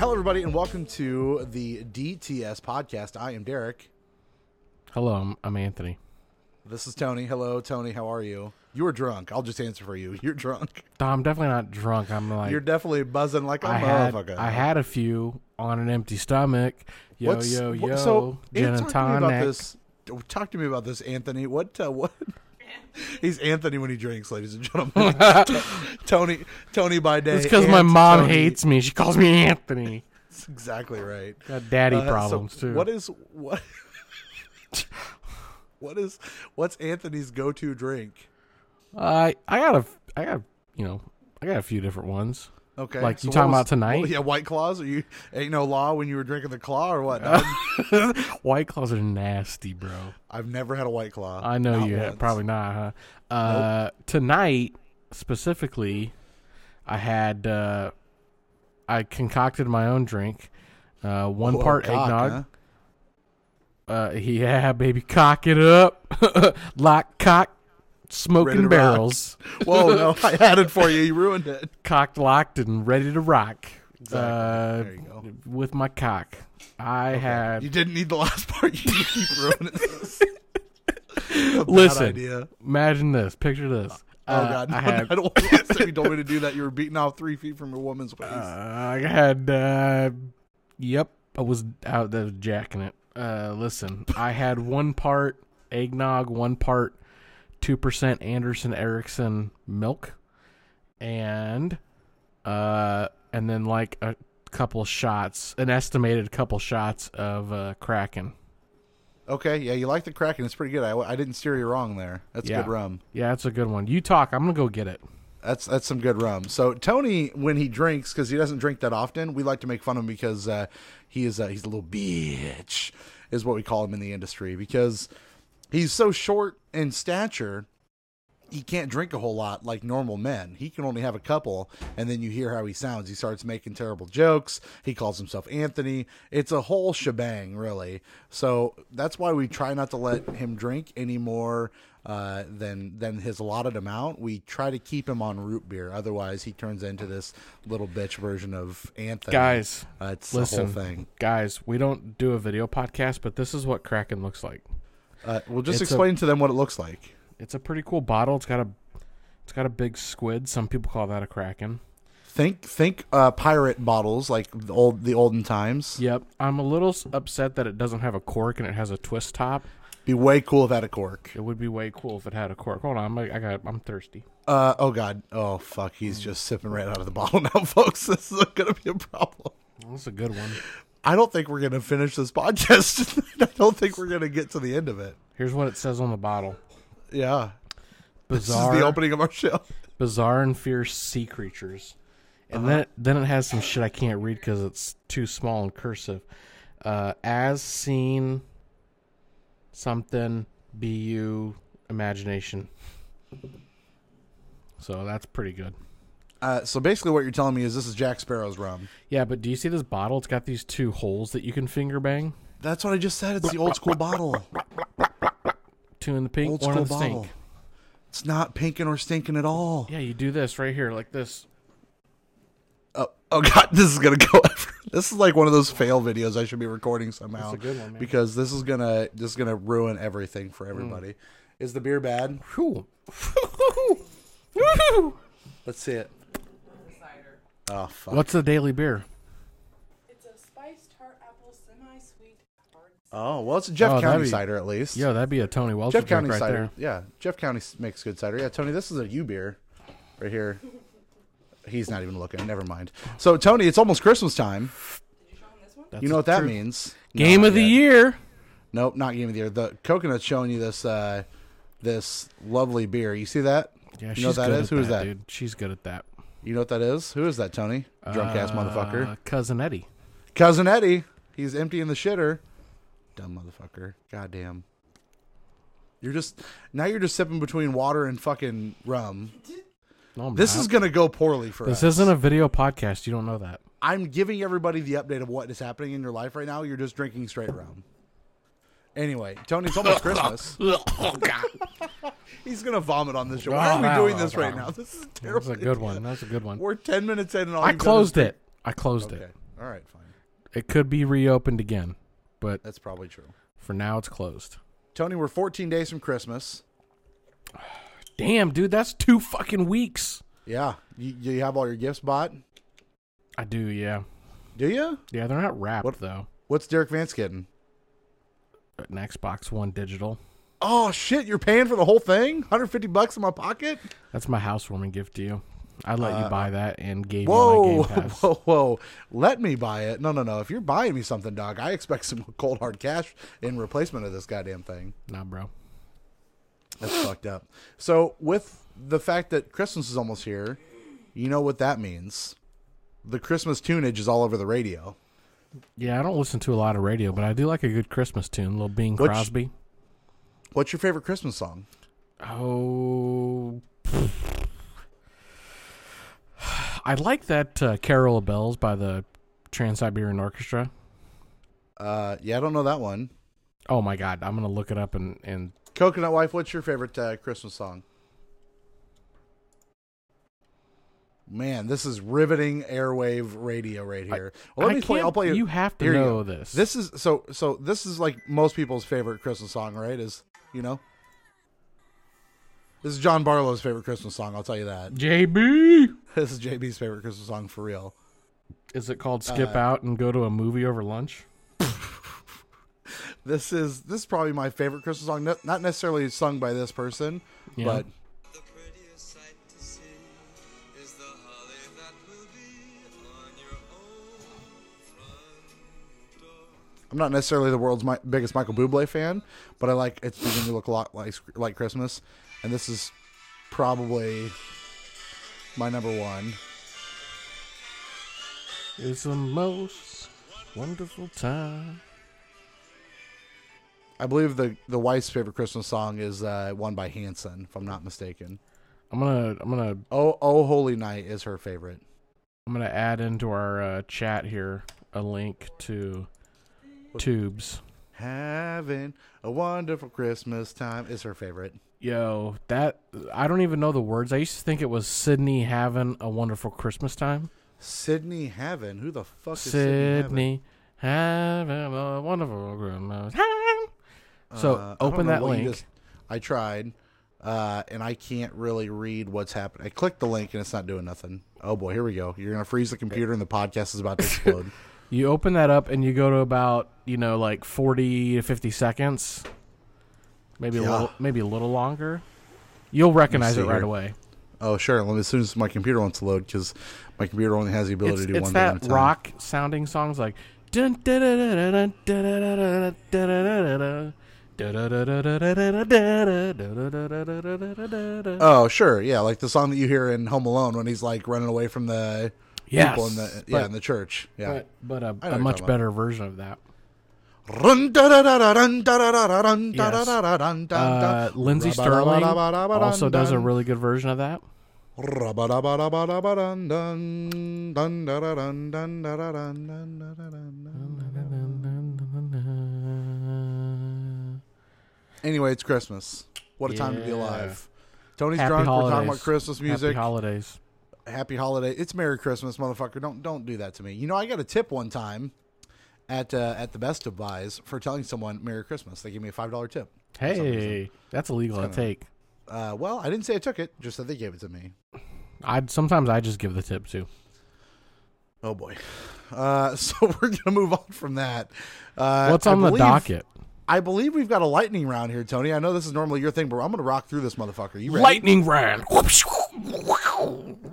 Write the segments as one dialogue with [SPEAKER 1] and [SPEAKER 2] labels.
[SPEAKER 1] everybody, and welcome to the DTS podcast. I am Derek.
[SPEAKER 2] Hello, I'm, I'm Anthony.
[SPEAKER 1] This is Tony. Hello, Tony. How are you? You are drunk. I'll just answer for you. You're drunk.
[SPEAKER 2] No, I'm definitely not drunk. I'm like
[SPEAKER 1] You're definitely buzzing like a
[SPEAKER 2] I had
[SPEAKER 1] motherfucker.
[SPEAKER 2] I had a few on an empty stomach. Yo
[SPEAKER 1] What's-
[SPEAKER 2] yo
[SPEAKER 1] wha-
[SPEAKER 2] yo.
[SPEAKER 1] So,
[SPEAKER 2] gin
[SPEAKER 1] Ant,
[SPEAKER 2] and
[SPEAKER 1] talk to me about
[SPEAKER 2] tonic.
[SPEAKER 1] this. Talk to me about this, Anthony. What? Uh, what? He's Anthony when he drinks, ladies and gentlemen. Tony, Tony by day.
[SPEAKER 2] It's because my
[SPEAKER 1] Ant
[SPEAKER 2] mom
[SPEAKER 1] Tony.
[SPEAKER 2] hates me. She calls me Anthony.
[SPEAKER 1] That's exactly right.
[SPEAKER 2] Got daddy
[SPEAKER 1] Uh, so
[SPEAKER 2] problems too.
[SPEAKER 1] What is what? what is what's Anthony's go-to drink?
[SPEAKER 2] I I got a I got you know I got a few different ones.
[SPEAKER 1] Okay,
[SPEAKER 2] Like, you
[SPEAKER 1] what
[SPEAKER 2] talking
[SPEAKER 1] was-
[SPEAKER 2] about tonight?
[SPEAKER 1] well, yeah, White Claws. Are you ain't no law when you were drinking the claw or what? dog?
[SPEAKER 2] White claws are nasty, bro.
[SPEAKER 1] I've never had a White Claw.
[SPEAKER 2] I know
[SPEAKER 1] Not
[SPEAKER 2] you ha
[SPEAKER 1] once.
[SPEAKER 2] probably not, huh? Uh, Tonight specifically, I had uh, I concocted my own drink. Uh, one
[SPEAKER 1] Whoa,
[SPEAKER 2] part
[SPEAKER 1] cock,
[SPEAKER 2] eggnog.
[SPEAKER 1] huh?
[SPEAKER 2] Uh, yeah, baby, cock it up, lock cock,
[SPEAKER 1] Ready to
[SPEAKER 2] smoking
[SPEAKER 1] rock.
[SPEAKER 2] barrels,
[SPEAKER 1] Whoa, no, I had it for you. You ruined it.
[SPEAKER 2] cocked, locked, and ready to rock.
[SPEAKER 1] Exactly.
[SPEAKER 2] Uh,
[SPEAKER 1] There you go.
[SPEAKER 2] With my cock, I had
[SPEAKER 1] You didn't need the last part. You keep ruining this. Bad
[SPEAKER 2] Listen.
[SPEAKER 1] idea.
[SPEAKER 2] imagine this, picture this.
[SPEAKER 1] Oh
[SPEAKER 2] Uh,
[SPEAKER 1] God! No,
[SPEAKER 2] I had
[SPEAKER 1] no, the last time you told me to do that, you were beaten off three feet from your woman's waist.
[SPEAKER 2] Uh, I had, uh, yep, I was out there jacking it. Uh, listen, I had one part eggnog, one part 2% Anderson Erickson milk, and, uh, and then like a couple shots, an estimated couple shots of, uh, Kraken.
[SPEAKER 1] okay, yeah, you like the Kraken. It's pretty good. I, I didn't steer you wrong there. That's
[SPEAKER 2] Yeah.
[SPEAKER 1] good rum.
[SPEAKER 2] Yeah, that's a good one. You talk, I'm gonna go get it.
[SPEAKER 1] That's that's some good rum. So Tony, when he drinks, because he doesn't drink that often, we like to make fun of him because uh, he is uh, he's a little bitch, is what we call him in the industry because he's so short in stature. He can't drink a whole lot like normal men. He can only have a couple, and then you hear how he sounds. He starts making terrible jokes. He calls himself Anthony. It's a whole shebang, really. So that's why we try not to let him drink any more uh, than than his allotted amount. We try to keep him on root beer, otherwise he turns into this little bitch version of Anthony.
[SPEAKER 2] Guys,
[SPEAKER 1] uh, it's the
[SPEAKER 2] Listen,
[SPEAKER 1] whole thing.
[SPEAKER 2] guys, we don't do a video podcast, but this is what Kraken looks like.
[SPEAKER 1] Uh, well, just
[SPEAKER 2] It's a-
[SPEAKER 1] explain to them what it looks like.
[SPEAKER 2] It's a pretty cool bottle. It's got a it's got a big squid. Some people call that a kraken.
[SPEAKER 1] Think think uh, pirate bottles like the old the olden times.
[SPEAKER 2] Yep. I'm a little s- upset that it doesn't have a cork and it has a twist top.
[SPEAKER 1] Be way cool if that a cork.
[SPEAKER 2] It would be way cool if it had a cork. Hold on, I, I got I'm thirsty.
[SPEAKER 1] Uh, oh god. Oh fuck. He's just sipping right out of the bottle now, folks. This is gonna be a problem.
[SPEAKER 2] That's a good one.
[SPEAKER 1] I don't think we're gonna finish this podcast. I don't think we're gonna get to the end of it.
[SPEAKER 2] Here's what it says on the bottle.
[SPEAKER 1] Yeah. This
[SPEAKER 2] Bizarre,
[SPEAKER 1] is the opening of our show.
[SPEAKER 2] bizarre and fierce sea creatures. And
[SPEAKER 1] Uh-huh.
[SPEAKER 2] then it, then it has some shit I can't read because it's too small and cursive. Uh, as seen, something bu imagination. So that's pretty good.
[SPEAKER 1] Uh, so basically, what you're telling me is this is Jack Sparrow's rum.
[SPEAKER 2] Yeah, but do you see this bottle? It's got these two holes that you can finger bang.
[SPEAKER 1] That's what I just said. It's the old school bottle.
[SPEAKER 2] Two in the pink,
[SPEAKER 1] Old
[SPEAKER 2] one
[SPEAKER 1] school
[SPEAKER 2] in the
[SPEAKER 1] bottle.
[SPEAKER 2] sink.
[SPEAKER 1] It's not pinking or stinking at all.
[SPEAKER 2] Yeah, you do this right here, like this.
[SPEAKER 1] Oh, oh god, this is gonna go. this is like one of those fail videos I should be recording somehow.
[SPEAKER 2] That's a good one, man. Mm.
[SPEAKER 1] Because this is gonna this is gonna ruin everything for everybody. Is the beer bad?
[SPEAKER 2] Whew. Woo-hoo.
[SPEAKER 1] Let's see it. Oh fuck.
[SPEAKER 2] What's the daily beer?
[SPEAKER 3] It's a spiced tart apple semi-sweet hard
[SPEAKER 1] Oh well, it's a Jeff
[SPEAKER 2] Oh, that'd
[SPEAKER 1] County
[SPEAKER 2] be-
[SPEAKER 1] cider at least.
[SPEAKER 2] Yo, that'd be a Tony Welch
[SPEAKER 1] Jeff
[SPEAKER 2] drink
[SPEAKER 1] County
[SPEAKER 2] right
[SPEAKER 1] cider.
[SPEAKER 2] there.
[SPEAKER 1] Yeah, Jeff County s- makes good cider. Yeah, Tony, this is a U beer, right here. He's not even looking. Never mind. So Tony, it's almost Christmas time.
[SPEAKER 2] That's
[SPEAKER 1] you know
[SPEAKER 2] the
[SPEAKER 1] what that
[SPEAKER 2] truth.
[SPEAKER 1] means?
[SPEAKER 2] Game
[SPEAKER 1] No,
[SPEAKER 2] of the
[SPEAKER 1] yeah.
[SPEAKER 2] year.
[SPEAKER 1] Nope, not game of the year. The coconut's showing you this uh this lovely beer. You see that?
[SPEAKER 2] Yeah,
[SPEAKER 1] you know what
[SPEAKER 2] she's
[SPEAKER 1] that
[SPEAKER 2] good
[SPEAKER 1] is?
[SPEAKER 2] at
[SPEAKER 1] Who is that?
[SPEAKER 2] Dude. She's good at that.
[SPEAKER 1] You know what that is? Who is that, Tony? Drunk ass motherfucker.
[SPEAKER 2] Uh, cousin Eddie.
[SPEAKER 1] Cousin Eddie. He's emptying the shitter. Dumb motherfucker. Goddamn. You're just now you're just sipping between water and fucking rum.
[SPEAKER 2] No, I'm
[SPEAKER 1] This
[SPEAKER 2] not.
[SPEAKER 1] is gonna go poorly for
[SPEAKER 2] this
[SPEAKER 1] us.
[SPEAKER 2] isn't a video podcast. You don't know that.
[SPEAKER 1] I'm giving everybody the update of what is happening in your life right now. You're just drinking straight rum. Anyway, Tony, it's almost Christmas.
[SPEAKER 2] oh God,
[SPEAKER 1] He's gonna vomit on this show. Why are we doing this right now? This is a terrible.
[SPEAKER 2] that's a good one. That's a good one.
[SPEAKER 1] We're ten minutes in, and all
[SPEAKER 2] I
[SPEAKER 1] you've done is-
[SPEAKER 2] closed it. I closed
[SPEAKER 1] Okay.
[SPEAKER 2] it.
[SPEAKER 1] All right, fine.
[SPEAKER 2] It could be reopened again, but
[SPEAKER 1] That's probably true.
[SPEAKER 2] for now it's closed.
[SPEAKER 1] Tony, we're 14 days from Christmas.
[SPEAKER 2] Damn, dude, that's two fucking weeks.
[SPEAKER 1] Yeah, you, you have all your gifts bought,
[SPEAKER 2] I do, yeah.
[SPEAKER 1] do you?
[SPEAKER 2] Yeah, they're not wrapped
[SPEAKER 1] What-
[SPEAKER 2] though.
[SPEAKER 1] What's Derek Vance getting?
[SPEAKER 2] An Xbox One digital.
[SPEAKER 1] Oh shit, you're paying for the whole thing? 150 bucks in my pocket?
[SPEAKER 2] That's my housewarming gift to you. I let you buy that and gave you
[SPEAKER 1] Uh, Whoa,
[SPEAKER 2] my Game Pass.
[SPEAKER 1] whoa, whoa! Let me buy it. No, no, no. If you're buying me something, dog, I expect some cold hard cash in replacement of this goddamn thing.
[SPEAKER 2] Nah, bro.
[SPEAKER 1] That's fucked up. So with the fact that Christmas is almost here, you know what that means. The Christmas tunage is all over the radio.
[SPEAKER 2] Yeah, I don't listen to a lot of radio, but I do like a good Christmas tune, little Bing
[SPEAKER 1] Which-
[SPEAKER 2] Crosby.
[SPEAKER 1] What's your favorite Christmas song?
[SPEAKER 2] Oh, I like that uh, "Carol of Bells" by the Trans Siberian Orchestra.
[SPEAKER 1] Uh, yeah, I don't know that one.
[SPEAKER 2] Oh my god, I'm gonna look it up and and
[SPEAKER 1] Coconut Wife, what's your favorite uh, Christmas song? Man, this is riveting airwave radio right here. well, let
[SPEAKER 2] I
[SPEAKER 1] me play.
[SPEAKER 2] can't-
[SPEAKER 1] I'll play.
[SPEAKER 2] You have to
[SPEAKER 1] here you
[SPEAKER 2] know
[SPEAKER 1] go.
[SPEAKER 2] this.
[SPEAKER 1] This is so so. This is like most people's favorite Christmas song, right? Is you know, this is John Barlow's favorite Christmas song. I'll tell you that.
[SPEAKER 2] JB.
[SPEAKER 1] This is JB's favorite Christmas song for real.
[SPEAKER 2] Is it called "Skip Out and Go to a Movie Over Lunch"?
[SPEAKER 1] This is this is probably my favorite Christmas song. No- Not necessarily sung by this person,
[SPEAKER 2] Yeah.
[SPEAKER 1] but
[SPEAKER 4] The prettiest sight to see is the holly that will be on your own front door.
[SPEAKER 1] I'm not necessarily the world's mi- biggest Michael Bublé fan, but I like it's beginning to look a lot like like Christmas, and this is probably my number one.
[SPEAKER 2] It's the most wonderful time.
[SPEAKER 1] I believe the the wife's favorite Christmas song is uh, one by Hanson, if I'm not mistaken.
[SPEAKER 2] I'm gonna I'm gonna
[SPEAKER 1] Oh, oh, holy night is her favorite.
[SPEAKER 2] I'm gonna add into our uh, chat here a link to Tubes.
[SPEAKER 1] Having a wonderful Christmas time is her favorite.
[SPEAKER 2] Yo, that I don't even know the words. I used to think it was Sydney having a wonderful Christmas time.
[SPEAKER 1] Sydney Heaven, who the fuck is Sydney? Heaven?
[SPEAKER 2] Sydney having a wonderful Christmas time. So
[SPEAKER 1] Uh, I don't
[SPEAKER 2] Oh, open
[SPEAKER 1] know
[SPEAKER 2] that
[SPEAKER 1] what you
[SPEAKER 2] link.
[SPEAKER 1] just- I tried, uh, and I can't really read what's happening. I clicked the link and it's not doing nothing. Oh boy, here we go. You're gonna freeze the computer and the podcast is about to explode.
[SPEAKER 2] You open that up and you go to about you know like forty to fifty seconds, maybe a
[SPEAKER 1] Yeah.
[SPEAKER 2] little, maybe a little longer. You'll recognize
[SPEAKER 1] see
[SPEAKER 2] it right
[SPEAKER 1] here.
[SPEAKER 2] away.
[SPEAKER 1] oh sure, let me, as soon as my computer wants to load, because my computer only has the ability
[SPEAKER 2] It's,
[SPEAKER 1] to do
[SPEAKER 2] it's
[SPEAKER 1] one thing
[SPEAKER 2] that
[SPEAKER 1] at a time.
[SPEAKER 2] rock sounding songs like. dun, da, da, da, da, da, da, da, da, da, da, da, da, da, da, da, da, da, da, da, da, da, da, da, da, da, da, da, da, da.
[SPEAKER 1] Oh sure, yeah, like the song that you hear in Home Alone when he's like running away from the people in
[SPEAKER 2] Yes,
[SPEAKER 1] the yeah
[SPEAKER 2] but-
[SPEAKER 1] in the church. Yeah,
[SPEAKER 2] but, but a,
[SPEAKER 1] what you're
[SPEAKER 2] a much
[SPEAKER 1] talking
[SPEAKER 2] better version of that.
[SPEAKER 1] Run, da, da, da, da, run, da, da, da, da, run, da, da,
[SPEAKER 2] Yes.
[SPEAKER 1] da, da, dun, dun,
[SPEAKER 2] Uh,
[SPEAKER 1] dun.
[SPEAKER 2] Lindsey Sterling
[SPEAKER 1] Ra-ba-da-ba-da-ba-da-ba-dun,
[SPEAKER 2] also does a
[SPEAKER 1] dun.
[SPEAKER 2] really good version of that.
[SPEAKER 1] Ra-ba-da-ba-da-ba-da-ba-dun, dun, dun, da-da-dun, dun, da-da-dun, dun, da-da-dun, dun, da-da-dun. Anyway, it's Christmas. What a time to be
[SPEAKER 2] Yeah.
[SPEAKER 1] alive. Tony's
[SPEAKER 2] Happy
[SPEAKER 1] drunk.
[SPEAKER 2] holidays.
[SPEAKER 1] We're talking about Christmas music.
[SPEAKER 2] Happy holidays.
[SPEAKER 1] happy holiday. It's Merry Christmas, motherfucker. Don't don't do that to me. You know, I got a tip one time at uh, at the Best of Buys for telling someone Merry Christmas. They gave me a five dollar tip.
[SPEAKER 2] Hey, that's illegal to take.
[SPEAKER 1] Uh, well, I didn't say I took it, just that they gave it to me.
[SPEAKER 2] I sometimes I just give the tip too.
[SPEAKER 1] Oh boy. Uh, so we're gonna move on from that. Uh,
[SPEAKER 2] What's
[SPEAKER 1] I
[SPEAKER 2] on the
[SPEAKER 1] believe-
[SPEAKER 2] docket?
[SPEAKER 1] I believe we've got a lightning round here, Tony. I know this is normally your thing, but I'm gonna rock through this motherfucker. You ready?
[SPEAKER 2] Lightning round.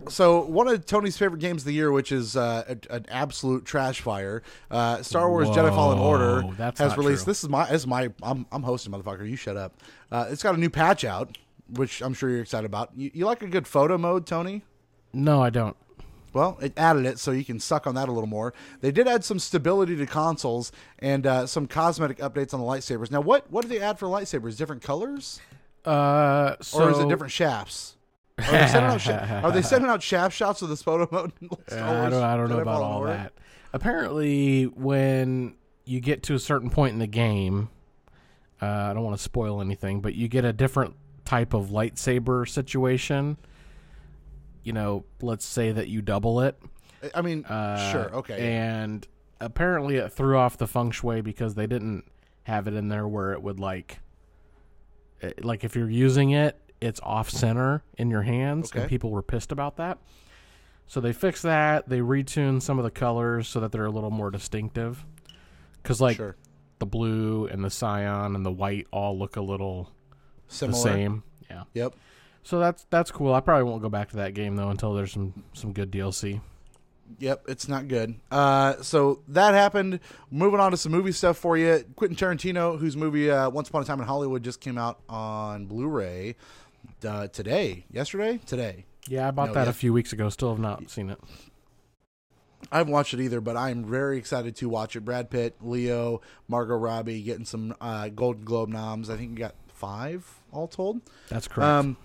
[SPEAKER 1] So one of Tony's favorite games of the year, which is uh, a, an absolute trash fire, uh, Star Wars Jedi Fallen
[SPEAKER 2] Whoa,
[SPEAKER 1] Order
[SPEAKER 2] that's
[SPEAKER 1] has
[SPEAKER 2] not
[SPEAKER 1] released.
[SPEAKER 2] true.
[SPEAKER 1] This is my, this is my, I'm, I'm hosting, motherfucker. You shut up. Uh, it's got a new patch out, which I'm sure you're excited about. You, you like a good photo mode, Tony?
[SPEAKER 2] No, I don't.
[SPEAKER 1] Well, it added it, so you can suck on that a little more. They did add some stability to consoles and uh, some cosmetic updates on the lightsabers. Now, what what did they add for lightsabers? Different colors,
[SPEAKER 2] Uh,
[SPEAKER 1] or
[SPEAKER 2] so
[SPEAKER 1] is it different shafts? Are they sending out, sha- are they sending out shaft shots with this photo mode? in Star
[SPEAKER 2] I
[SPEAKER 1] Wars
[SPEAKER 2] don't, I don't know
[SPEAKER 1] Jedi
[SPEAKER 2] about
[SPEAKER 1] Fallen
[SPEAKER 2] all
[SPEAKER 1] Order?
[SPEAKER 2] that. Apparently, when you get to a certain point in the game, uh, I don't want to spoil anything, but you get a different type of lightsaber situation. You know, let's say that you double it.
[SPEAKER 1] I mean,
[SPEAKER 2] Uh,
[SPEAKER 1] sure, okay.
[SPEAKER 2] And apparently it threw off the feng shui because they didn't have it in there where it would like it- like if you're using it it's off center in your hands
[SPEAKER 1] Okay.
[SPEAKER 2] and people were pissed about that so they fixed that they retuned some of the colors so that they're a little more distinctive because like
[SPEAKER 1] sure.
[SPEAKER 2] the blue and the cyan and the white all look a little
[SPEAKER 1] Similar.
[SPEAKER 2] the same yeah
[SPEAKER 1] Yep.
[SPEAKER 2] so that's that's cool i probably won't go back to that game though until there's some some good dlc
[SPEAKER 1] Yep, it's not good. Uh, so that happened. Moving on to some movie stuff for you. Quentin Tarantino, whose movie uh, Once Upon a Time in Hollywood just came out on Blu-ray uh, today, yesterday, today.
[SPEAKER 2] yeah i bought
[SPEAKER 1] No,
[SPEAKER 2] that
[SPEAKER 1] yeah.
[SPEAKER 2] a few weeks ago still have not seen it
[SPEAKER 1] I haven't watched it either, but I'm very excited to watch it. Brad Pitt, Leo, Margot Robbie getting some uh, Golden Globe noms. I think he got five all told.
[SPEAKER 2] that's correct
[SPEAKER 1] Um,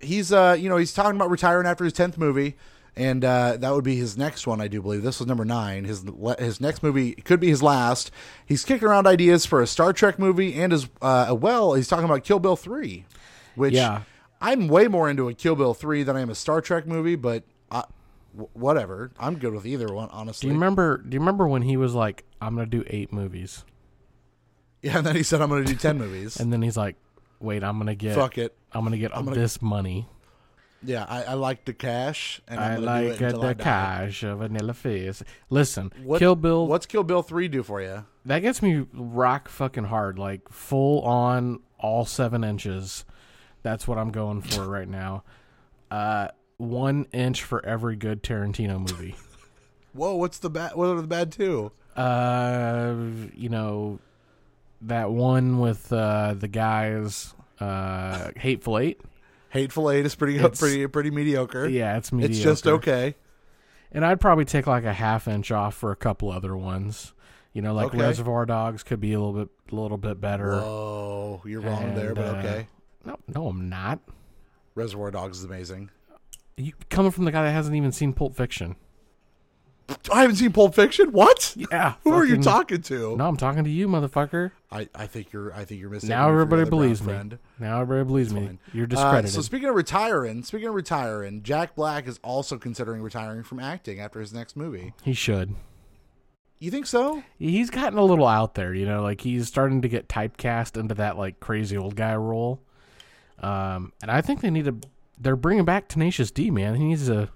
[SPEAKER 1] he's uh, you know, he's talking about retiring after his tenth movie, and uh, that would be his next one, I do believe. This was number nine. His le- his next movie could be his last. He's kicking around ideas for a Star Trek movie, and as uh, well, he's talking about Kill Bill three, which
[SPEAKER 2] Yeah.
[SPEAKER 1] I'm way more into a Kill Bill three than I am a Star Trek movie, but. I, w- Whatever, I'm good with either one, honestly.
[SPEAKER 2] Do you remember? Do you remember when he was like, "I'm gonna do eight movies,"
[SPEAKER 1] yeah, and then he said, "I'm going to do ten movies."
[SPEAKER 2] and then he's like, "Wait, I'm gonna get,
[SPEAKER 1] Fuck it.
[SPEAKER 2] I'm gonna get all
[SPEAKER 1] gonna-
[SPEAKER 2] this money.
[SPEAKER 1] Yeah, I, I like the cash, and
[SPEAKER 2] I
[SPEAKER 1] I'm gonna
[SPEAKER 2] like
[SPEAKER 1] do it
[SPEAKER 2] a
[SPEAKER 1] until I die.
[SPEAKER 2] decotage of vanilla fizz." Listen,
[SPEAKER 1] What-
[SPEAKER 2] Kill Bill.
[SPEAKER 1] What's Kill Bill three do for you?
[SPEAKER 2] That gets me rock fucking hard, like full on all seven inches. That's what I'm going for right now. Uh, one inch for every good Tarantino movie.
[SPEAKER 1] Whoa, what's the bad? What are the bad two?
[SPEAKER 2] Uh, you know, that one with uh, the guys, uh, Hateful Eight.
[SPEAKER 1] Hateful Eight is pretty good,
[SPEAKER 2] It's-
[SPEAKER 1] pretty pretty mediocre.
[SPEAKER 2] Yeah, it's mediocre.
[SPEAKER 1] it's just okay.
[SPEAKER 2] And I'd probably take like a half inch off for a couple other ones. You know, like
[SPEAKER 1] Okay.
[SPEAKER 2] Reservoir Dogs could be a little bit, a little bit better.
[SPEAKER 1] Oh, you're wrong there,
[SPEAKER 2] And,
[SPEAKER 1] but
[SPEAKER 2] uh,
[SPEAKER 1] okay.
[SPEAKER 2] No, no, I'm not.
[SPEAKER 1] Reservoir Dogs is amazing.
[SPEAKER 2] You coming from the guy that hasn't even seen Pulp Fiction?
[SPEAKER 1] I haven't seen Pulp Fiction. What?
[SPEAKER 2] Yeah.
[SPEAKER 1] Who are you
[SPEAKER 2] fucking-
[SPEAKER 1] talking to?
[SPEAKER 2] No, I'm talking to you, motherfucker.
[SPEAKER 1] I, I think you're I think you're missing.
[SPEAKER 2] now everybody believes me. Now everybody believes me.
[SPEAKER 1] fine.
[SPEAKER 2] You're
[SPEAKER 1] Uh,
[SPEAKER 2] discredited.
[SPEAKER 1] so speaking of retiring, speaking of retiring, Jack Black is also considering retiring from acting after his next movie.
[SPEAKER 2] he should.
[SPEAKER 1] You think so?
[SPEAKER 2] He's gotten a little out there, you know, like he's starting to get typecast into that like crazy old guy role. Um, and I think they need to. They're bringing back Tenacious D, man. He needs to.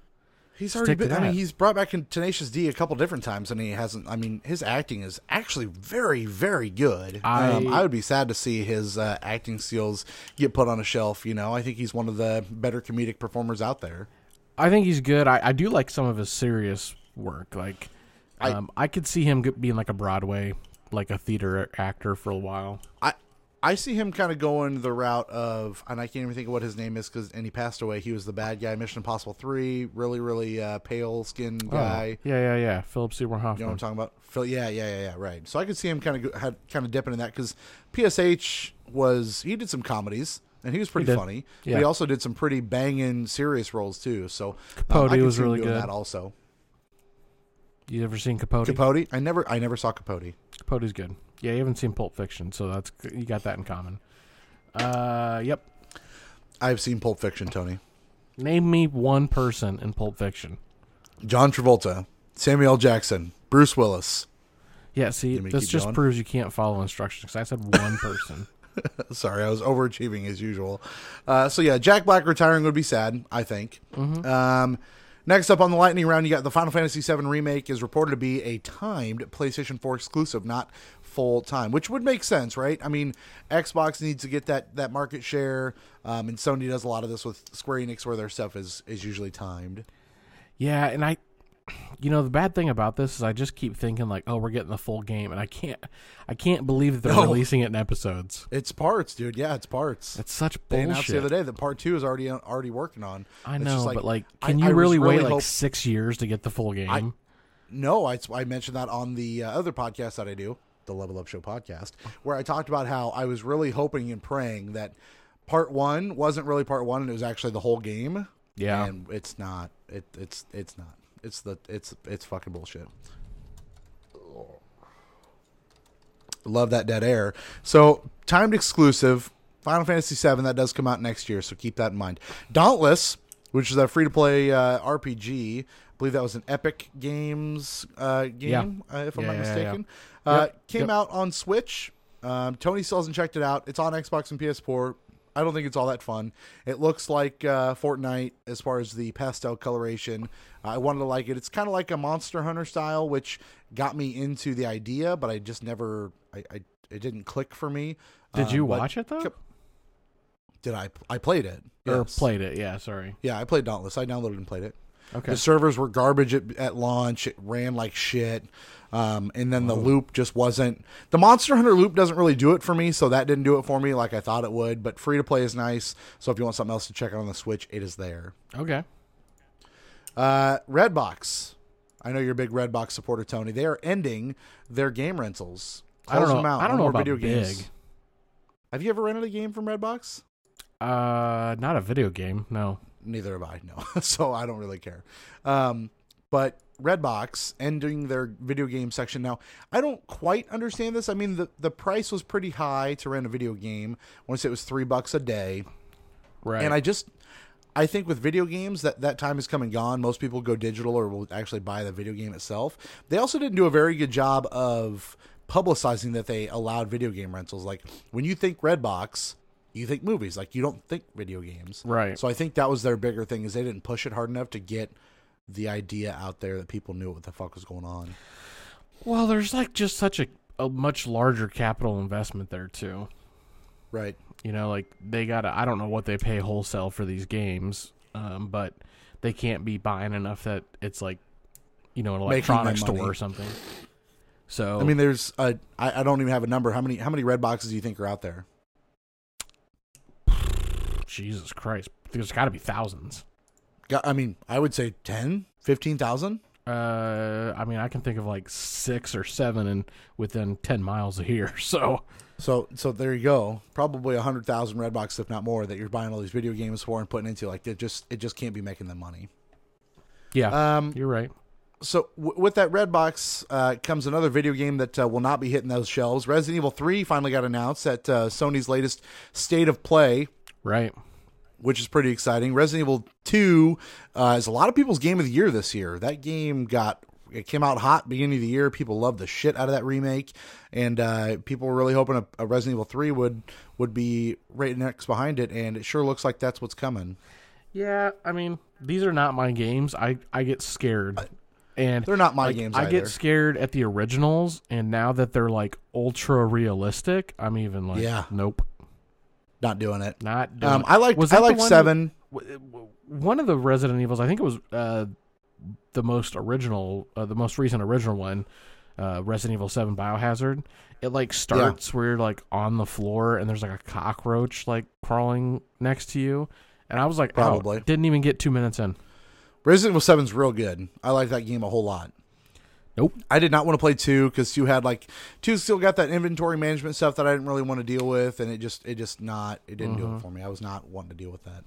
[SPEAKER 1] He's already
[SPEAKER 2] Stick to
[SPEAKER 1] been. I mean,
[SPEAKER 2] that.
[SPEAKER 1] he's brought back in Tenacious D a couple different times, and he hasn't. I mean, his acting is actually very, very good.
[SPEAKER 2] I-
[SPEAKER 1] um, I would be sad to see his uh, acting skills get put on a shelf. You know, I think he's one of the better comedic performers out there.
[SPEAKER 2] I think he's good. I, I do like some of his serious work. Like,
[SPEAKER 1] I-
[SPEAKER 2] um, I could see him get, being like a Broadway, like a theater actor for a while.
[SPEAKER 1] I I see him kind of going the route of, and I can't even think of what his name is because, and he passed away. He was the bad guy, Mission Impossible Three, really, really uh, pale skinned guy.
[SPEAKER 2] Oh, yeah, yeah, yeah. Philip Seymour
[SPEAKER 1] You
[SPEAKER 2] Hoffman.
[SPEAKER 1] know what I'm talking about? Phil, yeah, yeah, yeah, yeah, right. So I could see him kind of had kind of dipping in that because PSH was he did some comedies and he was pretty
[SPEAKER 2] did.
[SPEAKER 1] funny. But
[SPEAKER 2] Yeah.
[SPEAKER 1] he also did some pretty banging serious roles too. So um,
[SPEAKER 2] Capote
[SPEAKER 1] I could
[SPEAKER 2] was
[SPEAKER 1] see him
[SPEAKER 2] really
[SPEAKER 1] doing
[SPEAKER 2] good.
[SPEAKER 1] That also
[SPEAKER 2] you ever seen Capote?
[SPEAKER 1] Capote. I never I never saw Capote.
[SPEAKER 2] Capote's good. Yeah, you haven't seen Pulp Fiction, so that's you got that in common. Uh, yep.
[SPEAKER 1] I've seen Pulp Fiction. Tony,
[SPEAKER 2] Name me one person in Pulp Fiction.
[SPEAKER 1] John Travolta, Samuel L. Jackson, Bruce Willis.
[SPEAKER 2] Yeah, see,
[SPEAKER 1] me to
[SPEAKER 2] this
[SPEAKER 1] keep
[SPEAKER 2] just
[SPEAKER 1] going?
[SPEAKER 2] proves you can't follow instructions. 'cause I said one person.
[SPEAKER 1] Sorry, I was overachieving as usual. Uh, so yeah, Jack Black retiring would be sad, I think.
[SPEAKER 2] Mm-hmm.
[SPEAKER 1] Um, next up on the lightning round, you got the Final Fantasy VII remake is reported to be a timed PlayStation 4 exclusive, not full time, which would make sense, right? I mean, Xbox needs to get that that market share, um, and Sony does a lot of this with Square Enix, where their stuff is is usually timed.
[SPEAKER 2] Yeah, and I, you know, the bad thing about this is I just keep thinking like, oh, we're getting the full game, and I can't, I can't believe they're
[SPEAKER 1] No.
[SPEAKER 2] releasing it in episodes.
[SPEAKER 1] It's parts, dude. Yeah, it's parts.
[SPEAKER 2] That's such
[SPEAKER 1] they
[SPEAKER 2] bullshit.
[SPEAKER 1] announced the other day that part two is already already working on.
[SPEAKER 2] I
[SPEAKER 1] It's
[SPEAKER 2] know,
[SPEAKER 1] just
[SPEAKER 2] but like,
[SPEAKER 1] I-
[SPEAKER 2] can you
[SPEAKER 1] I was
[SPEAKER 2] really, wait like
[SPEAKER 1] hope-
[SPEAKER 2] six years to get the full game?
[SPEAKER 1] No, I, I mentioned that on the uh, other podcast that I do, the Level Up Show podcast, where I talked about how I was really hoping and praying that part one wasn't really part one and it was actually the whole game.
[SPEAKER 2] Yeah.
[SPEAKER 1] and it's not. It it's it's not. It's the it's it's fucking bullshit. Love that dead air. So timed exclusive, Final Fantasy VII that does come out next year, so keep that in mind. Dauntless, which is a free to play uh, RPG, believe that was an Epic Games uh, game, uh, if I'm
[SPEAKER 2] Yeah,
[SPEAKER 1] not
[SPEAKER 2] yeah, yeah.
[SPEAKER 1] mistaken. Uh,
[SPEAKER 2] Yep,
[SPEAKER 1] Came
[SPEAKER 2] yep.
[SPEAKER 1] out on Switch. Um, Tony still hasn't checked it out. It's on Xbox and PS4. I don't think it's all that fun. It looks like uh, Fortnite as far as the pastel coloration. I wanted to like it. It's kind of like a Monster Hunter style, which got me into the idea, but I just never. I, I it didn't click for me.
[SPEAKER 2] Did you
[SPEAKER 1] Um, but
[SPEAKER 2] watch it though?
[SPEAKER 1] Yep. Did I? I played it.
[SPEAKER 2] Or
[SPEAKER 1] Yes.
[SPEAKER 2] played it? Yeah, sorry.
[SPEAKER 1] Yeah, I played Dauntless. I downloaded and played it.
[SPEAKER 2] Okay.
[SPEAKER 1] The servers were garbage at, at launch. It ran like shit. Um, and then the loop just wasn't. The Monster Hunter loop doesn't really do it for me, so that didn't do it for me like I thought it would. But free to play is nice. So if you want something else to check out on the Switch, it is there.
[SPEAKER 2] Okay.
[SPEAKER 1] Uh, Redbox. I know you're a big Redbox supporter, Tony. They are ending their game rentals.
[SPEAKER 2] I don't
[SPEAKER 1] Close
[SPEAKER 2] know-
[SPEAKER 1] them out.
[SPEAKER 2] I don't
[SPEAKER 1] No
[SPEAKER 2] know
[SPEAKER 1] more
[SPEAKER 2] about
[SPEAKER 1] video games.
[SPEAKER 2] big.
[SPEAKER 1] Have you ever rented a game from Redbox?
[SPEAKER 2] Uh, not a video game. No.
[SPEAKER 1] neither have I. No, so I don't really care. Um, but Redbox ending their video game section now. I don't quite understand this. I mean, the the price was pretty high to rent a video game. I want to say it was three bucks a day,
[SPEAKER 2] Right.
[SPEAKER 1] and I just. I think with video games that that time has come and gone. Most people go digital or will actually buy the video game itself. They also didn't do a very good job of publicizing that they allowed video game rentals. Like when you think Redbox, you think movies. Like you don't think video games.
[SPEAKER 2] Right.
[SPEAKER 1] So I think that was their bigger thing is they didn't push it hard enough to get the idea out there that people knew what the fuck was going on.
[SPEAKER 2] well, there's like just such a a much larger capital investment there too.
[SPEAKER 1] Right.
[SPEAKER 2] You know, like they gotta. I don't know what they pay wholesale for these games, um, but they can't be buying enough that it's like, you know, an
[SPEAKER 1] Making them
[SPEAKER 2] electronic store
[SPEAKER 1] money.
[SPEAKER 2] or something. So
[SPEAKER 1] I mean, there's a. I, I don't even have a number. How many how many red boxes do you think are out there?
[SPEAKER 2] Jesus Christ, there's got to be thousands.
[SPEAKER 1] Got, I mean, I would say 10, 15,000.
[SPEAKER 2] Uh, I mean, I can think of like six or seven, and within ten miles of here. So
[SPEAKER 1] So so there you go. Probably a hundred thousand red box, if not more, that you're buying all these video games for and putting into like it just it just can't be making them money.
[SPEAKER 2] yeah,
[SPEAKER 1] Um,
[SPEAKER 2] you're right.
[SPEAKER 1] so w- with that red box uh, comes another video game that uh, will not be hitting those shelves. Resident Evil Three finally got announced at uh, Sony's latest State of Play.
[SPEAKER 2] Right.
[SPEAKER 1] which is pretty exciting. Resident Evil 2 uh, is a lot of people's game of the year this year. That game got it came out hot beginning of the year. People loved the shit out of that remake, and uh, people were really hoping a, a Resident Evil 3 would would be right next behind it. And it sure looks like that's what's coming.
[SPEAKER 2] Yeah, I mean, these are not my games. I I get scared, and
[SPEAKER 1] They're not my
[SPEAKER 2] like,
[SPEAKER 1] games.
[SPEAKER 2] I
[SPEAKER 1] either.
[SPEAKER 2] get scared at the originals, and now that they're like ultra realistic, I'm even like,
[SPEAKER 1] Yeah.
[SPEAKER 2] nope,
[SPEAKER 1] not doing it.
[SPEAKER 2] not. Doing
[SPEAKER 1] Um,
[SPEAKER 2] it.
[SPEAKER 1] I like
[SPEAKER 2] Was
[SPEAKER 1] I
[SPEAKER 2] that the
[SPEAKER 1] like
[SPEAKER 2] one-
[SPEAKER 1] seven.
[SPEAKER 2] w- w- one of the Resident Evils, I think it was uh, the most original, uh, the most recent original one, uh, Resident Evil Seven Biohazard. It like starts where you're like on the floor and there's like a cockroach like crawling next to you, and I was like, out.
[SPEAKER 1] Probably.
[SPEAKER 2] didn't even get two minutes in.
[SPEAKER 1] Resident Evil Seven's real good. I like that game a whole lot.
[SPEAKER 2] Nope.
[SPEAKER 1] I did not want to play two because two had like two still got that inventory management stuff that I didn't really want to deal with, and it just it just not it didn't do it for me. I was not wanting to deal with that.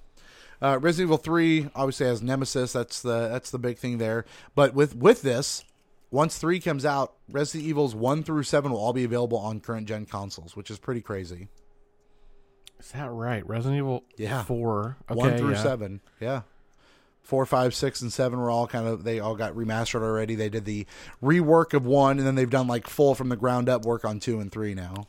[SPEAKER 1] Uh, Resident Evil Three obviously has Nemesis. That's the that's the big thing there. But with with this, once three comes out, Resident Evils one through seven will all be available on current gen consoles, which is pretty crazy.
[SPEAKER 2] Is that right? Resident Evil
[SPEAKER 1] Yeah.
[SPEAKER 2] Four, okay,
[SPEAKER 1] one through
[SPEAKER 2] yeah.
[SPEAKER 1] seven. Yeah. Four, five, six, and seven were all kind of they all got remastered already. They did the rework of one, and then they've done like full from the ground up work on two and three now.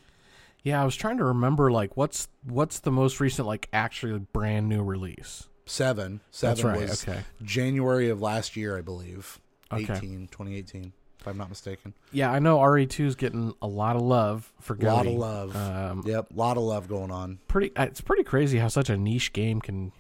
[SPEAKER 2] Yeah, I was trying to remember like what's what's the most recent like actually brand new release.
[SPEAKER 1] Seven. Seven
[SPEAKER 2] right,
[SPEAKER 1] was
[SPEAKER 2] okay.
[SPEAKER 1] January of last year, I believe.
[SPEAKER 2] Okay.
[SPEAKER 1] 18, 2018, if I'm not mistaken.
[SPEAKER 2] Yeah, I know RE2 is getting a lot of love for
[SPEAKER 1] A lot of
[SPEAKER 2] Goaty.
[SPEAKER 1] love.
[SPEAKER 2] Um,
[SPEAKER 1] yep, lot of love going on.
[SPEAKER 2] pretty uh, it's pretty crazy how such a niche game can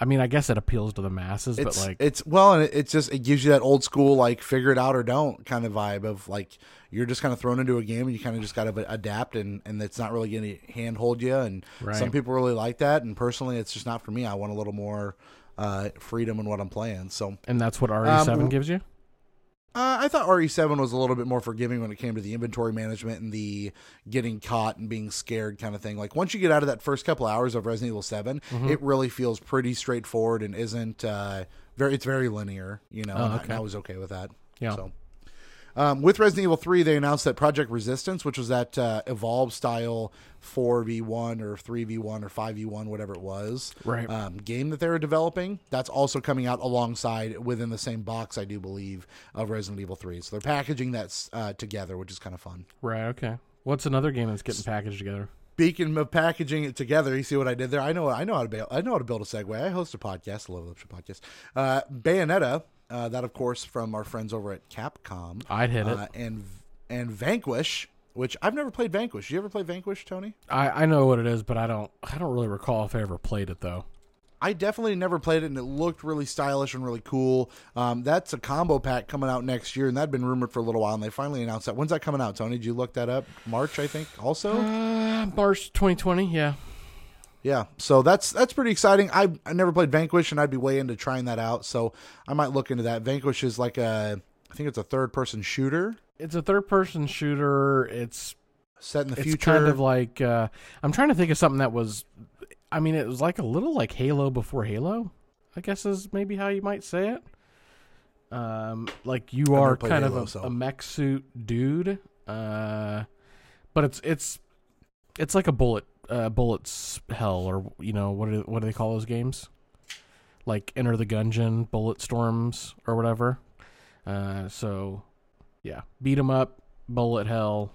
[SPEAKER 2] I mean, I guess it appeals to the masses,
[SPEAKER 1] It's
[SPEAKER 2] but like
[SPEAKER 1] it's well, and it, it's just it gives you that old school like figure it out or don't kind of vibe of like you're just kind of thrown into a game and you kind of just got to adapt and and it's not really going to handhold you. And
[SPEAKER 2] Right.
[SPEAKER 1] some people really like that, and personally, it's just not for me. I want a little more uh, freedom in what I'm playing. So
[SPEAKER 2] and that's what RE7
[SPEAKER 1] w-
[SPEAKER 2] gives you.
[SPEAKER 1] Uh, I thought RE7 was a little bit more forgiving when it came to the inventory management and the getting caught and being scared kind of thing. Like once you get out of that first couple hours of Resident Evil 7, it really feels pretty straightforward and isn't uh, very. It's very linear, you know. and I-
[SPEAKER 2] okay. Oh.
[SPEAKER 1] I was okay with that.
[SPEAKER 2] Yeah.
[SPEAKER 1] So, Um, with Resident Evil 3, they announced that Project Resistance, which was that uh, Evolve style 4v1 or 3v1 or 5v1, whatever it was,
[SPEAKER 2] Right.
[SPEAKER 1] um, game that they were developing, that's also coming out alongside within the same box, I do believe, of Resident Evil 3. So they're packaging that uh, together, which is kind of fun.
[SPEAKER 2] Right. Okay. What's another game that's getting packaged together?
[SPEAKER 1] Speaking of packaging it together, you see what I did there. I know, I know how to build. I know how to build a segue. I host a podcast, the Level Up Show podcast. Uh, Bayonetta, uh, that of course from our friends over at Capcom,
[SPEAKER 2] I'd hit it.
[SPEAKER 1] uh, and and Vanquish, which I've never played Vanquish. You ever play Vanquish, Tony?
[SPEAKER 2] I, I know what it is, but I don't. I don't really recall if I ever played it though.
[SPEAKER 1] I definitely never played it, and it looked really stylish and really cool. Um, that's a combo pack coming out next year, and that'd been rumored for a little while, and they finally announced that. When's that coming out, Tony? Did you look that up? March, I think. Also,
[SPEAKER 2] Uh, March 2020. Yeah.
[SPEAKER 1] Yeah, so that's that's pretty exciting. I I never played Vanquish, and I'd be way into trying that out. So I might look into that. Vanquish is like a, I think it's a third person shooter
[SPEAKER 2] It's a third-person shooter. It's
[SPEAKER 1] set in the
[SPEAKER 2] it's
[SPEAKER 1] future.
[SPEAKER 2] kind of like uh, I'm trying to think of something that was. I mean, it was like a little like Halo before Halo. I guess is maybe how you might say it. Um, like you
[SPEAKER 1] never
[SPEAKER 2] are
[SPEAKER 1] played
[SPEAKER 2] kind
[SPEAKER 1] Halo,
[SPEAKER 2] of a,
[SPEAKER 1] so-
[SPEAKER 2] a mech suit dude, uh, but it's it's it's like a bullet uh, bullets hell or you know what do, what do they call those games? Like Enter the Gungeon, Bullet Storms, or whatever. Uh, so yeah, beat 'em up, bullet hell,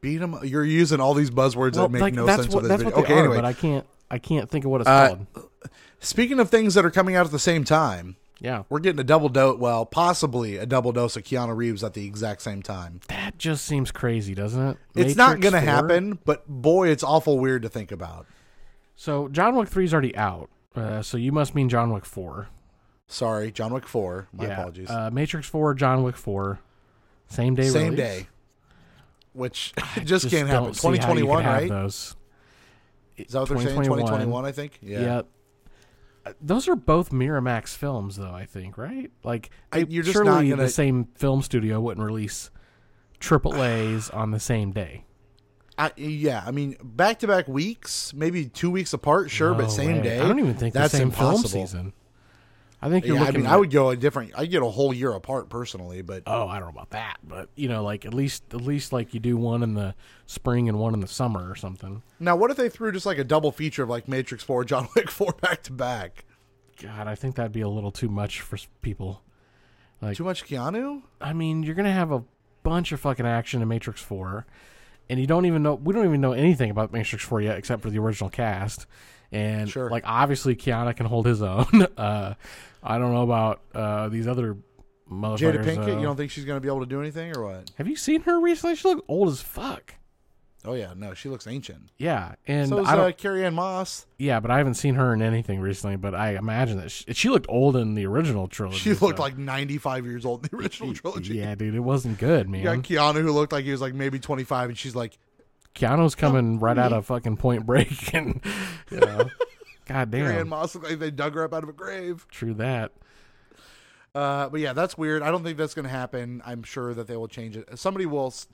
[SPEAKER 1] beat 'em. You're using all these buzzwords
[SPEAKER 2] well,
[SPEAKER 1] that make
[SPEAKER 2] like,
[SPEAKER 1] no
[SPEAKER 2] that's
[SPEAKER 1] sense
[SPEAKER 2] what,
[SPEAKER 1] with this
[SPEAKER 2] that's
[SPEAKER 1] video.
[SPEAKER 2] what they
[SPEAKER 1] okay,
[SPEAKER 2] are,
[SPEAKER 1] anyway,
[SPEAKER 2] but I can't I can't think of what it's
[SPEAKER 1] Uh,
[SPEAKER 2] called.
[SPEAKER 1] speaking of things that are coming out at the same time,
[SPEAKER 2] Yeah,
[SPEAKER 1] we're getting a double dose. Well, possibly a double dose of Keanu Reeves at the exact same time.
[SPEAKER 2] that just seems crazy, doesn't it?
[SPEAKER 1] it's not
[SPEAKER 2] Matrix
[SPEAKER 1] going to
[SPEAKER 2] 4?
[SPEAKER 1] happen, but boy, it's awful weird to think about.
[SPEAKER 2] So John Wick three is already out. Uh, so you must mean John Wick four.
[SPEAKER 1] Sorry, John Wick Four. My
[SPEAKER 2] Yeah.
[SPEAKER 1] apologies.
[SPEAKER 2] Uh, Matrix four, John Wick four, same day.
[SPEAKER 1] same
[SPEAKER 2] release.
[SPEAKER 1] day. Which just,
[SPEAKER 2] Just
[SPEAKER 1] can't happen.
[SPEAKER 2] don't see how you could
[SPEAKER 1] 2021,
[SPEAKER 2] have
[SPEAKER 1] right?
[SPEAKER 2] Those.
[SPEAKER 1] Is that what they're saying? 2021, I think. Yeah.
[SPEAKER 2] Yeah. Uh, Those are both Miramax films, though. I think right. Like
[SPEAKER 1] I-
[SPEAKER 2] they-
[SPEAKER 1] you're just
[SPEAKER 2] surely
[SPEAKER 1] not gonna-
[SPEAKER 2] the same film studio wouldn't release triple A's on the same day.
[SPEAKER 1] I, yeah. I mean, back to back weeks, maybe two weeks apart, sure,
[SPEAKER 2] No
[SPEAKER 1] but same
[SPEAKER 2] way.
[SPEAKER 1] day.
[SPEAKER 2] Oh, I don't even think
[SPEAKER 1] that's
[SPEAKER 2] the same
[SPEAKER 1] impossible.
[SPEAKER 2] film season. I think you're
[SPEAKER 1] Yeah, I
[SPEAKER 2] looking.
[SPEAKER 1] mean, I would go a different. I'd get a whole year apart personally, but
[SPEAKER 2] Oh, I don't know about that, but you know, like at least at least like you do one in the spring and one in the summer or something.
[SPEAKER 1] now what if they threw just like a double feature of like Matrix Four, John Wick Four back to back?
[SPEAKER 2] God, I think that'd be a little too much for s- people.
[SPEAKER 1] Too much Keanu?
[SPEAKER 2] I mean, you're gonna have a bunch of fucking action in Matrix Four, and you don't even know. We don't even know anything about Matrix Four yet, except for the original cast. And
[SPEAKER 1] Sure.
[SPEAKER 2] like obviously, Keanu can hold his own. uh, I don't know about uh, these other
[SPEAKER 1] Jada
[SPEAKER 2] motherfuckers. uh,
[SPEAKER 1] Pinkett?
[SPEAKER 2] though.
[SPEAKER 1] You don't think she's gonna be able to do anything or what?
[SPEAKER 2] Have you seen her recently? She looked old as fuck.
[SPEAKER 1] Oh yeah, no, she looks ancient.
[SPEAKER 2] Yeah, and
[SPEAKER 1] So is
[SPEAKER 2] I don't.
[SPEAKER 1] uh, Carrie Ann Moss.
[SPEAKER 2] yeah, but I haven't seen her in anything recently. But I imagine that she, she looked old in the original trilogy.
[SPEAKER 1] She looked
[SPEAKER 2] so-
[SPEAKER 1] like 95 years old in the original trilogy.
[SPEAKER 2] Yeah, dude, it wasn't good, man.
[SPEAKER 1] You got Keanu who looked like he was like maybe 25, and she's like,
[SPEAKER 2] Keanu's coming right out of fucking Point Break, and you know, god
[SPEAKER 1] Carrie
[SPEAKER 2] damn,
[SPEAKER 1] Ann Moss looked like they dug her up out of a grave.
[SPEAKER 2] true that.
[SPEAKER 1] Uh, but yeah, that's weird. I don't think that's going to happen. I'm sure that they will change it. Somebody will. s-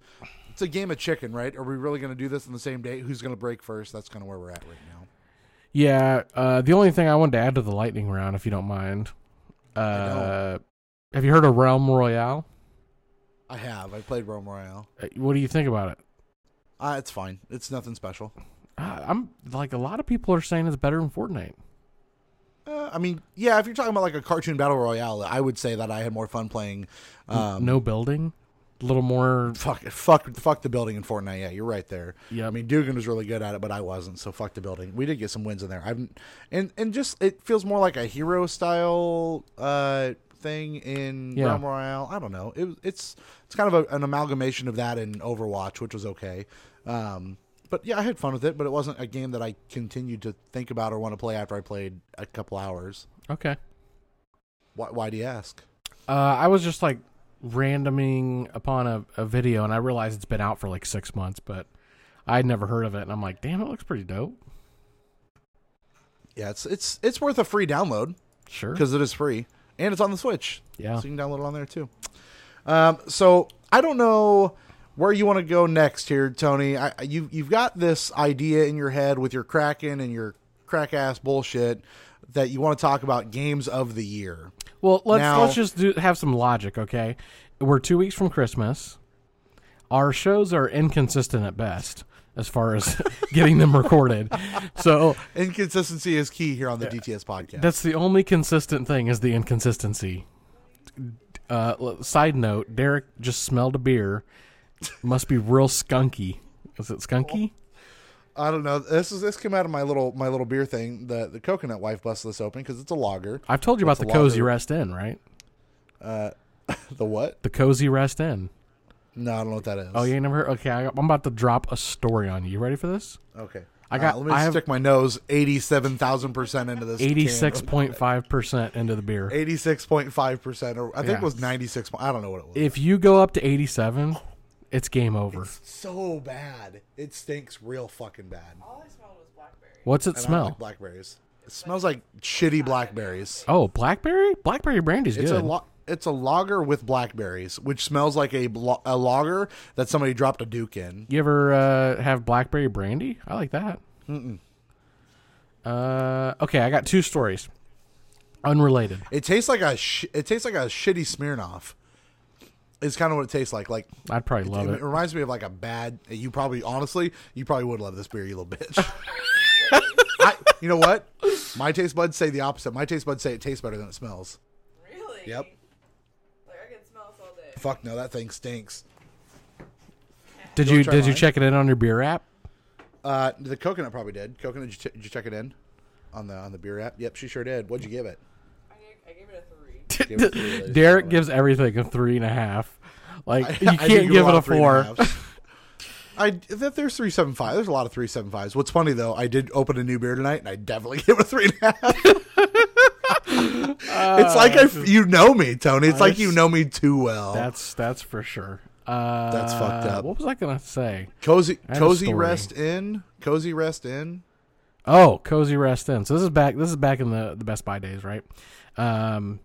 [SPEAKER 1] It's a game of chicken, right? Are we really going to do this on the same day? Who's going to break first? That's kind of where we're at right now.
[SPEAKER 2] Yeah, uh, the only thing I wanted to add to the lightning round, if you don't mind, uh, have you heard of Realm Royale?
[SPEAKER 1] I have. I played Rome Royale.
[SPEAKER 2] Uh, What do you think about it?
[SPEAKER 1] Uh, it's fine. It's nothing special.
[SPEAKER 2] Uh, I'm like a lot of people are saying it's better than Fortnite.
[SPEAKER 1] Uh, I mean, yeah, if you're talking about like a cartoon battle royale, I would say that I had more fun playing. Um,
[SPEAKER 2] no building, a little more.
[SPEAKER 1] Fuck, fuck, fuck the building in Fortnite. Yeah, you're right there.
[SPEAKER 2] Yep.
[SPEAKER 1] I mean, Dugan was really good at it, but I wasn't. So fuck the building. We did get some wins in there. I've and and just it feels more like a hero style uh thing in
[SPEAKER 2] Yeah.
[SPEAKER 1] Realm Royale. I don't know. It, it's it's kind of a, an amalgamation of that and Overwatch, which was okay. Um, but yeah, I had fun with it, but it wasn't a game that I continued to think about or want to play after I played a couple hours.
[SPEAKER 2] Okay.
[SPEAKER 1] Why, why do you ask?
[SPEAKER 2] Uh, I was just like randoming upon a, a video, and I realized it's been out for like six months, but I'd never heard of it, and I'm like, damn, it looks pretty dope.
[SPEAKER 1] Yeah, it's it's it's worth a free download.
[SPEAKER 2] Sure.
[SPEAKER 1] because it is free and it's on the Switch.
[SPEAKER 2] Yeah.
[SPEAKER 1] so you can download it on there too. Um, so I don't know where you want to go next here, Tony. I, I- you you've got this idea in your head with your Kraken and your crack ass bullshit that you want to talk about games of the year.
[SPEAKER 2] Well, let's
[SPEAKER 1] Now-
[SPEAKER 2] let's just do, have some logic, okay? We're two weeks from Christmas. Our shows are inconsistent at best as far as getting them recorded. So
[SPEAKER 1] Inconsistency is key here on the DTS podcast.
[SPEAKER 2] that's the only consistent thing is the inconsistency. Uh, l- side note: Derek just smelled a beer. Must be real skunky. Is it skunky?
[SPEAKER 1] I don't know. This is this came out of my little my little beer thing. The the coconut wife busts this open because it's a lager.
[SPEAKER 2] I've told you about
[SPEAKER 1] That's a
[SPEAKER 2] the
[SPEAKER 1] lager.
[SPEAKER 2] cozy rest inn, right?
[SPEAKER 1] The what?
[SPEAKER 2] The cozy rest inn.
[SPEAKER 1] No, I don't know what that is.
[SPEAKER 2] Oh, you ain't never heard? Okay, I, I'm about to drop a story on you. You ready for this?
[SPEAKER 1] Okay.
[SPEAKER 2] I got-
[SPEAKER 1] Uh, let me
[SPEAKER 2] I have-
[SPEAKER 1] stick my nose eighty-seven thousand percent into this. can.
[SPEAKER 2] Eighty-six point five percent into the beer.
[SPEAKER 1] 86.5% or I think
[SPEAKER 2] Yeah.
[SPEAKER 1] it was 96. po- I don't know what it was.
[SPEAKER 2] if you go up to 87, it's game over.
[SPEAKER 1] so bad. It stinks real fucking bad.
[SPEAKER 3] All I smelled was blackberry.
[SPEAKER 2] What's it
[SPEAKER 1] And I
[SPEAKER 2] smell?
[SPEAKER 1] like blackberries. It smells like shitty blackberries.
[SPEAKER 2] oh, blackberry? Blackberry brandy's
[SPEAKER 1] It's
[SPEAKER 2] good.
[SPEAKER 1] a lo- it's a lager with blackberries, which smells like a blo- a lager that somebody dropped a duke in.
[SPEAKER 2] you ever uh, have blackberry brandy? I like that. Uh, okay, I got two stories. Unrelated.
[SPEAKER 1] It tastes like a sh- it tastes like a shitty Smirnoff. Is kind of what it tastes like. Like
[SPEAKER 2] I'd probably love
[SPEAKER 1] it,
[SPEAKER 2] it.
[SPEAKER 1] reminds me of like a bad. You probably honestly, you probably would love this beer, you little bitch. I, you know what? My taste buds say the opposite. My taste buds say it tastes better than it smells.
[SPEAKER 3] Really?
[SPEAKER 1] Yep.
[SPEAKER 3] Like I can smell this all day.
[SPEAKER 1] Fuck no, that thing stinks.
[SPEAKER 2] Did
[SPEAKER 1] Don't
[SPEAKER 2] you
[SPEAKER 1] try
[SPEAKER 2] did you
[SPEAKER 1] mine.
[SPEAKER 2] check it in on your beer app?
[SPEAKER 1] Uh, the coconut probably did. Coconut, did you, ch- did you check it in on the on the beer app? Yep, she sure did. What'd you give it?
[SPEAKER 3] I gave, I gave it a three.
[SPEAKER 1] Give it to you, ladies.
[SPEAKER 2] Derek gives everything a three and a half. Like
[SPEAKER 1] I-
[SPEAKER 2] you
[SPEAKER 1] I do
[SPEAKER 2] can't give
[SPEAKER 1] lot
[SPEAKER 2] it a
[SPEAKER 1] of three and
[SPEAKER 2] four.
[SPEAKER 1] halves. I that there's three seven five. There's a lot of three seven fives. What's funny though, I did open a new beer tonight, and I definitely gave it a three and a half. it's like
[SPEAKER 2] Ah,
[SPEAKER 1] I, f- you know me, Tony. It's like you
[SPEAKER 2] That's-
[SPEAKER 1] know me too well.
[SPEAKER 2] Ah, That's that's for sure. Uh,
[SPEAKER 1] That's fucked up.
[SPEAKER 2] What was I gonna say?
[SPEAKER 1] cozy,
[SPEAKER 2] I had a
[SPEAKER 1] cozy
[SPEAKER 2] story.
[SPEAKER 1] rest in, cozy rest in.
[SPEAKER 2] Oh, cozy rest in. So this is back. This is back in the the Best Buy days, right? Um,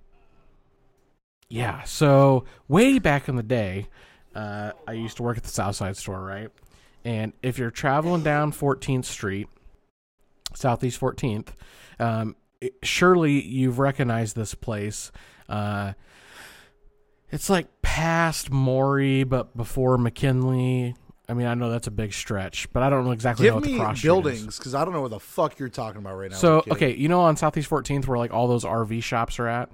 [SPEAKER 2] yeah. So way back in the day, uh, I used to work at the Southside store, right? And if you're traveling down 14th Street, Southeast 14th, um, it- surely you've recognized this place. Uh, it's like past Maury, but before McKinley. I mean, I know that's a big stretch, but I don't know exactly
[SPEAKER 1] Give
[SPEAKER 2] know what the
[SPEAKER 1] me
[SPEAKER 2] cross street is.
[SPEAKER 1] buildings because I don't know what the fuck you're talking about right now.
[SPEAKER 2] So
[SPEAKER 1] kid.
[SPEAKER 2] okay, you know on Southeast 14th where like all those RV shops are at,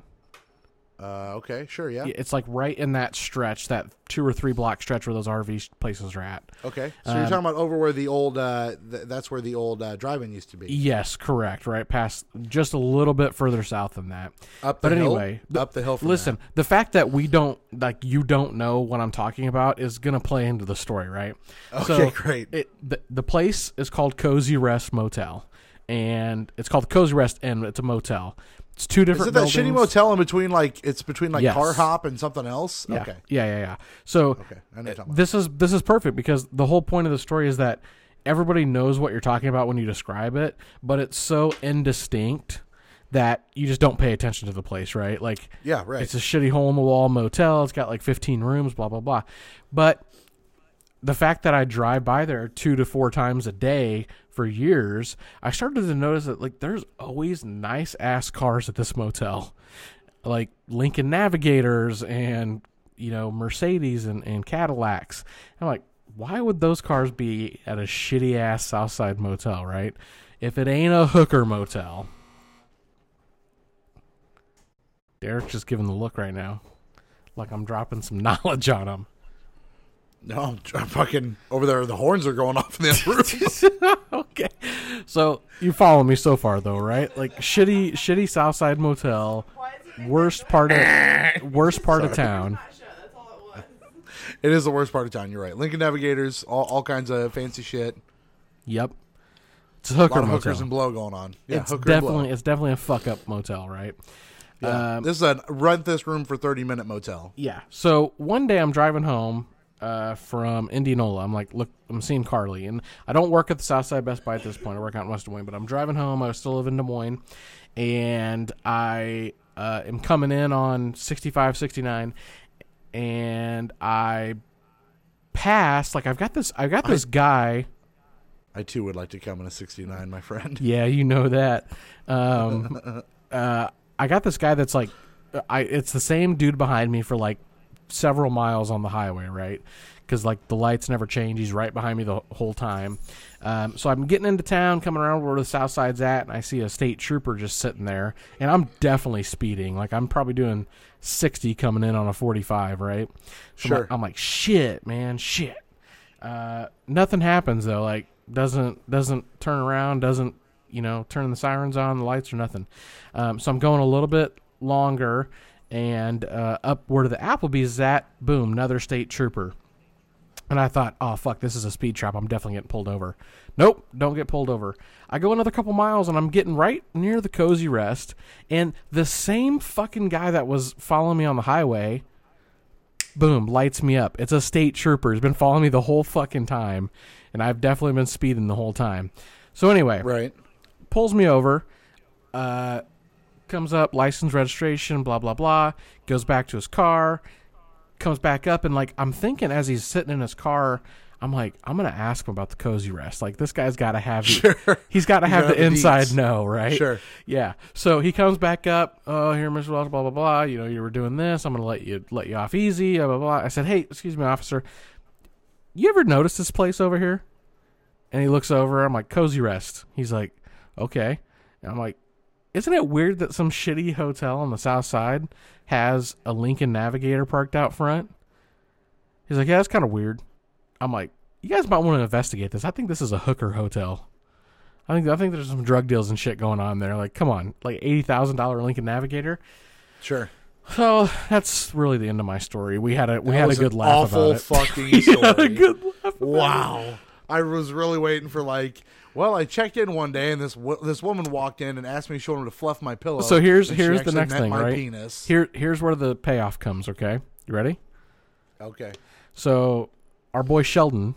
[SPEAKER 1] uh, okay, sure, yeah,
[SPEAKER 2] Yeah, it's like right in that stretch, that two or three block stretch where those RV sh- places are at.
[SPEAKER 1] okay. So
[SPEAKER 2] Um,
[SPEAKER 1] you're talking about over where the old, uh, th- that's where the old uh, drive-in used to be.
[SPEAKER 2] Yes, correct. Right past, just a little bit further south than that.
[SPEAKER 1] Up
[SPEAKER 2] but
[SPEAKER 1] the hill?
[SPEAKER 2] anyway, th-
[SPEAKER 1] Up the hill from
[SPEAKER 2] listen, the fact that we don't like you don't know what I'm talking about is gonna play into the story, right?
[SPEAKER 1] Okay, great.
[SPEAKER 2] It the, the place is called Cozy Rest Motel, and it's called Cozy Rest Inn. It's a motel. It's two
[SPEAKER 1] Is it
[SPEAKER 2] different.
[SPEAKER 1] that shitty
[SPEAKER 2] buildings.
[SPEAKER 1] motel in between? Like it's between like
[SPEAKER 2] Yes.
[SPEAKER 1] Car Hop and something else.
[SPEAKER 2] Yeah.
[SPEAKER 1] Okay,
[SPEAKER 2] Yeah, yeah, yeah. So
[SPEAKER 1] okay, I know what you're talking about.
[SPEAKER 2] this is this is perfect because the whole point of the story is that everybody knows what you're talking about when you describe it, but it's so indistinct that you just don't pay attention to the place, right? Like
[SPEAKER 1] Yeah, right.
[SPEAKER 2] It's a shitty hole in the wall motel. It's got like 15 rooms, blah blah blah. But the fact that I drive by there two to four times a day for years, I started to notice that like there's always nice ass cars at this motel, like Lincoln Navigators and you know Mercedes and, and Cadillacs. I'm like, why would those cars be at a shitty ass Southside motel, right? If it ain't a hooker motel. Derek's just giving the look right now, like I'm dropping some knowledge on him.
[SPEAKER 1] No, I'm, I'm fucking over there. The horns are going off in the other room.
[SPEAKER 2] okay. So you follow me so far though, right? Like shitty, shitty Southside Motel,
[SPEAKER 3] Why is it making
[SPEAKER 2] worst
[SPEAKER 3] that
[SPEAKER 2] part of worst part of
[SPEAKER 3] noise?
[SPEAKER 2] town.
[SPEAKER 3] Hot shot, That's all it was.
[SPEAKER 1] it is the worst part of town. You're right. Lincoln Navigators, all, all kinds of fancy shit.
[SPEAKER 2] Yep, it's a
[SPEAKER 1] A
[SPEAKER 2] hooker
[SPEAKER 1] lot of
[SPEAKER 2] motel.
[SPEAKER 1] hookers and blow going on. Yeah,
[SPEAKER 2] it's
[SPEAKER 1] hooker and blow.
[SPEAKER 2] definitely it's definitely a fuck up motel, right?
[SPEAKER 1] Yeah. this is a rent this room for thirty minute motel.
[SPEAKER 2] Yeah. So one day I'm driving home uh, from Indianola. I'm like, look, I'm seeing Carly, and I don't work at the Southside Best Buy at this point. I work out in West Des Moines, but I'm driving home. I still live in Des Moines, and I uh, am coming in on 65, 69, and I pass. Like I've got this, I've got this guy.
[SPEAKER 1] I too would like to come in a sixty nine, my friend.
[SPEAKER 2] Yeah, you know that. Um, uh, I got this guy that's like I it's the same dude behind me for like several miles on the highway, right? Because like the lights never change. He's right behind me the whole time. Um, so I'm getting into town, coming around where the south side's at, and I see a state trooper just sitting there, and I'm definitely speeding. Like I'm probably doing 60 coming in on a 45, right? So I'm
[SPEAKER 1] Sure.
[SPEAKER 2] like- I'm like, shit, man, shit. Uh, nothing happens though. Like doesn't doesn't turn around, doesn't you know turn the sirens on, the lights or nothing. Um, so I'm going a little bit longer, and uh, up where the Applebee's is at, boom, another state trooper. And I thought, oh fuck, this is a speed trap. I'm definitely getting pulled over. Nope, don't get pulled over. I go another couple miles and I'm getting right near the cozy rest, and the same fucking guy that was following me on the highway, boom, lights me up. It's a state trooper. He's been following me the whole fucking time, and I've definitely been speeding the whole time. So anyway,
[SPEAKER 1] Right.
[SPEAKER 2] pulls me over, uh, comes up, license registration, blah blah blah, goes back to his car, comes back up, and like I'm thinking as he's sitting in his car, I'm like, I'm gonna ask him about the cozy rest. Like this guy's got to have, the, he's got to have
[SPEAKER 1] gotta
[SPEAKER 2] the
[SPEAKER 1] have the
[SPEAKER 2] inside
[SPEAKER 1] deets.
[SPEAKER 2] know, right?
[SPEAKER 1] Sure.
[SPEAKER 2] Yeah. So he comes back up. Oh, here, Mr. Walsh, blah blah blah. You know, you were doing this. I'm gonna let you let you off easy. Blah blah blah. I said, hey, excuse me, officer. You ever notice this place over here? And he looks over. I'm like, cozy rest. He's like, okay. And I'm like, isn't it weird that some shitty hotel on the south side has a Lincoln Navigator parked out front? He's like, yeah, that's kind of weird. I'm like, you guys might want to investigate this. I think this is a hooker hotel. I think I think there's some drug deals and shit going on there. Like, come on, like eighty thousand dollar Lincoln Navigator.
[SPEAKER 1] Sure.
[SPEAKER 2] So that's really the end of my story. We had a we had a
[SPEAKER 1] was
[SPEAKER 2] good
[SPEAKER 1] an
[SPEAKER 2] laugh
[SPEAKER 1] awful
[SPEAKER 2] about it.
[SPEAKER 1] fucking
[SPEAKER 2] We had a
[SPEAKER 1] story.
[SPEAKER 2] good laugh.
[SPEAKER 1] Wow. I was really waiting for like. Well, I checked in one day and this wo- this woman walked in and asked me if she wanted to fluff my pillow.
[SPEAKER 2] So here's
[SPEAKER 1] and she
[SPEAKER 2] here's the
[SPEAKER 1] actually
[SPEAKER 2] next
[SPEAKER 1] met
[SPEAKER 2] thing,
[SPEAKER 1] my
[SPEAKER 2] right?
[SPEAKER 1] Penis.
[SPEAKER 2] Here here's where the payoff comes. Okay, you ready?
[SPEAKER 1] okay.
[SPEAKER 2] So our boy Sheldon,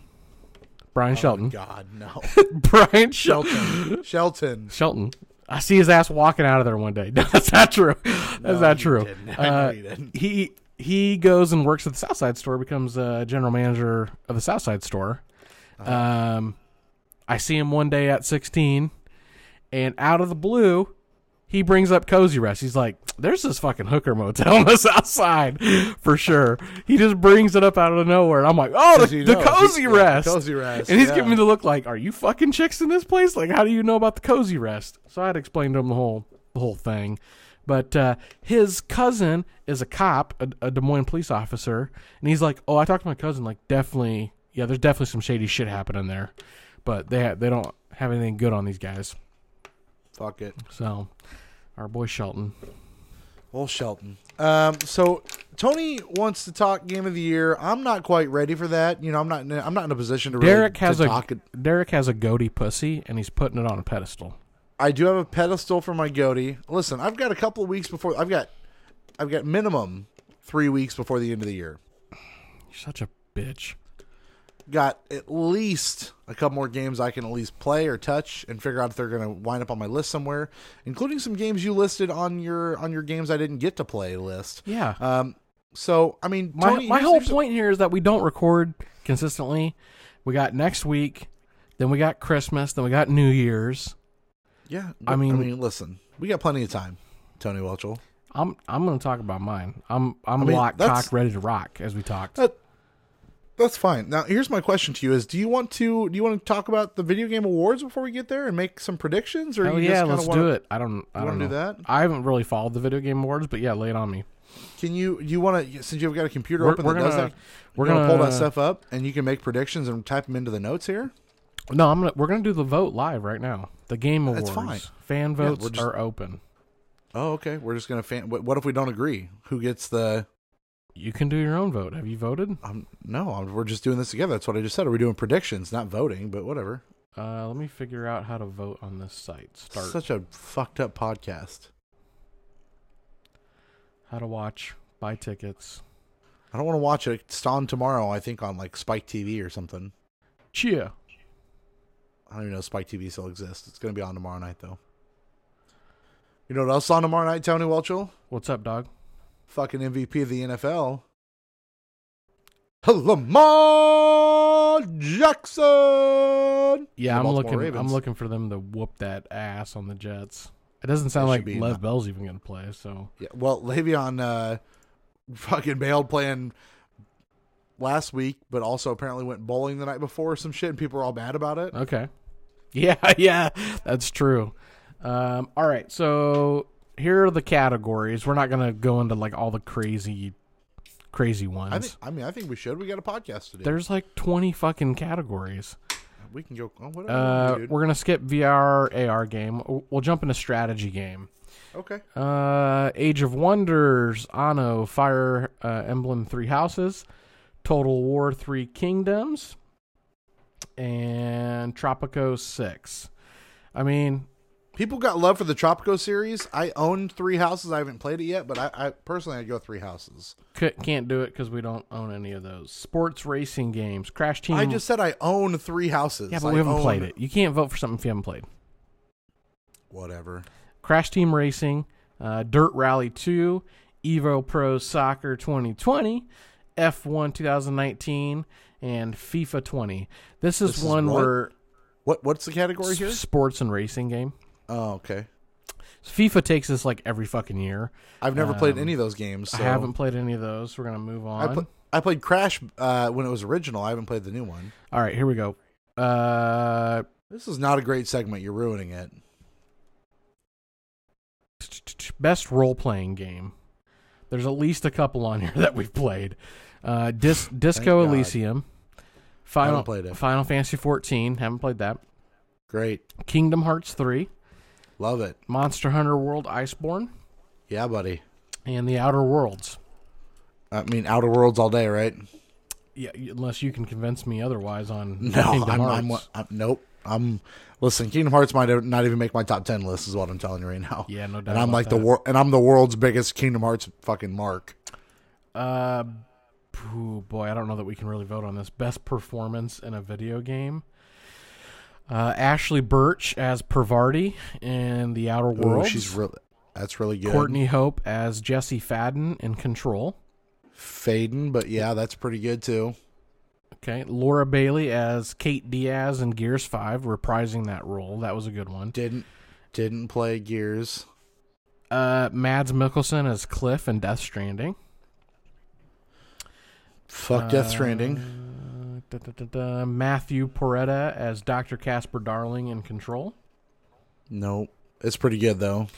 [SPEAKER 2] Brian Shelton,
[SPEAKER 1] Oh God no.
[SPEAKER 2] Brian Shelton.
[SPEAKER 1] Shelton. Shelton.
[SPEAKER 2] Shelton. I see his ass walking out of there one day. No, that's not true. That's not
[SPEAKER 1] you
[SPEAKER 2] true.
[SPEAKER 1] didn't. I know
[SPEAKER 2] Uh,
[SPEAKER 1] you didn't.
[SPEAKER 2] He he goes and works at the Southside store, becomes uh, general manager of the Southside store. Um, I see him one day at 16, and out of the blue, he brings up Cozy Rest. He's like, "There's this fucking hooker motel on the South Side for sure." He just brings it up out of nowhere. I'm like, "Oh,
[SPEAKER 1] 'Cause
[SPEAKER 2] the,
[SPEAKER 1] he
[SPEAKER 2] the
[SPEAKER 1] knows.
[SPEAKER 2] Cozy
[SPEAKER 1] He- yeah,
[SPEAKER 2] Rest,
[SPEAKER 1] Cozy Rest,
[SPEAKER 2] and he's
[SPEAKER 1] yeah.
[SPEAKER 2] giving me the look like, "Are you fucking chicks in this place? Like, how do you know about the Cozy Rest?" So I had explained to him the whole the whole thing. But uh, his cousin is a cop, a, a Des Moines police officer, and he's like, "Oh, I talked to my cousin. Like, definitely, yeah, there's definitely some shady shit happening there, but they ha- they don't have anything good on these guys."
[SPEAKER 1] Fuck it.
[SPEAKER 2] So, our boy Shelton.
[SPEAKER 1] Well, Shelton. Um, so Tony wants to talk game of the year. I'm not quite ready for that. You know, I'm not. In, I'm not in a position to. really-
[SPEAKER 2] Derek has
[SPEAKER 1] to
[SPEAKER 2] a
[SPEAKER 1] Talk it.
[SPEAKER 2] Derek has a goatee pussy, and he's putting it on a pedestal.
[SPEAKER 1] I do have a pedestal for my goatee. Listen, I've got a couple of weeks before. I've got. I've got minimum three weeks before the end of the year.
[SPEAKER 2] You're such a bitch.
[SPEAKER 1] Got at least a couple more games I can at least play or touch and figure out if they're going to wind up on my list somewhere, including some games you listed on your on your games I didn't get to play list.
[SPEAKER 2] Yeah.
[SPEAKER 1] Um. So I mean,
[SPEAKER 2] my
[SPEAKER 1] Tony,
[SPEAKER 2] my
[SPEAKER 1] here's-
[SPEAKER 2] whole
[SPEAKER 1] here's-
[SPEAKER 2] point here is that we don't record consistently. We got next week, then we got Christmas, then we got New Year's.
[SPEAKER 1] Yeah,
[SPEAKER 2] I
[SPEAKER 1] I mean,
[SPEAKER 2] mean-
[SPEAKER 1] I mean, listen, we got plenty of time, Tony Welchel.
[SPEAKER 2] I'm I'm gonna talk about mine. I'm I'm
[SPEAKER 1] I mean,
[SPEAKER 2] locked,
[SPEAKER 1] that's-
[SPEAKER 2] cocked, ready to rock as we talked.
[SPEAKER 1] That- That's fine. Now, here's my question to you: Is do you want to do you want to talk about the video game awards before we get there and make some predictions, or
[SPEAKER 2] Oh
[SPEAKER 1] you
[SPEAKER 2] yeah,
[SPEAKER 1] just kinda
[SPEAKER 2] let's
[SPEAKER 1] wanna,
[SPEAKER 2] do it. I don't I
[SPEAKER 1] you
[SPEAKER 2] don't
[SPEAKER 1] wanna
[SPEAKER 2] know.
[SPEAKER 1] do that?
[SPEAKER 2] I haven't really followed the video game awards, but yeah, lay it on me.
[SPEAKER 1] Can you you want to since you've got a computer
[SPEAKER 2] We're-
[SPEAKER 1] open
[SPEAKER 2] we're
[SPEAKER 1] that does
[SPEAKER 2] gonna-
[SPEAKER 1] that?
[SPEAKER 2] we're
[SPEAKER 1] you wanna pull
[SPEAKER 2] gonna-
[SPEAKER 1] that stuff up and you can make predictions and type them into the notes here.
[SPEAKER 2] No, I'm gonna we're gonna do the vote live right now. The game awards,
[SPEAKER 1] That's
[SPEAKER 2] fan votes
[SPEAKER 1] we're just-
[SPEAKER 2] are open.
[SPEAKER 1] Oh, okay. We're just gonna fan. What, what if we don't agree? Who gets the?
[SPEAKER 2] You can do your own vote. Have you voted?
[SPEAKER 1] Um, no, I'm, we're just doing this together. That's what I just said. We're doing predictions, not voting, but whatever.
[SPEAKER 2] Uh, let me figure out how to vote on this site. Start
[SPEAKER 1] Such a fucked up podcast.
[SPEAKER 2] how to watch, buy tickets.
[SPEAKER 1] I don't want to watch it. It's on tomorrow, I think, on like Spike TV or something.
[SPEAKER 2] Cheer.
[SPEAKER 1] I don't even know if Spike TV still exists. It's going to be on tomorrow night, though. You know what else is on tomorrow night, Tony Welchel?
[SPEAKER 2] What's up, dog?
[SPEAKER 1] Fucking MVP of the NFL. Lamar Jackson.
[SPEAKER 2] Yeah,
[SPEAKER 1] The
[SPEAKER 2] I'm
[SPEAKER 1] Baltimore
[SPEAKER 2] looking. I'm
[SPEAKER 1] Ravens.
[SPEAKER 2] looking for them to whoop that ass on the Jets. It doesn't sound
[SPEAKER 1] It
[SPEAKER 2] like
[SPEAKER 1] should be
[SPEAKER 2] Lev
[SPEAKER 1] not-
[SPEAKER 2] Bell's even going to play. So
[SPEAKER 1] Yeah, well, Le'Veon uh, fucking bailed playing last week, but also apparently went bowling the night before or some shit, and people were all mad about it.
[SPEAKER 2] okay, yeah, yeah, that's true. Um, all right, so here are the categories. We're not going to go into like all the crazy, crazy ones.
[SPEAKER 1] I think. I mean, I think we should. We got a podcast to do.
[SPEAKER 2] There's like 20 fucking categories.
[SPEAKER 1] we can go. Oh, whatever.
[SPEAKER 2] Uh,
[SPEAKER 1] dude.
[SPEAKER 2] we're gonna skip VR AR game. W- We'll jump into strategy game.
[SPEAKER 1] Okay.
[SPEAKER 2] Uh, Age of Wonders, Anno, Fire uh, Emblem, Three Houses, Total War, Three Kingdoms, and Tropico Six. I mean,
[SPEAKER 1] People got love for the Tropico series. I own Three Houses. I haven't played it yet, but I, I personally I'd go Three Houses.
[SPEAKER 2] c- can't do it because we don't own any of those sports racing games. Crash Team.
[SPEAKER 1] I just said I own Three Houses.
[SPEAKER 2] Mm-hmm. yeah, but
[SPEAKER 1] I
[SPEAKER 2] we haven't
[SPEAKER 1] own-
[SPEAKER 2] played it. You can't vote for something if you haven't played.
[SPEAKER 1] Whatever.
[SPEAKER 2] Crash Team Racing, uh, Dirt Rally 2, Evo Pro Soccer 2020, F1 2019, and FIFA 20. This is
[SPEAKER 1] This is
[SPEAKER 2] one
[SPEAKER 1] what?
[SPEAKER 2] where
[SPEAKER 1] What What's the category
[SPEAKER 2] s-
[SPEAKER 1] here?
[SPEAKER 2] sports and racing game.
[SPEAKER 1] Oh, okay.
[SPEAKER 2] FIFA takes this like every fucking year.
[SPEAKER 1] I've never played
[SPEAKER 2] Um,
[SPEAKER 1] any of those games. So
[SPEAKER 2] I haven't played any of those. We're gonna move
[SPEAKER 1] I,
[SPEAKER 2] on.
[SPEAKER 1] pl- I played Crash uh, when it was original. I haven't played the new one.
[SPEAKER 2] All right, here we go. Uh,
[SPEAKER 1] This is not a great segment. You're ruining it.
[SPEAKER 2] best role playing game. There's at least a couple on here that we've played. Uh, Dis- Disco
[SPEAKER 1] God.
[SPEAKER 2] Elysium, Final
[SPEAKER 1] played it.
[SPEAKER 2] Final Fantasy 14. Haven't played that.
[SPEAKER 1] Great.
[SPEAKER 2] Kingdom Hearts 3,
[SPEAKER 1] Love it.
[SPEAKER 2] Monster Hunter World Iceborne,
[SPEAKER 1] Yeah, buddy.
[SPEAKER 2] and The Outer Worlds.
[SPEAKER 1] I mean, Outer Worlds all day, right?
[SPEAKER 2] Yeah, y- unless you can convince me otherwise on
[SPEAKER 1] No,
[SPEAKER 2] Kingdom
[SPEAKER 1] I'm,
[SPEAKER 2] Hearts.
[SPEAKER 1] I'm, I'm- Nope. I'm. Listen, Kingdom Hearts might not even make my top ten list. Is what I'm telling you right now.
[SPEAKER 2] Yeah, no doubt
[SPEAKER 1] And I'm
[SPEAKER 2] about
[SPEAKER 1] like the
[SPEAKER 2] that.
[SPEAKER 1] world, and I'm the world's biggest Kingdom Hearts fucking mark.
[SPEAKER 2] Uh, phew, boy, I don't know that we can really vote on this. Best performance in a video game. Uh, Ashley Birch as Pervardi in The Outer
[SPEAKER 1] Ooh,
[SPEAKER 2] Worlds.
[SPEAKER 1] she's really. That's really good.
[SPEAKER 2] Courtney Hope as Jesse Fadden in Control.
[SPEAKER 1] Faden, but yeah, that's pretty good too.
[SPEAKER 2] Okay, Laura Bailey as Kate Diaz in Gears Five, reprising that role. That was a good one.
[SPEAKER 1] Didn't didn't play Gears.
[SPEAKER 2] Uh, Mads Mikkelsen as Cliff in Death Stranding.
[SPEAKER 1] Fuck Death Stranding.
[SPEAKER 2] Uh, da, da, da, da. Matthew Poretta as Dr. Casper Darling in Control.
[SPEAKER 1] Nope. It's pretty good though.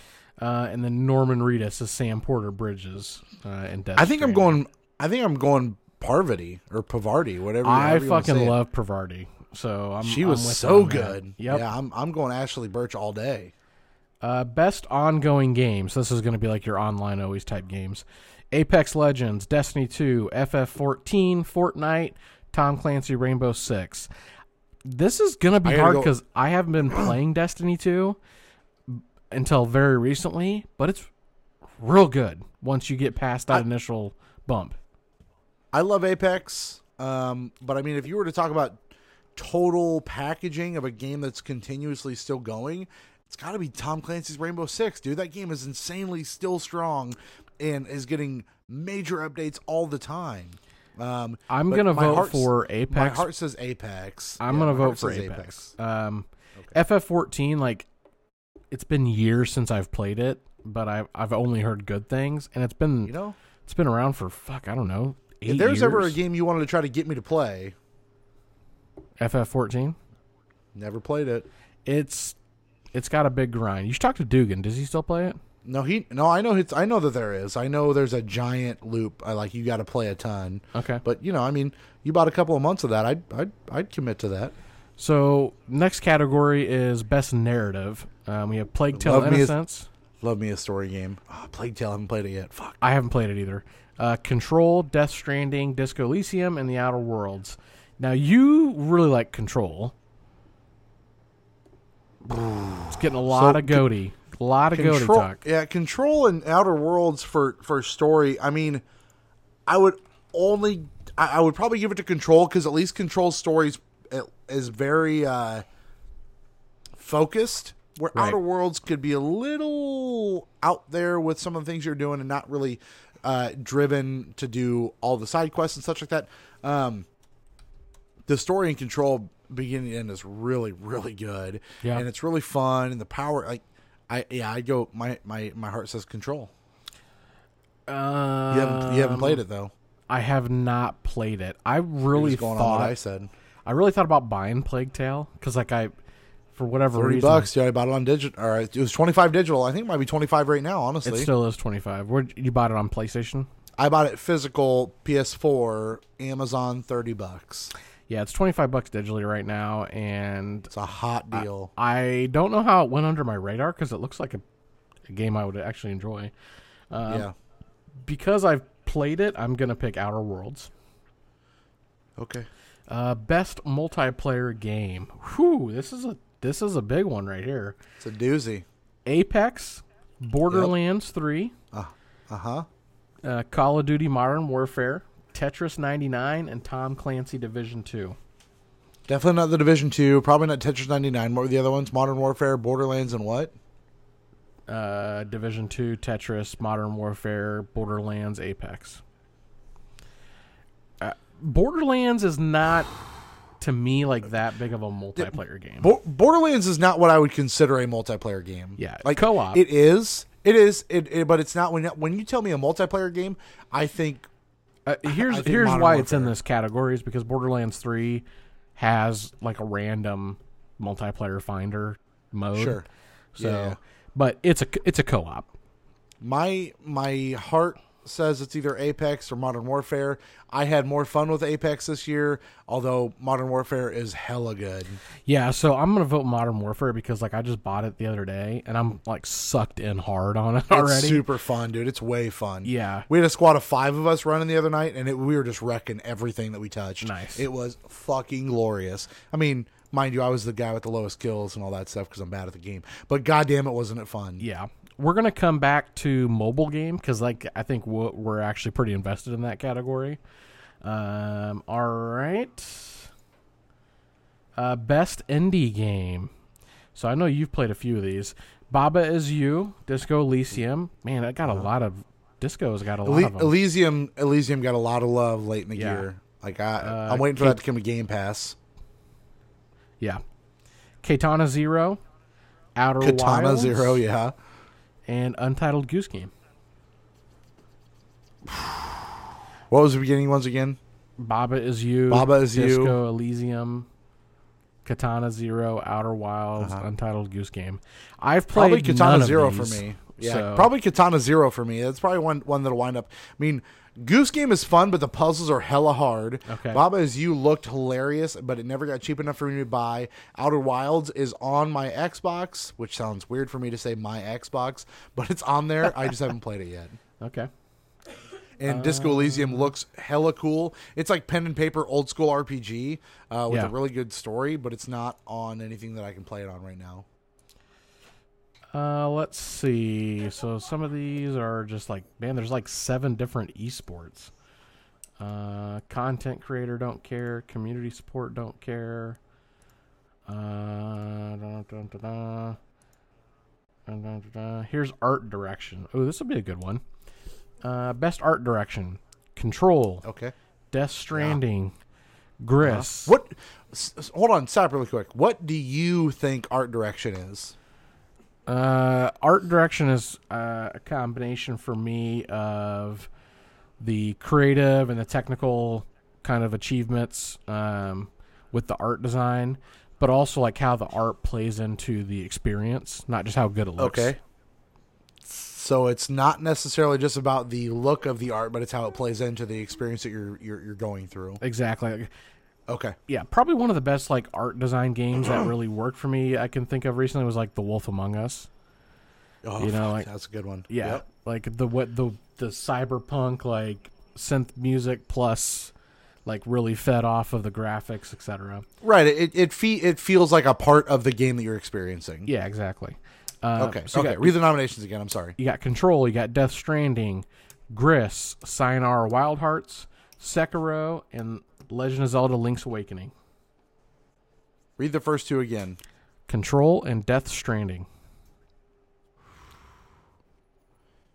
[SPEAKER 2] Uh, and then Norman Reedus as Sam Porter Bridges uh, in Death
[SPEAKER 1] I think I'm
[SPEAKER 2] Stranding.
[SPEAKER 1] going. I think I'm going Parvati or Pavarti, whatever.
[SPEAKER 2] I
[SPEAKER 1] however you wanna say
[SPEAKER 2] fucking
[SPEAKER 1] it.
[SPEAKER 2] love Pravarti. So I'm,
[SPEAKER 1] She
[SPEAKER 2] I'm
[SPEAKER 1] was
[SPEAKER 2] with
[SPEAKER 1] so
[SPEAKER 2] you on that.
[SPEAKER 1] good.
[SPEAKER 2] Yep.
[SPEAKER 1] Yeah, I'm I'm going Ashley Birch all day.
[SPEAKER 2] Uh, best ongoing games. This is going to be like your online always type games. Apex Legends, Destiny 2, FF14, Fortnite, Tom Clancy, Rainbow Six. This is going to be
[SPEAKER 1] I gotta
[SPEAKER 2] hard
[SPEAKER 1] go-
[SPEAKER 2] because I haven't been playing Destiny 2 until very recently, but it's real good once you get past that initial bump.
[SPEAKER 1] I love Apex. Um, but I mean, if you were to talk about total packaging of a game that's continuously still going, it's got to be Tom Clancy's Rainbow Six, dude. That game is insanely still strong, and is getting major updates all the time. Um,
[SPEAKER 2] I'm
[SPEAKER 1] but
[SPEAKER 2] going to
[SPEAKER 1] my
[SPEAKER 2] vote
[SPEAKER 1] heart's-
[SPEAKER 2] for
[SPEAKER 1] My
[SPEAKER 2] Apex.
[SPEAKER 1] heart says Apex.
[SPEAKER 2] I'm
[SPEAKER 1] Yeah,
[SPEAKER 2] going to
[SPEAKER 1] my heart
[SPEAKER 2] vote for
[SPEAKER 1] says
[SPEAKER 2] Apex. Um, FF14, like it's been years since I've played it, but I've I've only heard good things, and it's been
[SPEAKER 1] You know,
[SPEAKER 2] it's been around for fuck I don't know eight
[SPEAKER 1] if there's ever a
[SPEAKER 2] years.
[SPEAKER 1] game you wanted to try to get me to play,
[SPEAKER 2] FF14,
[SPEAKER 1] never played it.
[SPEAKER 2] it's it's got a big grind. You should talk to Dugan. Does he still play it?
[SPEAKER 1] No, he no. I know it's. I know that there is. I know there's a giant loop. I like you got to play a ton.
[SPEAKER 2] Okay.
[SPEAKER 1] But you know, I mean, you bought a couple of months of that. I'd I'd I'd commit to that.
[SPEAKER 2] So next category is best narrative. Um, we have Plague Tale:
[SPEAKER 1] Love Me is-
[SPEAKER 2] Innocence.
[SPEAKER 1] Love me a story game. Oh, Plague Tale. I haven't played it yet. Fuck.
[SPEAKER 2] I haven't played it either. Uh, Control, Death Stranding, Disco Elysium, and The Outer Worlds. Now you really like Control. It's getting a lot
[SPEAKER 1] So,
[SPEAKER 2] of goatee, a lot of goatee
[SPEAKER 1] Control.
[SPEAKER 2] talk.
[SPEAKER 1] Yeah, Control and Outer Worlds for for story. I mean, I would only. I, I would probably give it to Control because at least Control stories is very uh, focused. Where
[SPEAKER 2] Right.
[SPEAKER 1] Outer Worlds could be a little out there with some of the things you're doing and not really uh, driven to do all the side quests and such like that. Um, the story and control beginning to end is really really good
[SPEAKER 2] Yeah.
[SPEAKER 1] and it's really fun and the power like I yeah, I go. My my my heart says control.
[SPEAKER 2] Um,
[SPEAKER 1] You haven't you haven't played it though.
[SPEAKER 2] I have not played it. I
[SPEAKER 1] You're
[SPEAKER 2] really
[SPEAKER 1] just going on what I
[SPEAKER 2] thought
[SPEAKER 1] said.
[SPEAKER 2] I really thought about buying Plague Tale because like I, for whatever
[SPEAKER 1] Thirty
[SPEAKER 2] reason,
[SPEAKER 1] bucks. Yeah, I bought it on digital. All right, it was twenty five digital. I think it might be twenty five right now.
[SPEAKER 2] it
[SPEAKER 1] Honestly,
[SPEAKER 2] still is twenty five. Where you bought it on PlayStation?
[SPEAKER 1] I bought it physical PS4, Amazon, thirty bucks.
[SPEAKER 2] Yeah, it's twenty five bucks digitally right now, and
[SPEAKER 1] It's a hot
[SPEAKER 2] Uh,
[SPEAKER 1] deal.
[SPEAKER 2] I don't know how it went under my radar because it looks like a, a game I would actually enjoy. um,
[SPEAKER 1] yeah.
[SPEAKER 2] Because I've played it, I'm gonna pick Outer Worlds.
[SPEAKER 1] Okay.
[SPEAKER 2] Uh, best multiplayer game. Whew, this is a this is a big one right here.
[SPEAKER 1] It's a doozy.
[SPEAKER 2] Apex, Borderlands three,
[SPEAKER 1] Uh huh.
[SPEAKER 2] uh, Call of Duty Modern Warfare, Tetris 99, and Tom Clancy Division 2.
[SPEAKER 1] Definitely not the Division Two. Probably not Tetris ninety nine. What were the other ones? Modern Warfare, Borderlands, and what?
[SPEAKER 2] Uh, Division 2, Tetris, Modern Warfare, Borderlands, Apex. Uh, Borderlands is not, to me, like that big of a multiplayer game.
[SPEAKER 1] Bo- Borderlands is not what I would consider a multiplayer game.
[SPEAKER 2] Yeah,
[SPEAKER 1] like
[SPEAKER 2] co-op.
[SPEAKER 1] It is. It is. It, it- But it's not when when you tell me a multiplayer game, I think
[SPEAKER 2] Uh, here's
[SPEAKER 1] think
[SPEAKER 2] here's
[SPEAKER 1] Modern
[SPEAKER 2] why it's in
[SPEAKER 1] Warfare.
[SPEAKER 2] this category is because Borderlands 3 has like a random multiplayer finder mode.
[SPEAKER 1] Sure.
[SPEAKER 2] So,
[SPEAKER 1] Yeah.
[SPEAKER 2] but it's a it's a co-op.
[SPEAKER 1] my my heart says it's either Apex or Modern Warfare. I had more fun with Apex this year, although Modern Warfare is hella good.
[SPEAKER 2] Yeah, so I'm gonna vote Modern Warfare because like I just bought it the other day and I'm like sucked in hard on it
[SPEAKER 1] It's
[SPEAKER 2] already.
[SPEAKER 1] super fun, dude. It's way fun.
[SPEAKER 2] Yeah.
[SPEAKER 1] We had a squad of five of us running the other night, and it, we were just wrecking everything that we touched.
[SPEAKER 2] Nice.
[SPEAKER 1] It was fucking glorious. I mean, mind you, I was the guy with the lowest kills and all that stuff because I'm bad at the game. But goddamn it, wasn't it fun?
[SPEAKER 2] yeah, we're gonna come back to mobile game because like I think we're, we're actually pretty invested in that category. Um, all right, uh, best indie game. So I know you've played a few of these. Baba is you, Disco Elysium. Man, I got
[SPEAKER 1] Uh-huh.
[SPEAKER 2] a lot of. Disco's got a lot
[SPEAKER 1] Ele-
[SPEAKER 2] of them.
[SPEAKER 1] Elysium, Elysium got a lot of love late in the
[SPEAKER 2] Yeah. Uh,
[SPEAKER 1] year. Like I, I'm waiting for that to come to Game Pass.
[SPEAKER 2] yeah, Katana Zero, Outer
[SPEAKER 1] Katana
[SPEAKER 2] Wilds.
[SPEAKER 1] Zero, yeah.
[SPEAKER 2] and Untitled Goose Game.
[SPEAKER 1] What was the beginning ones again?
[SPEAKER 2] Baba is you.
[SPEAKER 1] Baba Is You.
[SPEAKER 2] Disco Elysium. Katana Zero, Outer Wilds, Untitled Goose Game. I've played
[SPEAKER 1] Uh-huh. Probably
[SPEAKER 2] none
[SPEAKER 1] Katana
[SPEAKER 2] of
[SPEAKER 1] Zero
[SPEAKER 2] these,
[SPEAKER 1] for me. Yeah,
[SPEAKER 2] so-
[SPEAKER 1] probably Katana Zero for me. That's probably one one that'll wind up. I mean, Goose Game is fun, but the puzzles are hella hard.
[SPEAKER 2] Okay.
[SPEAKER 1] Baba is you looked hilarious, but it never got cheap enough for me to buy. Outer Wilds is on my Xbox, which sounds weird for me to say my Xbox, but it's on there. I just haven't played it yet.
[SPEAKER 2] Okay.
[SPEAKER 1] And Disco
[SPEAKER 2] Um.
[SPEAKER 1] Elysium looks hella cool. It's like pen and paper, old school RPG uh, with
[SPEAKER 2] Yeah.
[SPEAKER 1] a really good story, but it's not on anything that I can play it on right now.
[SPEAKER 2] Uh, let's see. So some of these are just like man, there's like seven different esports. Uh, content creator don't care. Community support don't care. Uh, da, da, da, da. Da, da, da, da. here's art direction. Oh, this will be a good one. Uh, best art direction: Control,
[SPEAKER 1] Okay.
[SPEAKER 2] Death Stranding, Gris.
[SPEAKER 1] What? s- s- Hold on, stop really quick. What do you think art direction is?
[SPEAKER 2] Uh, art direction is uh, a combination for me of the creative and the technical kind of achievements um, with the art design, but also like how the art plays into the experience, not just how good it looks.
[SPEAKER 1] So it's not necessarily just about the look of the art, but it's how it plays into the experience that you're you're, you're going through.
[SPEAKER 2] Exactly. Like,
[SPEAKER 1] Okay.
[SPEAKER 2] yeah, probably one of the best like art design games that really worked for me. I can think of recently was like The Wolf Among Us.
[SPEAKER 1] Oh,
[SPEAKER 2] You know,
[SPEAKER 1] fuck,
[SPEAKER 2] like-
[SPEAKER 1] that's a good one.
[SPEAKER 2] Yeah,
[SPEAKER 1] Yep.
[SPEAKER 2] like the what the the cyberpunk like synth music plus like really fed off of the graphics, etc.
[SPEAKER 1] Right. It it fe- it feels like a part of the game that you're experiencing.
[SPEAKER 2] Yeah, exactly. Uh,
[SPEAKER 1] Okay.
[SPEAKER 2] so you
[SPEAKER 1] okay.
[SPEAKER 2] got-
[SPEAKER 1] Read the nominations again. I'm sorry.
[SPEAKER 2] you got Control, you got Death Stranding, Gris, Sayonara Wild Hearts, Sekiro, and Legend of Zelda: Link's Awakening.
[SPEAKER 1] Read the first two again.
[SPEAKER 2] Control and Death Stranding.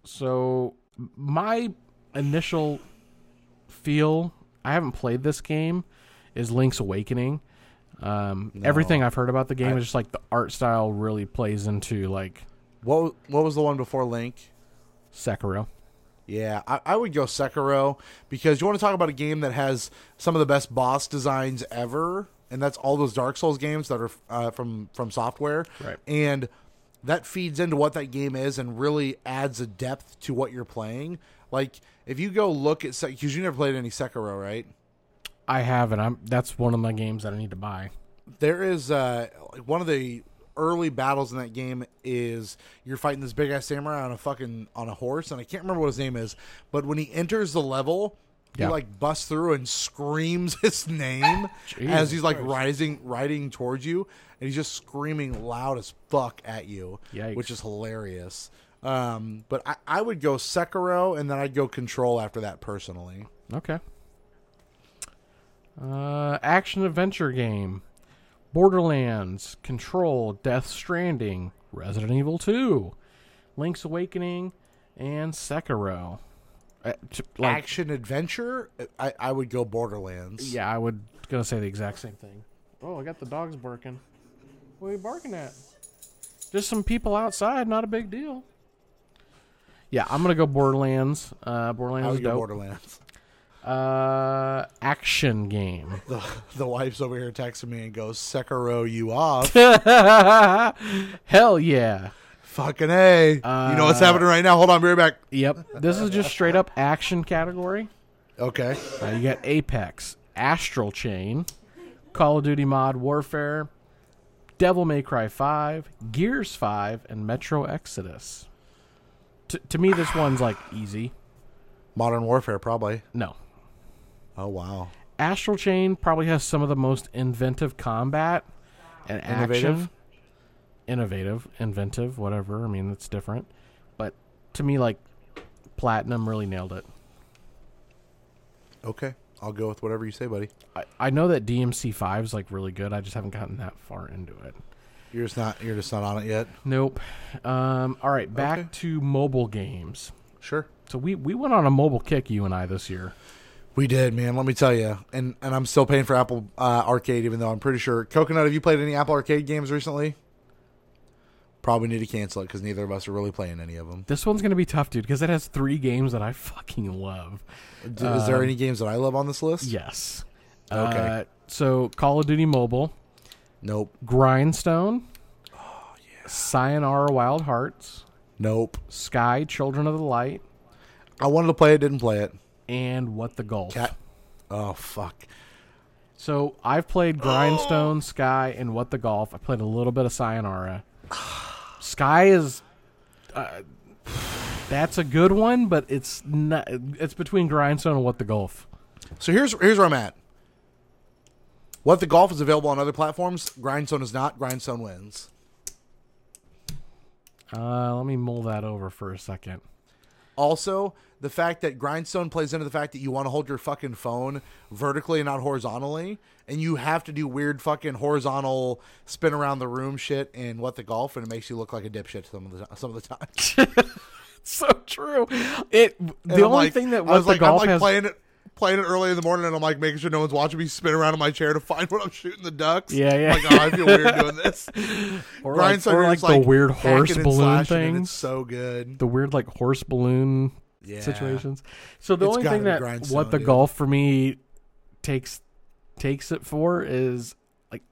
[SPEAKER 2] So my initial feel, I haven't played this game, is Link's Awakening. Um, Everything I've heard about the game is just like the art style really plays into like
[SPEAKER 1] What what was the one before Link?
[SPEAKER 2] Sekiro.
[SPEAKER 1] Yeah, I, I would go Sekiro because you want to talk about a game that has some of the best boss designs ever, and that's all those Dark Souls games that are uh, from from software,
[SPEAKER 2] Right.
[SPEAKER 1] And that feeds into what that game is and really adds a depth to what you're playing. Like if you go look at because you never played any Sekiro, right?
[SPEAKER 2] I have, and I'm that's one of my games that I need to buy.
[SPEAKER 1] there is uh, like, one of the early battles in that game is you're fighting this big ass samurai on a fucking on a horse and i can't remember what his name is but when he enters the level
[SPEAKER 2] Yeah.
[SPEAKER 1] he like busts through and screams his name as he's like rising riding towards you and he's just screaming loud as fuck at you
[SPEAKER 2] Yikes.
[SPEAKER 1] which is hilarious um, but I, I would go sekiro and then i'd go control after that personally
[SPEAKER 2] Okay. Uh, action adventure game. Borderlands, Control, Death Stranding, Resident Evil 2, Link's Awakening, and Sekiro. Uh, t- like,
[SPEAKER 1] action adventure I, I would go borderlands
[SPEAKER 2] yeah, I would gonna say the exact same thing. Oh, I got the dogs barking. What are you barking at? Just some people outside. Not a big deal. Yeah, I'm gonna go Borderlands. Uh, Borderlands
[SPEAKER 1] i
[SPEAKER 2] is
[SPEAKER 1] would go
[SPEAKER 2] dope.
[SPEAKER 1] borderlands
[SPEAKER 2] Uh, action game.
[SPEAKER 1] the, the wife's over here texting me and goes, Sekiro, you off.
[SPEAKER 2] Hell yeah.
[SPEAKER 1] Fucking A. you know what's happening right now. Hold on, be right back.
[SPEAKER 2] Yep. This is just straight up action category.
[SPEAKER 1] Okay.
[SPEAKER 2] Uh, you got Apex, Astral Chain, Call of Duty Mod Warfare, Devil May Cry 5, Gears 5, and Metro Exodus. T- to me, this one's like easy.
[SPEAKER 1] Modern Warfare, probably.
[SPEAKER 2] No.
[SPEAKER 1] Oh, wow.
[SPEAKER 2] Astral Chain probably has some of the most inventive combat and
[SPEAKER 1] Innovative?
[SPEAKER 2] action. Innovative, inventive, whatever. I mean, it's different. But to me, like, Platinum really nailed it.
[SPEAKER 1] Okay. I'll go with whatever you say, buddy.
[SPEAKER 2] I, I know that DMC five is like really good. I just haven't gotten that far into it.
[SPEAKER 1] You're just not you're just not on it yet.
[SPEAKER 2] Nope. Um, all right, back
[SPEAKER 1] Okay.
[SPEAKER 2] to mobile games.
[SPEAKER 1] Sure.
[SPEAKER 2] So we, we went on a mobile kick, you and I, this year.
[SPEAKER 1] We did, man. Let me tell you. And and I'm still paying for Apple uh, Arcade, even though I'm pretty sure. Coconut, have you played any Apple Arcade games recently? Probably need to cancel it because neither of us are really playing any of them.
[SPEAKER 2] This one's gonna be tough, dude, because it has three games that I fucking love.
[SPEAKER 1] D- Is there any games that I love on this list?
[SPEAKER 2] Yes.
[SPEAKER 1] Okay.
[SPEAKER 2] Uh, so Call of Duty Mobile,
[SPEAKER 1] Nope.
[SPEAKER 2] Grindstone, Sayonara Wild Hearts,
[SPEAKER 1] Nope.
[SPEAKER 2] Sky Children of the Light,
[SPEAKER 1] I wanted to play it, didn't play it.
[SPEAKER 2] and What the Gulf.
[SPEAKER 1] Cat. Oh fuck.
[SPEAKER 2] So I've played Grindstone,
[SPEAKER 1] Oh.
[SPEAKER 2] Sky, and What the Golf. I played a little bit of Sayonara. Sky is, uh, that's a good one, but it's not. It's between Grindstone and What the Golf.
[SPEAKER 1] So here's here's where I'm at. What the golf is available on other platforms, Grindstone is not. Grindstone wins.
[SPEAKER 2] Uh, let me mull that over for a second.
[SPEAKER 1] Also, the fact that Grindstone plays into the fact that you want to hold your fucking phone vertically and not horizontally, and you have to do weird fucking horizontal spin around the room shit in what the golf, and it makes you look like a dipshit some of the some of the time.
[SPEAKER 2] So true. It the
[SPEAKER 1] And I'm
[SPEAKER 2] only
[SPEAKER 1] like-
[SPEAKER 2] thing that
[SPEAKER 1] I
[SPEAKER 2] What
[SPEAKER 1] was
[SPEAKER 2] the
[SPEAKER 1] like, I'm
[SPEAKER 2] Golf
[SPEAKER 1] like
[SPEAKER 2] has.
[SPEAKER 1] playing it playing it early in the morning, and I'm like making sure no one's watching me spin around in my chair to find what I'm shooting the ducks.
[SPEAKER 2] Yeah, yeah.
[SPEAKER 1] Like, oh, I feel weird doing this.
[SPEAKER 2] or
[SPEAKER 1] Brian
[SPEAKER 2] like,
[SPEAKER 1] Singer
[SPEAKER 2] or like
[SPEAKER 1] is,
[SPEAKER 2] the weird horse
[SPEAKER 1] hacking and
[SPEAKER 2] balloon
[SPEAKER 1] slashing, and
[SPEAKER 2] thing.
[SPEAKER 1] It's so good.
[SPEAKER 2] the weird like horse balloon
[SPEAKER 1] Yeah.
[SPEAKER 2] situations. So the
[SPEAKER 1] It's
[SPEAKER 2] only
[SPEAKER 1] gotta
[SPEAKER 2] thing
[SPEAKER 1] be
[SPEAKER 2] that
[SPEAKER 1] Grindstone,
[SPEAKER 2] what the
[SPEAKER 1] dude.
[SPEAKER 2] golf for me takes takes it for is like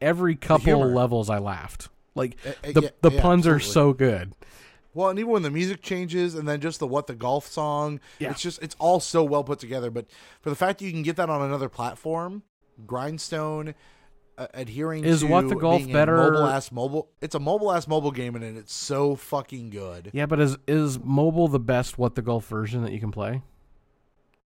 [SPEAKER 2] every couple
[SPEAKER 1] humor.
[SPEAKER 2] of levels I laughed. Like
[SPEAKER 1] uh,
[SPEAKER 2] the
[SPEAKER 1] yeah,
[SPEAKER 2] the
[SPEAKER 1] yeah,
[SPEAKER 2] puns are
[SPEAKER 1] absolutely.
[SPEAKER 2] so good.
[SPEAKER 1] Well, and even when the music changes, and then just the what the golf song.
[SPEAKER 2] Yeah.
[SPEAKER 1] It's just it's all so well put together. But for the fact that you can get that on another platform, Grindstone. Uh, adhering
[SPEAKER 2] Is
[SPEAKER 1] to
[SPEAKER 2] What the Golf better-
[SPEAKER 1] mobile ass mobile it's a mobile ass mobile game and it's so fucking good
[SPEAKER 2] Yeah, but is is mobile the best what the golf version that you can play?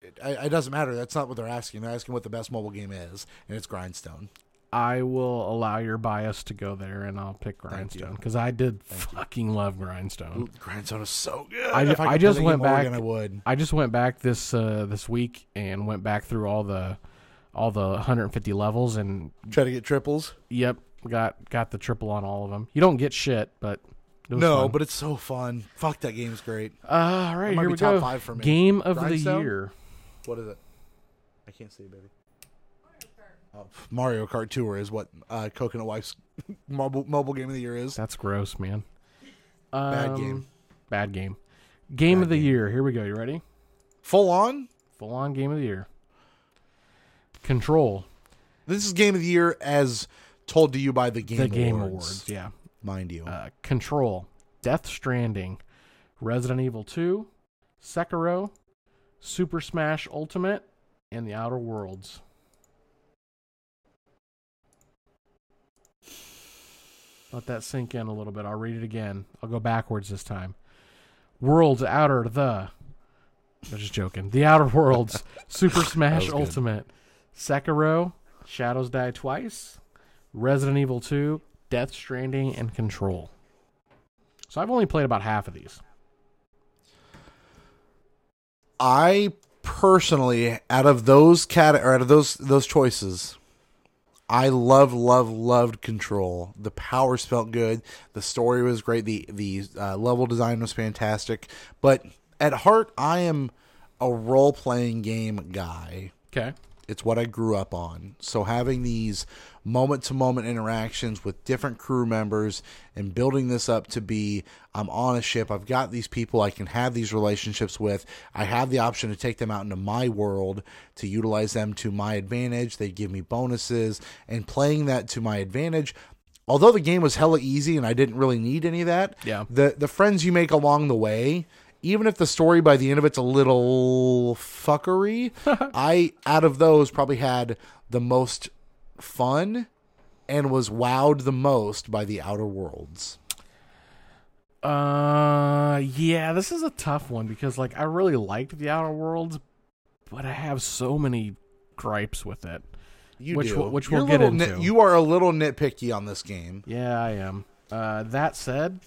[SPEAKER 1] it, I- it doesn't matter that's not what they're asking they're asking what the best mobile game is and it's grindstone
[SPEAKER 2] I will allow your bias to go there, and I'll pick Grindstone because I did fucking love Grindstone.
[SPEAKER 1] Ooh, grindstone is so good
[SPEAKER 2] I,
[SPEAKER 1] If
[SPEAKER 2] I,
[SPEAKER 1] could
[SPEAKER 2] just
[SPEAKER 1] play that
[SPEAKER 2] went
[SPEAKER 1] game over
[SPEAKER 2] back.
[SPEAKER 1] again, i would
[SPEAKER 2] I just went back this uh, this week and went back through all the all the 150 levels and
[SPEAKER 1] try to get triples
[SPEAKER 2] yep got got the triple on all of them. You don't get shit, but it was
[SPEAKER 1] No,
[SPEAKER 2] fun.
[SPEAKER 1] but it's so fun. Fuck, that game's great.
[SPEAKER 2] uh, all right
[SPEAKER 1] might
[SPEAKER 2] here
[SPEAKER 1] be
[SPEAKER 2] we
[SPEAKER 1] top
[SPEAKER 2] go.
[SPEAKER 1] five for me.
[SPEAKER 2] Game of the
[SPEAKER 1] Grindstone?
[SPEAKER 2] year.
[SPEAKER 1] What is it? I can't see, baby. Oh, pff, Mario Kart uh, Tour is what uh, Coconut Wife's mobile, mobile game of the year is.
[SPEAKER 2] That's gross, man.
[SPEAKER 1] Bad
[SPEAKER 2] Um,
[SPEAKER 1] game.
[SPEAKER 2] Bad game. Game of the year. Here we go. You ready?
[SPEAKER 1] Full on.
[SPEAKER 2] Full on game of the year. Control.
[SPEAKER 1] This is game of the year as told to you by the Game
[SPEAKER 2] the
[SPEAKER 1] Awards,
[SPEAKER 2] Game Awards. Yeah.
[SPEAKER 1] mind you.
[SPEAKER 2] Uh, Control. Death Stranding. Resident Evil 2. Sekiro. Super Smash Ultimate. And The Outer Worlds. Let that sink in a little bit. I'll read it again. I'll go backwards this time. Worlds Outer the. I'm just joking. The Outer Worlds. Super Smash
[SPEAKER 1] was good.
[SPEAKER 2] Ultimate. Sekiro. Shadows Die Twice. Resident Evil 2, Death Stranding, and Control. So I've only played about half of these.
[SPEAKER 1] I personally, out of those cat or out of those those choices, I love, love, loved Control. The powers felt good. The story was great. The the uh, level design was fantastic. But at heart, I am a role playing game guy.
[SPEAKER 2] Okay.
[SPEAKER 1] It's what I grew up on. So having these moment to moment interactions with different crew members and building this up to be I'm on a ship, I've got these people I can have these relationships with. I have the option to take them out into my world to utilize them to my advantage. They give me bonuses and playing that to my advantage. Although the game was hella easy and I didn't really need any of that,
[SPEAKER 2] Yeah.
[SPEAKER 1] the the friends you make along the way even if the story by the end of it's a little fuckery i out of those probably had the most fun and was wowed the most by the outer worlds
[SPEAKER 2] Uh yeah, this is a tough one because like I really liked The Outer Worlds, but I have so many gripes with it.
[SPEAKER 1] you
[SPEAKER 2] Which
[SPEAKER 1] do.
[SPEAKER 2] we'll- which
[SPEAKER 1] You're
[SPEAKER 2] we'll
[SPEAKER 1] a
[SPEAKER 2] get
[SPEAKER 1] little nit-
[SPEAKER 2] into.
[SPEAKER 1] you are a little nitpicky on this game
[SPEAKER 2] Yeah, I am. Uh that said,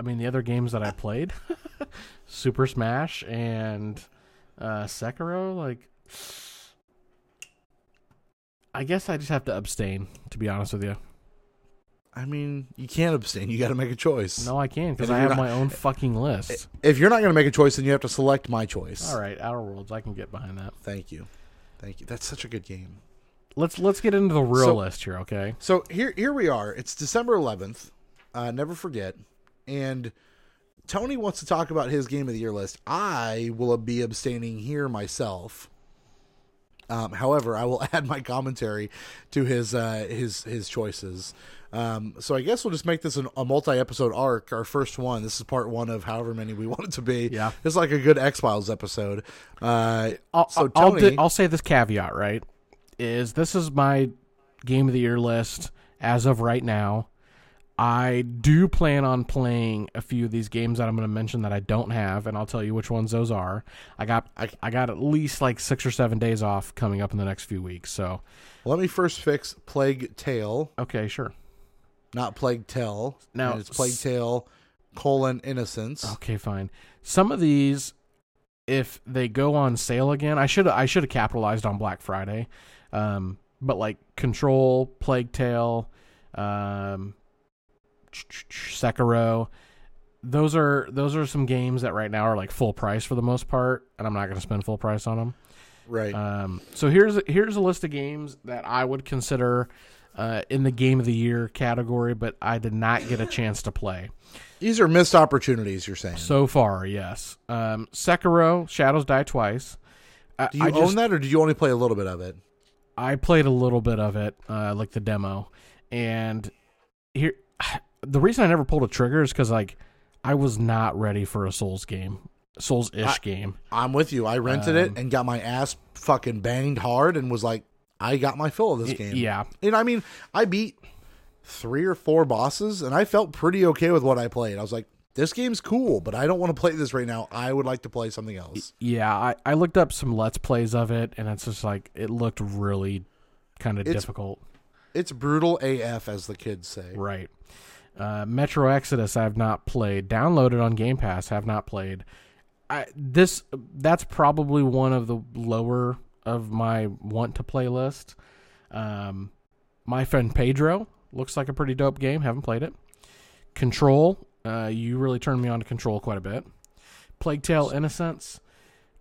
[SPEAKER 2] I mean the other games that I played, Super Smash and uh Sekiro, like I guess I just have to abstain, to be honest with you.
[SPEAKER 1] i mean you can't abstain you got to make a choice
[SPEAKER 2] No, I can because
[SPEAKER 1] And
[SPEAKER 2] I
[SPEAKER 1] you're
[SPEAKER 2] have
[SPEAKER 1] not-
[SPEAKER 2] my own fucking list.
[SPEAKER 1] if you're not going to make a choice then you have to select my choice
[SPEAKER 2] All right, Outer Worlds, I can get behind that.
[SPEAKER 1] thank you thank you that's such a good game
[SPEAKER 2] Let's let's get into the real
[SPEAKER 1] So-
[SPEAKER 2] list here, okay?
[SPEAKER 1] So here, here we are. It's December 11th. Uh, never forget. And Tony wants to talk about his game of the year list. I will be abstaining here myself. Um, however, I will add my commentary to his uh, his his choices. Um, so I guess we'll just make this an, a multi-episode arc. Our first one. This is part one of however many we want it to be.
[SPEAKER 2] Yeah.
[SPEAKER 1] it's like a good X Files episode. Uh,
[SPEAKER 2] I'll,
[SPEAKER 1] so
[SPEAKER 2] I'll,
[SPEAKER 1] Tony,
[SPEAKER 2] di- I'll say this caveat, right? Is this is my game of the year list as of right now. I do plan on playing a few of these games that I'm going to mention that I don't have, and I'll tell you which ones those are. I got I, got at least like six or seven days off coming up in the next few weeks. So
[SPEAKER 1] let me first fix Plague Tale.
[SPEAKER 2] okay, sure.
[SPEAKER 1] not Plague Tale.
[SPEAKER 2] Now-
[SPEAKER 1] and it's Plague Tale colon Innocence.
[SPEAKER 2] Okay, fine. Some of these, if they go on sale again, I should I should have capitalized on Black Friday. Um, but like Control, Plague Tale, um, Sekiro, those are those are some games that right now are like full price for the most part, and I'm not going to spend full price on them.
[SPEAKER 1] Right.
[SPEAKER 2] Um, so here's here's a list of games that I would consider uh, in the game of the year category, but I did not get a chance to play.
[SPEAKER 1] These are missed opportunities. You're saying?
[SPEAKER 2] So far, yes. Um, Sekiro, Shadows Die Twice. I,
[SPEAKER 1] do you
[SPEAKER 2] I
[SPEAKER 1] own
[SPEAKER 2] just-
[SPEAKER 1] that, or do you only play a little bit of it?
[SPEAKER 2] I played a little bit of it, uh, like the demo, and here the reason I never pulled a trigger is because like I was not ready for a Souls game, Souls
[SPEAKER 1] I-
[SPEAKER 2] ish game.
[SPEAKER 1] I'm with you. I rented
[SPEAKER 2] Um,
[SPEAKER 1] it and got my ass fucking banged hard, and was like, I got my fill of this
[SPEAKER 2] Y-
[SPEAKER 1] game.
[SPEAKER 2] Yeah,
[SPEAKER 1] And I mean, I beat three or four bosses, and I felt pretty okay with what I played. I was like, this game's cool, but I don't want to play this right now. I would like to play something else.
[SPEAKER 2] yeah. I, I looked up some let's plays of it, and it's just like it looked really kind of
[SPEAKER 1] It's-
[SPEAKER 2] difficult.
[SPEAKER 1] It's brutal AF, as the kids say.
[SPEAKER 2] Right. Uh, Metro Exodus, I have not played. Downloaded on Game Pass, have not played. I this that's probably one of the lower of my want to play list. Um, my friend Pedro looks like a pretty dope game. Haven't played it. Control, uh, you really turned me on to Control quite a bit. Plague Tale: Innocence,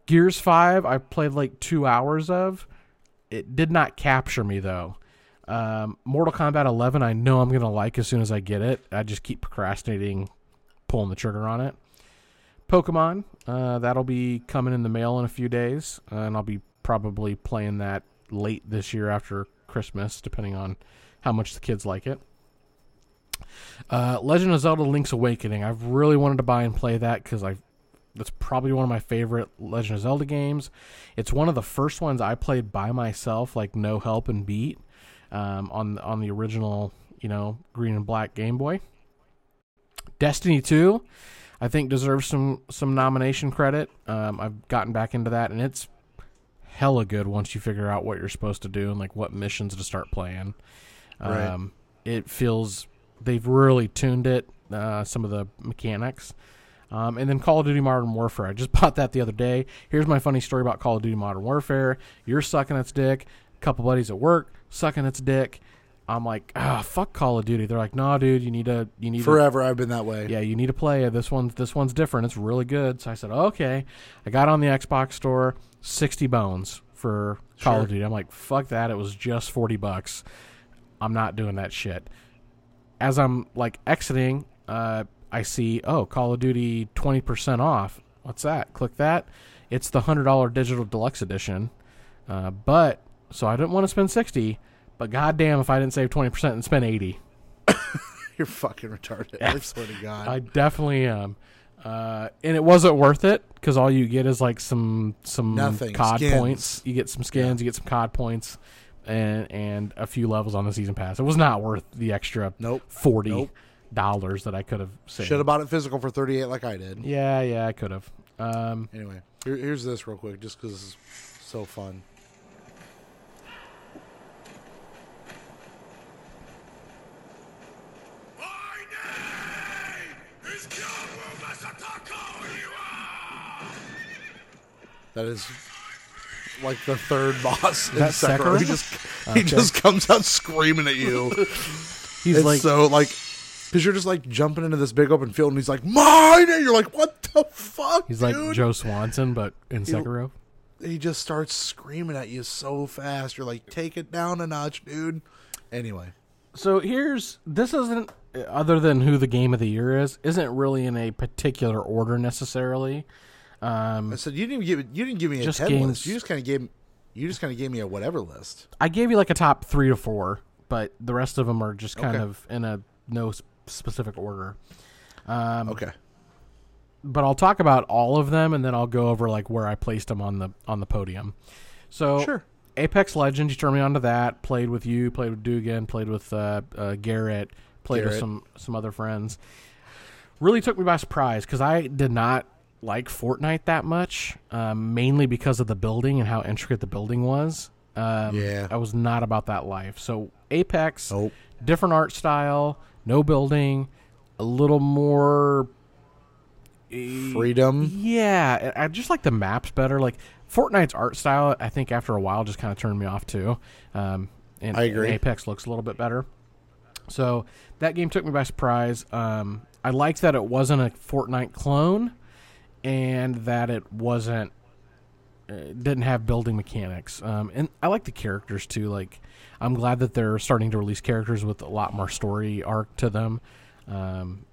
[SPEAKER 2] Gears Five, I played like two hours of. It did not capture me though. Um, Mortal Kombat 11, I know I'm gonna like as soon as I get it. I just keep procrastinating pulling the trigger on it. Pokemon, uh, that'll be coming in the mail in a few days, uh, and I'll be probably playing that late this year after Christmas, depending on how much the kids like it. Uh, Legend of Zelda: Link's Awakening. I've really wanted to buy and play that because I, that's probably one of my favorite Legend of Zelda games. It's one of the first ones I played by myself, like no help and beat, um, on on the original, you know, green and black Game Boy. Destiny Two, I think deserves some some nomination credit. Um, I've gotten back into that, and it's hella good once you figure out what you're supposed to do and like what missions to start playing.
[SPEAKER 1] Right.
[SPEAKER 2] Um, It feels they've really tuned it. Uh, some of the mechanics. Um, and then Call of Duty Modern Warfare. I just bought that the other day. Here's my funny story about Call of Duty Modern Warfare. You're sucking its dick. Couple buddies at work sucking its dick. I'm like, ah, fuck Call of Duty. They're like, nah, dude, you need to, you need to
[SPEAKER 1] Forever, I've been that way.
[SPEAKER 2] yeah, you need to play it. This one's this one's different. It's really good. So I said, okay. I got on the Xbox store, sixty bones for Call
[SPEAKER 1] Sure.
[SPEAKER 2] of Duty. I'm like, fuck that. It was just forty bucks. I'm not doing that shit. As I'm like exiting, uh, I see, oh, Call of Duty twenty percent off. What's that? Click that. It's the hundred dollar digital deluxe edition. Uh, but so I didn't want to spend sixty. But goddamn, if I didn't save twenty percent and spend eighty.
[SPEAKER 1] You're fucking retarded. I swear to God.
[SPEAKER 2] I definitely am. Uh, and it wasn't worth it because all you get is like some some
[SPEAKER 1] Nothing.
[SPEAKER 2] cod
[SPEAKER 1] Skins.
[SPEAKER 2] points. You get some skins, you get some cod points, and and a few levels on the season pass. It was not worth the extra
[SPEAKER 1] Nope.
[SPEAKER 2] forty
[SPEAKER 1] Nope.
[SPEAKER 2] dollars that I could have saved.
[SPEAKER 1] Should have bought it physical for 38 like I did.
[SPEAKER 2] Yeah, yeah, I could have. Um,
[SPEAKER 1] Anyway, here, here's this real quick, just because it's so fun.
[SPEAKER 5] My name is Kyobu Masataka Uiwa!
[SPEAKER 1] That is like the third boss in
[SPEAKER 2] that
[SPEAKER 1] Sekiro.
[SPEAKER 2] Sekiro?
[SPEAKER 1] He just he just comes out screaming at you.
[SPEAKER 2] he's
[SPEAKER 1] it's
[SPEAKER 2] like,
[SPEAKER 1] so like because you're just like jumping into this big open field, and he's like mine, and you're like, what the fuck?
[SPEAKER 2] he's like
[SPEAKER 1] dude?
[SPEAKER 2] Joe Swanson, but in Sekiro.
[SPEAKER 1] He just starts screaming at you so fast. You're like, take it down a notch, dude. Anyway,
[SPEAKER 2] So here's this isn't uh, other than who the game of the year is isn't really in a particular order necessarily. Um,
[SPEAKER 1] I said you didn't give it- you didn't give me a
[SPEAKER 2] Just
[SPEAKER 1] ten
[SPEAKER 2] games.
[SPEAKER 1] list. You just kind of gave you just kind of gave me a whatever list.
[SPEAKER 2] I gave you like a top three to four, but the rest of them are just kind
[SPEAKER 1] Okay.
[SPEAKER 2] of in a no s- specific order. Um,
[SPEAKER 1] Okay,
[SPEAKER 2] But I'll talk about all of them, and then I'll go over like where I placed them on the on the podium. So
[SPEAKER 1] Sure.
[SPEAKER 2] Apex Legends, you turned me onto that. Played with you, played with Dugan, played with uh, uh, Garrett, played with
[SPEAKER 1] Garrett.
[SPEAKER 2] some some other friends. Really took me by surprise because I did not like Fortnite that much, um, mainly because of the building and how intricate the building was. Um,
[SPEAKER 1] Yeah.
[SPEAKER 2] I was not about that life. So Apex,
[SPEAKER 1] Nope.
[SPEAKER 2] different art style, no building, a little more
[SPEAKER 1] freedom.
[SPEAKER 2] yeah, I I just like the maps better. Like Fortnite's art style, I think after a while just kind of turned me off too. Um, and,
[SPEAKER 1] I agree.
[SPEAKER 2] and Apex looks a little bit better. So that game took me by surprise. Um, I liked that it wasn't a Fortnite clone, and that it wasn't it didn't have building mechanics. Um, and I like the characters too. Like, I'm glad that they're starting to release characters with a lot more story arc to them. Um,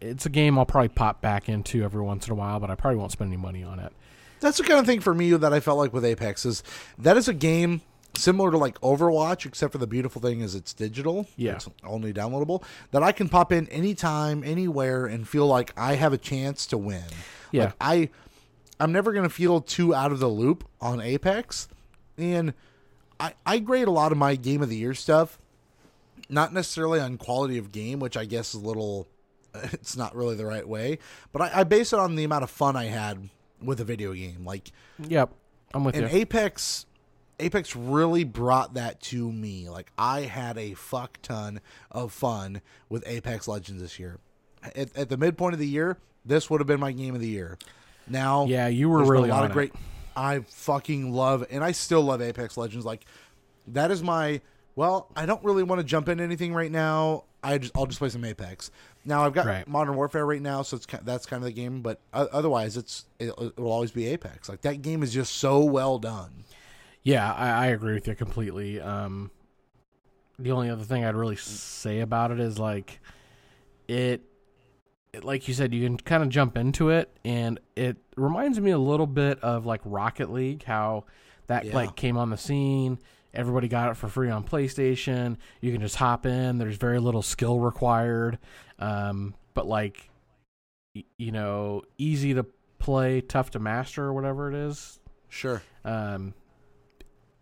[SPEAKER 2] it's a game I'll probably pop back into every once in a while, but I probably won't spend any money on it.
[SPEAKER 1] That's the kind of thing for me that I felt like with Apex is that is a game similar to like Overwatch, except for the beautiful thing is it's digital.
[SPEAKER 2] Yeah.
[SPEAKER 1] It's only downloadable. That I can pop in anytime, anywhere, and feel like I have a chance to win.
[SPEAKER 2] Yeah.
[SPEAKER 1] Like I I'm never gonna feel too out of the loop on Apex. And I, I grade a lot of my game of the year stuff not necessarily on quality of game, which I guess is a little, it's not really the right way, but I, I base it on the amount of fun I had with a video game. Like,
[SPEAKER 2] Yep, I'm with
[SPEAKER 1] and
[SPEAKER 2] you.
[SPEAKER 1] Apex, Apex really brought that to me. Like, I had a fuck ton of fun with Apex Legends this year. At, at the midpoint of the year, this would have been my game of the year. Now,
[SPEAKER 2] Yeah, you were
[SPEAKER 1] there's been
[SPEAKER 2] really
[SPEAKER 1] a lot of
[SPEAKER 2] on it.
[SPEAKER 1] great. I fucking love, and I still love Apex Legends. Like that is my. Well, I don't really want to jump into anything right now. I just I'll just play some Apex. Now I've got
[SPEAKER 2] Right.
[SPEAKER 1] Modern Warfare right now, so it's ki- that's kind of the game. But o- otherwise, it's it, it will always be Apex. Like that game is just so well done.
[SPEAKER 2] Yeah, I, I agree with you completely. Um, the only other thing I'd really say about it is like it like you said, you can kind of jump into it, and it reminds me a little bit of like Rocket League, how that
[SPEAKER 1] Yeah.
[SPEAKER 2] like came on the scene. Everybody got it for free on PlayStation. You can just hop in. There's very little skill required, um, but like, y- you know, easy to play, tough to master, or whatever it is.
[SPEAKER 1] Sure.
[SPEAKER 2] Um,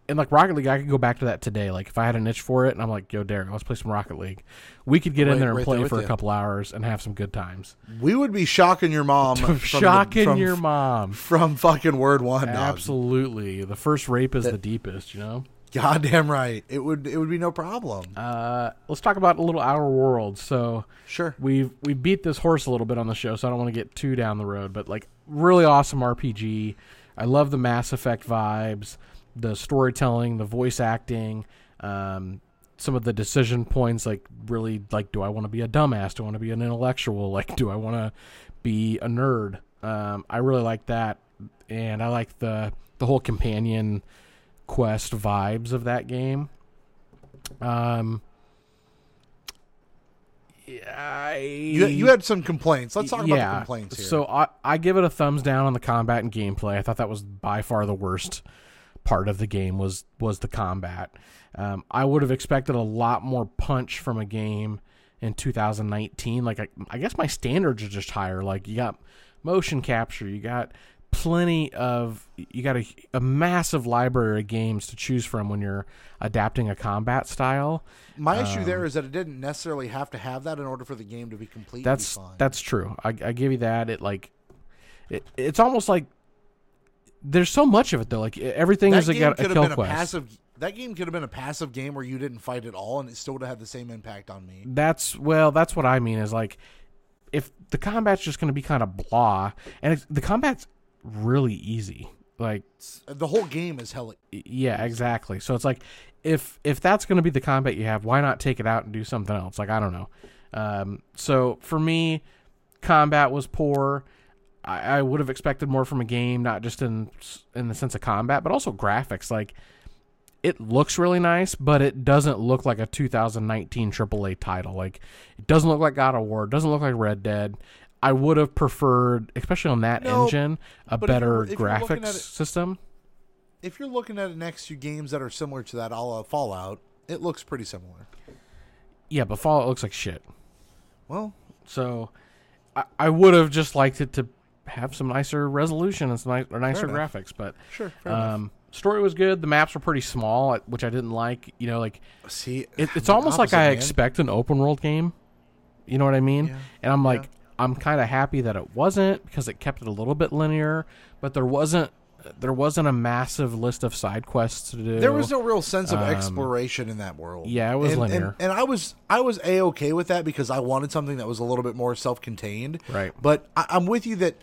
[SPEAKER 2] and like Rocket League, I could go back to that today. Like if I had a niche for it, and I'm like, "Yo, Derek, let's play some Rocket League." We could get
[SPEAKER 1] Right-
[SPEAKER 2] in there and
[SPEAKER 1] right there
[SPEAKER 2] play
[SPEAKER 1] with
[SPEAKER 2] for
[SPEAKER 1] you.
[SPEAKER 2] a couple hours and have some good times.
[SPEAKER 1] We would be shocking your mom. from the-
[SPEAKER 2] Shocking
[SPEAKER 1] from-
[SPEAKER 2] your mom.
[SPEAKER 1] from fucking word one. dog.
[SPEAKER 2] Absolutely, the first rape is the deepest. You know.
[SPEAKER 1] Goddamn right. It would it would be no problem.
[SPEAKER 2] Uh, let's talk about a little Outer Worlds. So
[SPEAKER 1] Sure.
[SPEAKER 2] we've we beat this horse a little bit on the show, so I don't want to get too down the road, but like really awesome RPG. I love the Mass Effect vibes, the storytelling, the voice acting, um, some of the decision points. Like really, like do I want to be a dumbass? Do I want to be an intellectual? Like do I want to be a nerd? Um, I really like that, and I like the the whole companion quest vibes of that game. Um. I,
[SPEAKER 1] You, you had some complaints. Let's talk about the complaints here.
[SPEAKER 2] so I, I give it a thumbs down on the combat and gameplay. I thought that was by far the worst part of the game was was the combat. Um, I would have expected a lot more punch from a game in 2019. Like I, I guess my standards are just higher. Like you got motion capture, you got plenty of you got a, a massive library of games to choose from when you're adapting a combat style.
[SPEAKER 1] my issue
[SPEAKER 2] Um,
[SPEAKER 1] there is that it didn't necessarily have to have that in order for the game to be complete.
[SPEAKER 2] that's
[SPEAKER 1] and be fun.
[SPEAKER 2] that's true. I, I give you that. It like, it, it's almost like there's so much of it though. Like e- everything
[SPEAKER 1] that
[SPEAKER 2] is a,
[SPEAKER 1] game
[SPEAKER 2] got
[SPEAKER 1] could
[SPEAKER 2] a
[SPEAKER 1] have
[SPEAKER 2] kill
[SPEAKER 1] been a
[SPEAKER 2] quest.
[SPEAKER 1] passive. That game could have been a passive game where you didn't fight at all, and it still would have had the same impact on me.
[SPEAKER 2] that's well, that's what I mean is like, if the combat's just going to be kind of blah, and it's, the combat's really easy. Like
[SPEAKER 1] The whole game is hell.
[SPEAKER 2] yeah exactly so it's like if if that's going to be the combat you have why not take it out and do something else like i don't know um, so for me combat was poor I, I would have expected more from a game not just in s- in the sense of combat but also graphics like it looks really nice but it doesn't look like a 2019 aaa title like it doesn't look like god of war it doesn't look like red dead i would have preferred especially on that
[SPEAKER 1] No,
[SPEAKER 2] engine a
[SPEAKER 1] but if
[SPEAKER 2] better
[SPEAKER 1] you're- if you're looking
[SPEAKER 2] graphics
[SPEAKER 1] at it-
[SPEAKER 2] system
[SPEAKER 1] If you're looking at it next to games that are similar to that, a la Fallout, it looks pretty similar.
[SPEAKER 2] Yeah, but Fallout looks like shit.
[SPEAKER 1] Well,
[SPEAKER 2] So I, I would have just liked it to have some nicer resolution and some ni- or nicer
[SPEAKER 1] enough.
[SPEAKER 2] graphics, but
[SPEAKER 1] Sure, fair enough.
[SPEAKER 2] um, story was good. The maps were pretty small, which I didn't like. You know, like
[SPEAKER 1] see,
[SPEAKER 2] it, it's
[SPEAKER 1] the
[SPEAKER 2] almost like
[SPEAKER 1] opposite,
[SPEAKER 2] I
[SPEAKER 1] man.
[SPEAKER 2] expect an open world game. You know what I mean?
[SPEAKER 1] Yeah,
[SPEAKER 2] And I'm like, I'm kind of happy that it wasn't because it kept it a little bit linear, but there wasn't there wasn't a massive list of side quests to do.
[SPEAKER 1] There was no real sense of
[SPEAKER 2] Um,
[SPEAKER 1] exploration in that world.
[SPEAKER 2] yeah, it was
[SPEAKER 1] and,
[SPEAKER 2] linear.
[SPEAKER 1] And, and I was I was a okay with that because I wanted something that was a little bit more self contained.
[SPEAKER 2] Right.
[SPEAKER 1] But I, I'm with you that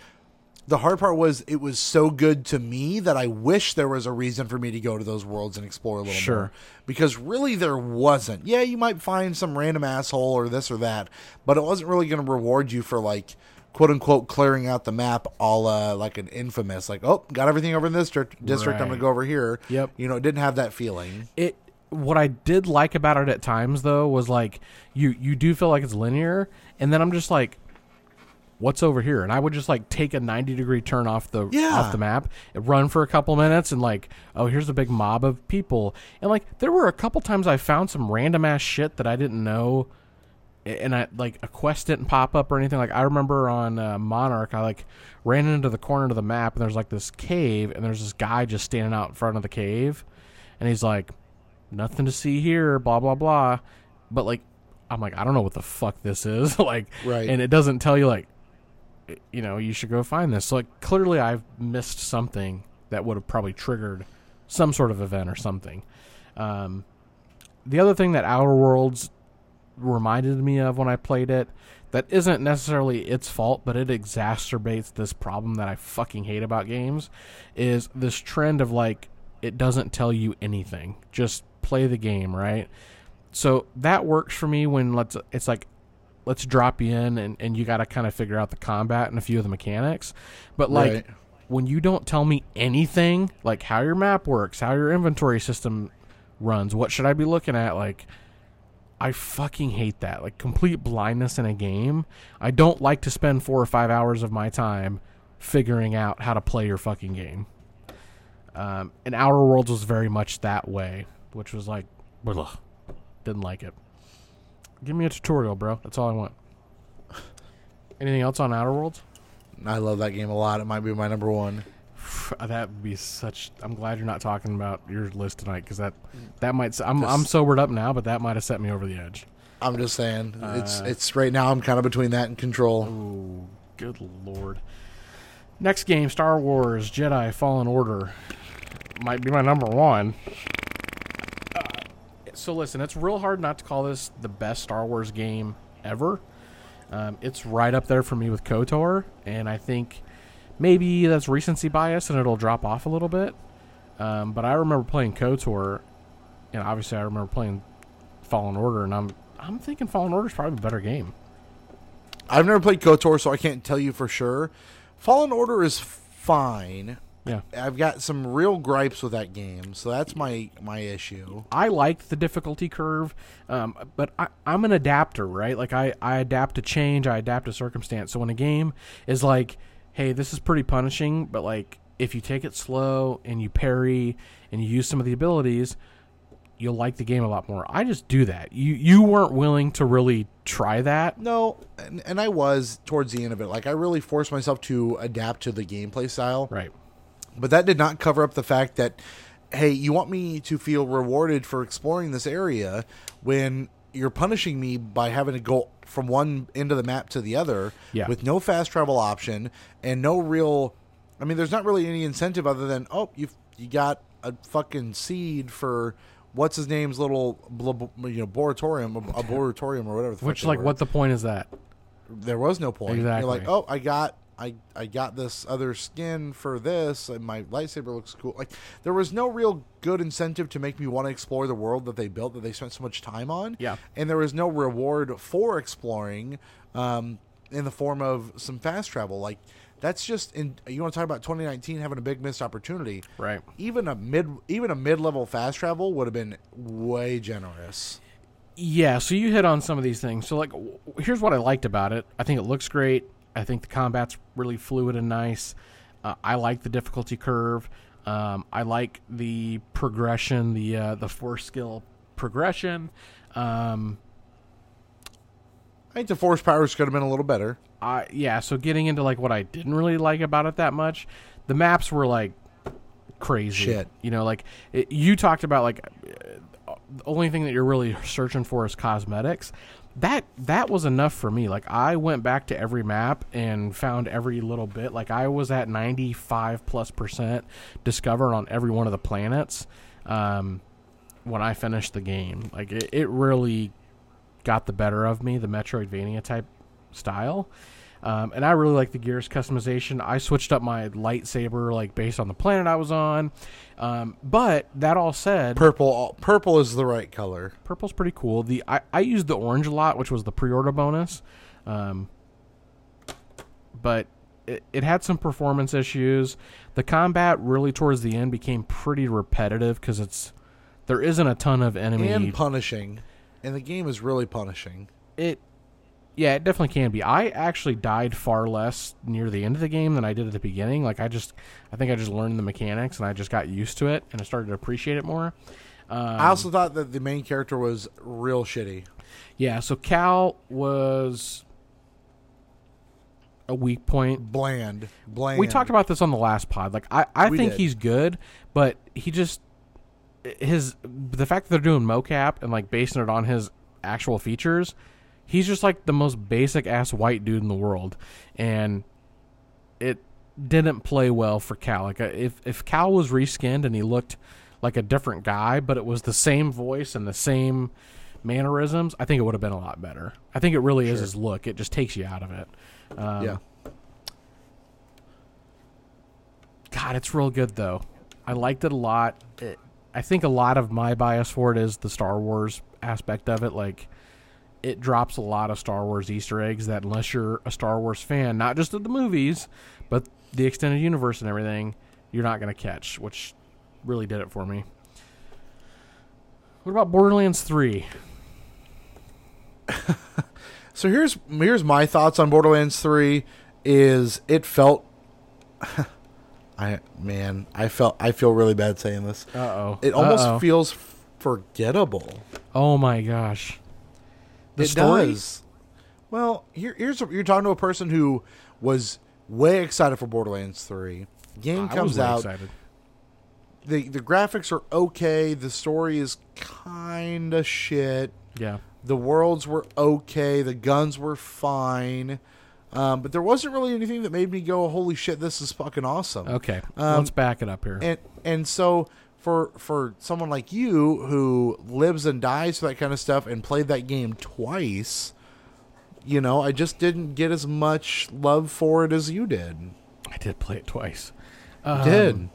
[SPEAKER 1] the hard part was it was so good to me that I wish there was a reason for me to go to those worlds and explore a little
[SPEAKER 2] Sure.
[SPEAKER 1] more. Because really there wasn't. Yeah, you might find some random asshole or this or that, but it wasn't really going to reward you for like quote unquote clearing out the map a la like an infamous like oh got everything over in this district district i'm
[SPEAKER 2] Right.
[SPEAKER 1] gonna go over here
[SPEAKER 2] Yep.
[SPEAKER 1] you know it didn't have that feeling
[SPEAKER 2] it what I did like about it at times though was like you you do feel like it's linear and then I'm just like what's over here and I would just like take a 90 degree turn off the
[SPEAKER 1] Yeah.
[SPEAKER 2] off the map run for a couple minutes and like oh here's a big mob of people and like there were a couple times I found some random ass shit that I didn't know and I like a quest didn't pop up or anything. Like I remember on uh, Monarch, I like ran into the corner of the map and there's like this cave and there's this guy just standing out in front of the cave, and he's like, "Nothing to see here," blah blah blah. But like, I'm like, I don't know what the fuck this is, like,
[SPEAKER 1] Right.
[SPEAKER 2] And it doesn't tell you like, you know, you should go find this. So like, clearly I've missed something that would have probably triggered some sort of event or something. Um, the other thing that Outer Worlds reminded me of when I played it that isn't necessarily its fault, but it exacerbates this problem that I fucking hate about games is this trend of like it doesn't tell you anything. Just play the game, right? So that works for me when let's it's like let's drop you in and, and you gotta kinda figure out the combat and a few of the mechanics. But like
[SPEAKER 1] Right.
[SPEAKER 2] when you don't tell me anything, like how your map works, how your inventory system runs, what should I be looking at, like I fucking hate that. Like complete blindness in a game. I don't like to spend four or five hours of my time figuring out how to play your fucking game. Um, and Outer Worlds was very much that way, which was like, blah, didn't like it. Give me a tutorial, bro. That's all I want. Anything else on Outer Worlds?
[SPEAKER 1] I love that game a lot. It might be my number one.
[SPEAKER 2] That would be such. I'm glad you're not talking about your list tonight because that that might. s- I'm I'm sobered up now, but that might have set me over the edge.
[SPEAKER 1] I'm just saying, it's it's right now. I'm kind of between that and Control.
[SPEAKER 2] Ooh, good lord. Next game, Star Wars Jedi Fallen Order. Might be my number one. Uh, so listen, it's real hard not to call this the best Star Wars game ever. Um, it's right up there for me with KOTOR, and I think maybe that's recency bias and it'll drop off a little bit. Um, but I remember playing KOTOR, and obviously I remember playing Fallen Order, and I'm I'm thinking Fallen Order is probably a better game.
[SPEAKER 1] I've never played KOTOR, so I can't tell you for sure. Fallen Order is fine.
[SPEAKER 2] Yeah.
[SPEAKER 1] I've got some real gripes with that game, so that's my my issue.
[SPEAKER 2] I liked the difficulty curve, um, but I, I'm an adapter, right? Like I, I adapt to change, I adapt to circumstance. So when a game is like, hey, this is pretty punishing, but like if you take it slow and you parry and you use some of the abilities, you'll like the game a lot more. I just do that. You you weren't willing to really try that.
[SPEAKER 1] No, and, and I was towards the end of it. Like I really forced myself to adapt to the gameplay style.
[SPEAKER 2] Right.
[SPEAKER 1] But that did not cover up the fact that, hey, you want me to feel rewarded for exploring this area when you're punishing me by having to go from one end of the map to the other
[SPEAKER 2] Yeah.
[SPEAKER 1] with no fast travel option and no real. I mean, there's not really any incentive other than, oh, you you got a fucking seed for what's his name's little bl- bl- you know boratorium, a, a boratorium or whatever. The fuck
[SPEAKER 2] Which
[SPEAKER 1] they
[SPEAKER 2] like
[SPEAKER 1] were
[SPEAKER 2] what the point is that?
[SPEAKER 1] there was no point.
[SPEAKER 2] Exactly.
[SPEAKER 1] You're like, oh, I got, I, I got this other skin for this, and my lightsaber looks cool. Like, there was no real good incentive to make me want to explore the world that they built that they spent so much time on.
[SPEAKER 2] Yeah.
[SPEAKER 1] and there was no reward for exploring, um, in the form of some fast travel. Like, that's just in. You want to talk about 2019 having a big missed opportunity?
[SPEAKER 2] Right.
[SPEAKER 1] Even a mid, even a mid-level fast travel would have been way generous.
[SPEAKER 2] Yeah, so you hit on some of these things. So, like, w- here's what I liked about it. I think it looks great. I think the combat's really fluid and nice. Uh, I like the difficulty curve. Um, I like the progression, the uh, the four skill progression. Um,
[SPEAKER 1] I think the force powers could have been a little better.
[SPEAKER 2] I yeah. So getting into like what I didn't really like about it that much, the maps were like crazy.
[SPEAKER 1] Shit.
[SPEAKER 2] You know, like it, you talked about like uh, the only thing that you're really searching for is cosmetics. That that was enough for me. Like I went back to every map and found every little bit. Like I was at 95 plus percent discovered on every one of the planets. Um, when I finished the game, like it, it really got the better of me, the Metroidvania type style. Um, and I really like the gears customization. I switched up my lightsaber like based on the planet I was on. Um, but that all said,
[SPEAKER 1] Purple, purple is the right color.
[SPEAKER 2] purple's pretty cool. The I, I used the orange a lot, which was the pre-order bonus, um, but it, it had some performance issues. The combat really towards the end became pretty repetitive because it's there isn't a ton of enemy
[SPEAKER 1] and punishing. And the game is really punishing.
[SPEAKER 2] it yeah it definitely can be i actually died far less near the end of the game than i did at the beginning like i just i think i just learned the mechanics and i just got used to it and i started to appreciate it more Uh, Um,
[SPEAKER 1] I also thought that the main character was real shitty.
[SPEAKER 2] yeah so cal was a weak point
[SPEAKER 1] Bland. Bland.
[SPEAKER 2] we talked about this on the last pod like i, I
[SPEAKER 1] We
[SPEAKER 2] think
[SPEAKER 1] did.
[SPEAKER 2] he's good but he just his the fact that they're doing mocap and like basing it on his actual features he's just like the most basic ass white dude in the world and it didn't play well for cal like uh, if, if cal was reskinned and he looked like a different guy but it was the same voice and the same mannerisms i think it would have been a lot better i think it really is his look it just takes you out of it um,
[SPEAKER 1] Yeah.
[SPEAKER 2] God, it's real good though. I liked it a lot. It, I think a lot of my bias for it is the Star Wars aspect of it. Like, it drops a lot of Star Wars Easter eggs that, unless you're a Star Wars fan, not just of the movies, but the extended universe and everything, you're not going to catch, which really did it for me. What about Borderlands 3?
[SPEAKER 1] so here's here's my thoughts on Borderlands 3 is it felt I man, I felt I feel really bad saying this.
[SPEAKER 2] Uh oh.
[SPEAKER 1] It almost
[SPEAKER 2] Uh-oh.
[SPEAKER 1] feels forgettable.
[SPEAKER 2] Oh my gosh. The
[SPEAKER 1] it
[SPEAKER 2] story?
[SPEAKER 1] does. Well, here, here's a, you're talking to a person who was way excited for Borderlands 3. Game
[SPEAKER 2] I was
[SPEAKER 1] comes
[SPEAKER 2] really
[SPEAKER 1] out.
[SPEAKER 2] Excited.
[SPEAKER 1] The the graphics are okay. The story is kind of shit.
[SPEAKER 2] Yeah.
[SPEAKER 1] The worlds were okay. The guns were fine. Um, but there wasn't really anything that made me go, "Holy shit, this is fucking awesome."
[SPEAKER 2] Okay.
[SPEAKER 1] Um,
[SPEAKER 2] Let's back it up here.
[SPEAKER 1] and and so for for someone like you who lives and dies for that kind of stuff and played that game twice you know i just didn't get as much love for it as you did
[SPEAKER 2] I did play it twice. Um,
[SPEAKER 1] did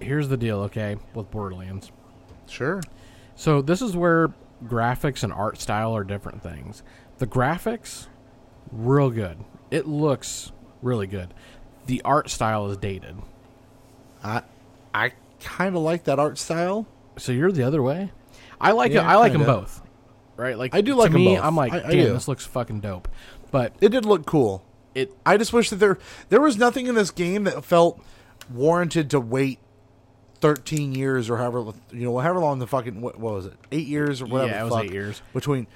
[SPEAKER 2] Here's the deal, okay, with Borderlands.
[SPEAKER 1] sure
[SPEAKER 2] So this is where graphics and art style are different things. The graphics, real good. It looks really good. The art style is dated.
[SPEAKER 1] i i kind of like that art style
[SPEAKER 2] So you're the other way. I like
[SPEAKER 1] Yeah,
[SPEAKER 2] it. I like them
[SPEAKER 1] kinda.
[SPEAKER 2] both. Right? Like
[SPEAKER 1] I do
[SPEAKER 2] to
[SPEAKER 1] like 'em
[SPEAKER 2] me,
[SPEAKER 1] both.
[SPEAKER 2] I'm like,
[SPEAKER 1] I- I
[SPEAKER 2] damn,
[SPEAKER 1] do.
[SPEAKER 2] this looks fucking dope. But
[SPEAKER 1] it did look cool
[SPEAKER 2] it
[SPEAKER 1] i just wish that there there was nothing in this game that felt warranted to wait 13 years or however you know however long the fucking what, what was it 8 years or whatever
[SPEAKER 2] Yeah,
[SPEAKER 1] the
[SPEAKER 2] it was
[SPEAKER 1] fuck.
[SPEAKER 2] eight years.
[SPEAKER 1] between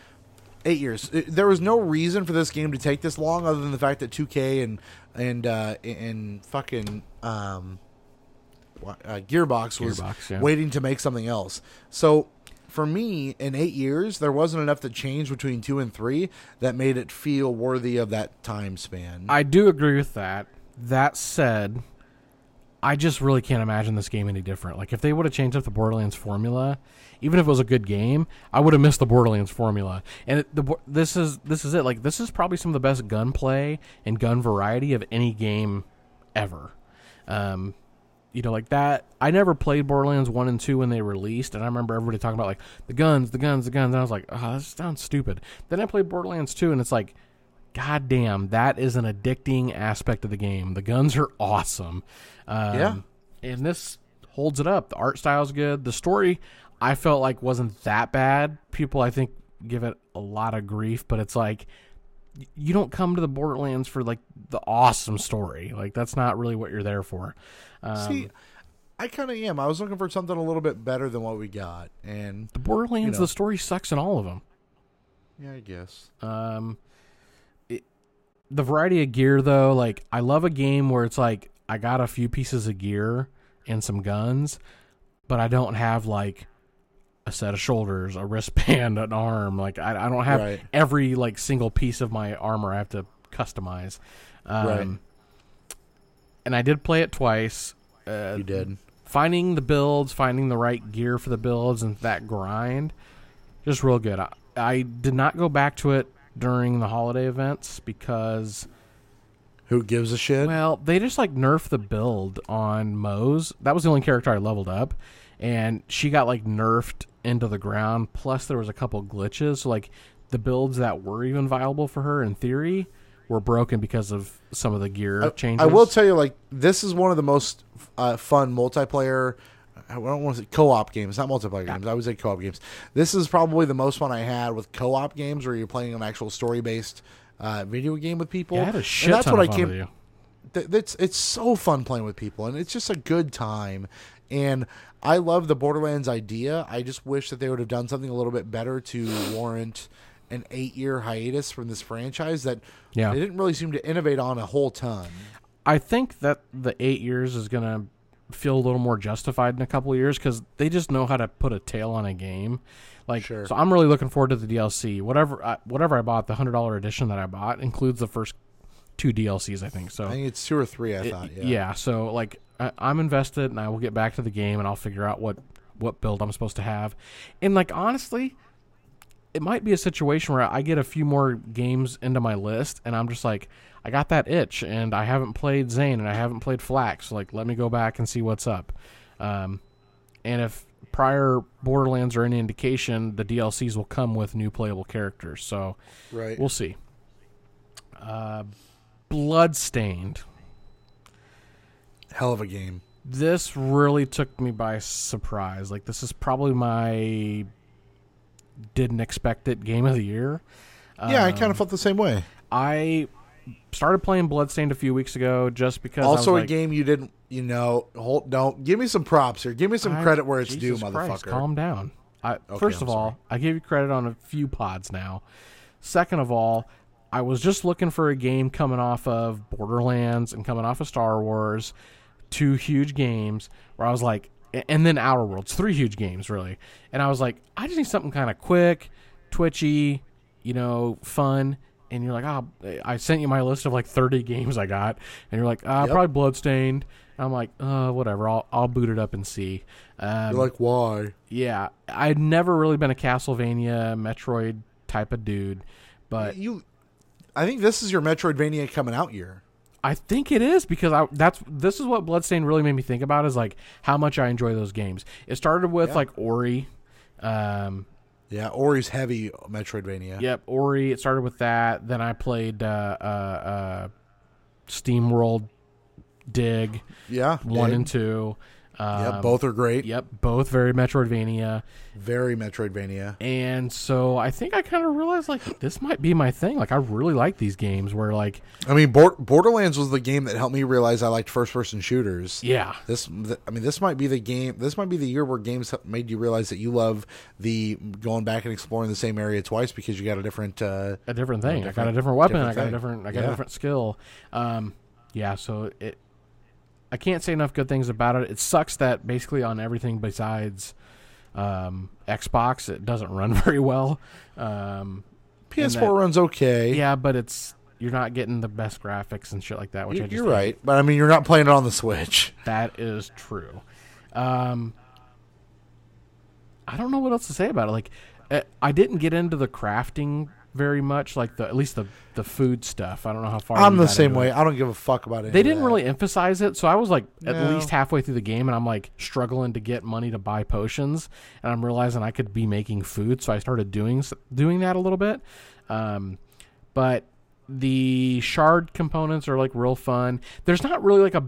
[SPEAKER 1] eight years. It- There was no reason for this game to take this long, other than the fact that 2K and and uh, and fucking um, wha- uh, Gearbox was
[SPEAKER 2] Gearbox, yeah.
[SPEAKER 1] waiting to make something else. So for me, in eight years, there wasn't enough that changed between two and three that made it feel worthy of that time span.
[SPEAKER 2] I do agree with that. That said, I just really can't imagine this game any different. Like if they would have changed up the Borderlands formula, even if it was a good game, I would have missed the Borderlands formula. And it, the Bor- this is this is it. Like this is probably some of the best gunplay and gun variety of any game ever. Um, you know, like that. I never played Borderlands one and two when they released, and I remember everybody talking about like the guns, the guns, the guns. And I was like, oh, that sounds stupid. Then I played Borderlands two, and it's like, god damn, that is an addicting aspect of the game. The guns are awesome. Um,
[SPEAKER 1] Yeah.
[SPEAKER 2] and this holds it up. The art style's good. The story, I felt like wasn't that bad. People, I think, give it a lot of grief, but it's like you don't come to the Borderlands for like the awesome story. Like that's not really what you're there for. Um,
[SPEAKER 1] See, I kind of am. I was looking for something a little bit better than what we got, and
[SPEAKER 2] the Borderlands,
[SPEAKER 1] know.
[SPEAKER 2] the story sucks in all of them.
[SPEAKER 1] yeah, I guess
[SPEAKER 2] Um, it, the variety of gear though, like I love a game where it's like I got a few pieces of gear and some guns, but I don't have like a set of shoulders, a wristband, an arm. Like I, I don't have
[SPEAKER 1] Right.
[SPEAKER 2] every like single piece of my armor. I have to customize. Um,
[SPEAKER 1] Right.
[SPEAKER 2] And I did play it twice. Uh,
[SPEAKER 1] you did.
[SPEAKER 2] finding the builds, finding the right gear for the builds, and that grind, just real good. I, I did not go back to it during the holiday events because
[SPEAKER 1] Who gives a shit?
[SPEAKER 2] well, they just like nerfed the build on Mose. That was the only character I leveled up, and she got like nerfed into the ground. Plus, there was a couple glitches. So, like the builds that were even viable for her in theory were broken because of some of the gear changes.
[SPEAKER 1] I will tell you, like, this is one of the most uh, fun multiplayer. uh, I don't want to say co-op games, not multiplayer games. I would say co-op games. This is probably the most fun I had with co-op games, where you're playing an actual story-based uh, video game with people.
[SPEAKER 2] Yeah, I had a
[SPEAKER 1] And
[SPEAKER 2] shit
[SPEAKER 1] that's
[SPEAKER 2] ton
[SPEAKER 1] what
[SPEAKER 2] of
[SPEAKER 1] I
[SPEAKER 2] fun
[SPEAKER 1] came.
[SPEAKER 2] with you.
[SPEAKER 1] th- that's it's so fun playing with people and it's just a good time and i love the borderlands idea i just wish that they would have done something a little bit better to warrant an eight year hiatus from this franchise that
[SPEAKER 2] Yeah.
[SPEAKER 1] they didn't really seem to innovate on a whole ton
[SPEAKER 2] I think that the eight years is gonna feel a little more justified in a couple of years because they just know how to put a tail on a game. Like,
[SPEAKER 1] Sure.
[SPEAKER 2] so I'm really looking forward to the DLC. Whatever, I, whatever I bought, the hundred dollar edition that I bought includes the first two DLCs, I think. So
[SPEAKER 1] i think it's two or three i
[SPEAKER 2] it-
[SPEAKER 1] thought
[SPEAKER 2] yeah. so like I, i'm invested and i will get back to the game and i'll figure out what what build i'm supposed to have and like honestly it might be a situation where i get a few more games into my list and i'm just like i got that itch and i haven't played zane and i haven't played flax so like let me go back and see what's up um, and if prior borderlands are any indication the dlcs will come with new playable characters so
[SPEAKER 1] right
[SPEAKER 2] We'll see. Uh, Bloodstained.
[SPEAKER 1] hell of a game
[SPEAKER 2] This really took me by surprise. Like this is probably my didn't expect it game of the year.
[SPEAKER 1] yeah, I kind
[SPEAKER 2] Um,
[SPEAKER 1] of felt the same way.
[SPEAKER 2] I started playing Bloodstained a few weeks ago just because. I was
[SPEAKER 1] Also,
[SPEAKER 2] like,
[SPEAKER 1] a game you didn't, you know, hold, don't give me some props here. Give me some
[SPEAKER 2] I-
[SPEAKER 1] credit where it's
[SPEAKER 2] Jesus
[SPEAKER 1] due,
[SPEAKER 2] Christ,
[SPEAKER 1] motherfucker.
[SPEAKER 2] calm down. I, first
[SPEAKER 1] I'm
[SPEAKER 2] of all, I give you credit on a few pods now. Second of all, I was just looking for a game coming off of Borderlands and coming off of Star Wars, two huge games where I was like, a- and then Outer Worlds, three huge games really. And I was like, I just need something kind of quick, twitchy, you know, fun. And you're like, ah, I sent you my list of like 30 games I got, and you're like, ah, probably Bloodstained. And I'm like, uh, whatever. I'll I'll boot it up and see. Um,
[SPEAKER 1] You're like, why?
[SPEAKER 2] yeah, I'd never really been a Castlevania, Metroid type of dude, but
[SPEAKER 1] You, I think this is your Metroidvania coming out year.
[SPEAKER 2] I think it is because I that's this is what Bloodstained really made me think about is like how much I enjoy those games. It started with like Ori, um,
[SPEAKER 1] Yeah, Ori's heavy Metroidvania.
[SPEAKER 2] yep, Ori. It started with that. Then I played uh, uh, uh, SteamWorld Dig
[SPEAKER 1] yeah,
[SPEAKER 2] one
[SPEAKER 1] Dig.
[SPEAKER 2] and two. Um,
[SPEAKER 1] Yeah, both are great.
[SPEAKER 2] Yep, both very Metroidvania.
[SPEAKER 1] Very Metroidvania.
[SPEAKER 2] and so I think I kind of realized like this might be my thing. Like I really like these games where like
[SPEAKER 1] I mean, Bor- Borderlands was the game that helped me realize I liked first-person shooters.
[SPEAKER 2] yeah,
[SPEAKER 1] This, th- I mean, this might be the game. This might be the year where games have made you realize that you love the going back and exploring the same area twice because you got a different. Uh,
[SPEAKER 2] a different thing. I got a
[SPEAKER 1] different-
[SPEAKER 2] different weapon.
[SPEAKER 1] different
[SPEAKER 2] I got a
[SPEAKER 1] thing.
[SPEAKER 2] different. I got
[SPEAKER 1] Yeah.
[SPEAKER 2] a different skill. Um, yeah. So it, I can't say enough good things about it. It sucks that basically on everything besides um, Xbox, it doesn't run very well. Um,
[SPEAKER 1] PS4
[SPEAKER 2] that-
[SPEAKER 1] runs okay.
[SPEAKER 2] yeah, but it's you're not getting the best graphics and shit like that. Which I
[SPEAKER 1] you're,
[SPEAKER 2] just
[SPEAKER 1] you're
[SPEAKER 2] hate.
[SPEAKER 1] right, but I mean, you're not playing it on the Switch.
[SPEAKER 2] That is true. Um, I don't know what else to say about it. Like, uh, I didn't get into the crafting very much. Like the at least the the food stuff. I don't know how far
[SPEAKER 1] I'm
[SPEAKER 2] you
[SPEAKER 1] the
[SPEAKER 2] got
[SPEAKER 1] same
[SPEAKER 2] into
[SPEAKER 1] way.
[SPEAKER 2] it.
[SPEAKER 1] I don't give a fuck about it.
[SPEAKER 2] They didn't really emphasize it, so I was like at
[SPEAKER 1] No.
[SPEAKER 2] least halfway through the game, and I'm like struggling to get money to buy potions, and I'm realizing I could be making food, so I started doing s- doing that a little bit. Um, but the shard components are like real fun. There's not really like a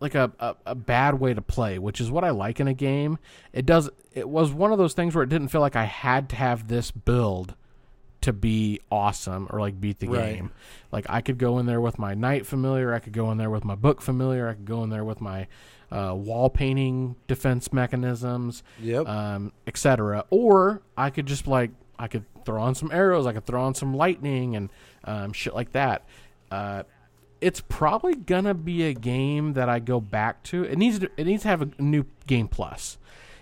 [SPEAKER 2] like a, a, a bad way to play, which is what I like in a game. It does it was one of those things where it didn't feel like I had to have this build to be awesome or like beat the
[SPEAKER 1] Right.
[SPEAKER 2] game. Like I could go in there with my knight familiar, I could go in there with my book familiar, I could go in there with my uh, wall painting defense mechanisms,
[SPEAKER 1] Yep.
[SPEAKER 2] um, etc. Or I could just like I could throw on some arrows, I could throw on some lightning and um, shit like that. Uh, it's probably gonna be a game that I go back to. It needs to it needs to have a new game plus.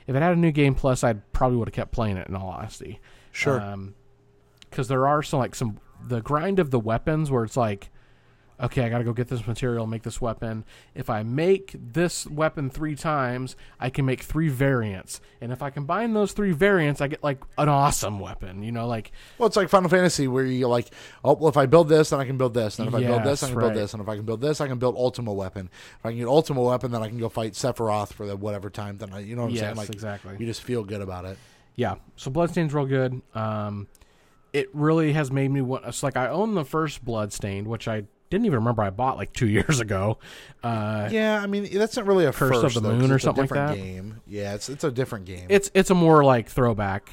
[SPEAKER 2] If it had a new game plus, I probably would have kept playing it. In all honesty, uh,
[SPEAKER 1] Sure.
[SPEAKER 2] because there are some like some the grind of the weapons where it's like okay i gotta go get this material make this weapon if i make this weapon three times i can make three variants and if i combine those three variants i get like an awesome weapon you know like
[SPEAKER 1] Well, it's like Final Fantasy where you're like, oh, well, if I build this, then I can build this. And if I build this, I
[SPEAKER 2] Yes,
[SPEAKER 1] can
[SPEAKER 2] right.
[SPEAKER 1] build this. And if I can build this, I can build Ultima Weapon. If I can get Ultima Weapon, then I can go fight Sephiroth for the whatever time. Then I, you know what I'm saying?
[SPEAKER 2] Yes,
[SPEAKER 1] Like,
[SPEAKER 2] exactly.
[SPEAKER 1] You just feel good about it.
[SPEAKER 2] yeah so bloodstained's real good um it really has made me want it's like i own the first bloodstained which i didn't even remember i bought like two years ago uh
[SPEAKER 1] Yeah, I mean that's not really a
[SPEAKER 2] Curse of
[SPEAKER 1] first,
[SPEAKER 2] the
[SPEAKER 1] though,
[SPEAKER 2] Moon
[SPEAKER 1] 'cause
[SPEAKER 2] or
[SPEAKER 1] it's
[SPEAKER 2] something
[SPEAKER 1] a
[SPEAKER 2] like
[SPEAKER 1] different
[SPEAKER 2] that?
[SPEAKER 1] Game. Yeah, it's it's a different game.
[SPEAKER 2] it's it's a more like throwback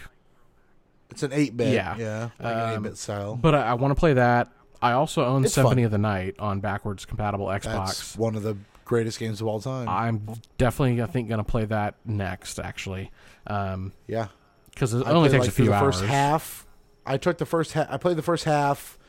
[SPEAKER 1] it's an eight bit.
[SPEAKER 2] Yeah. Um,
[SPEAKER 1] Yeah, like an eight bit style.
[SPEAKER 2] But I, I want to play that. I also own
[SPEAKER 1] It's
[SPEAKER 2] Symphony
[SPEAKER 1] fun.
[SPEAKER 2] of the Night on backwards compatible
[SPEAKER 1] That's
[SPEAKER 2] Xbox.
[SPEAKER 1] one of the greatest games of all time.
[SPEAKER 2] I'm definitely, I think, going to play that next, actually, because
[SPEAKER 1] yeah,
[SPEAKER 2] it
[SPEAKER 1] I
[SPEAKER 2] only
[SPEAKER 1] played,
[SPEAKER 2] takes
[SPEAKER 1] like, through
[SPEAKER 2] a few
[SPEAKER 1] the
[SPEAKER 2] hours.
[SPEAKER 1] First half, I took the first half. I played the first half,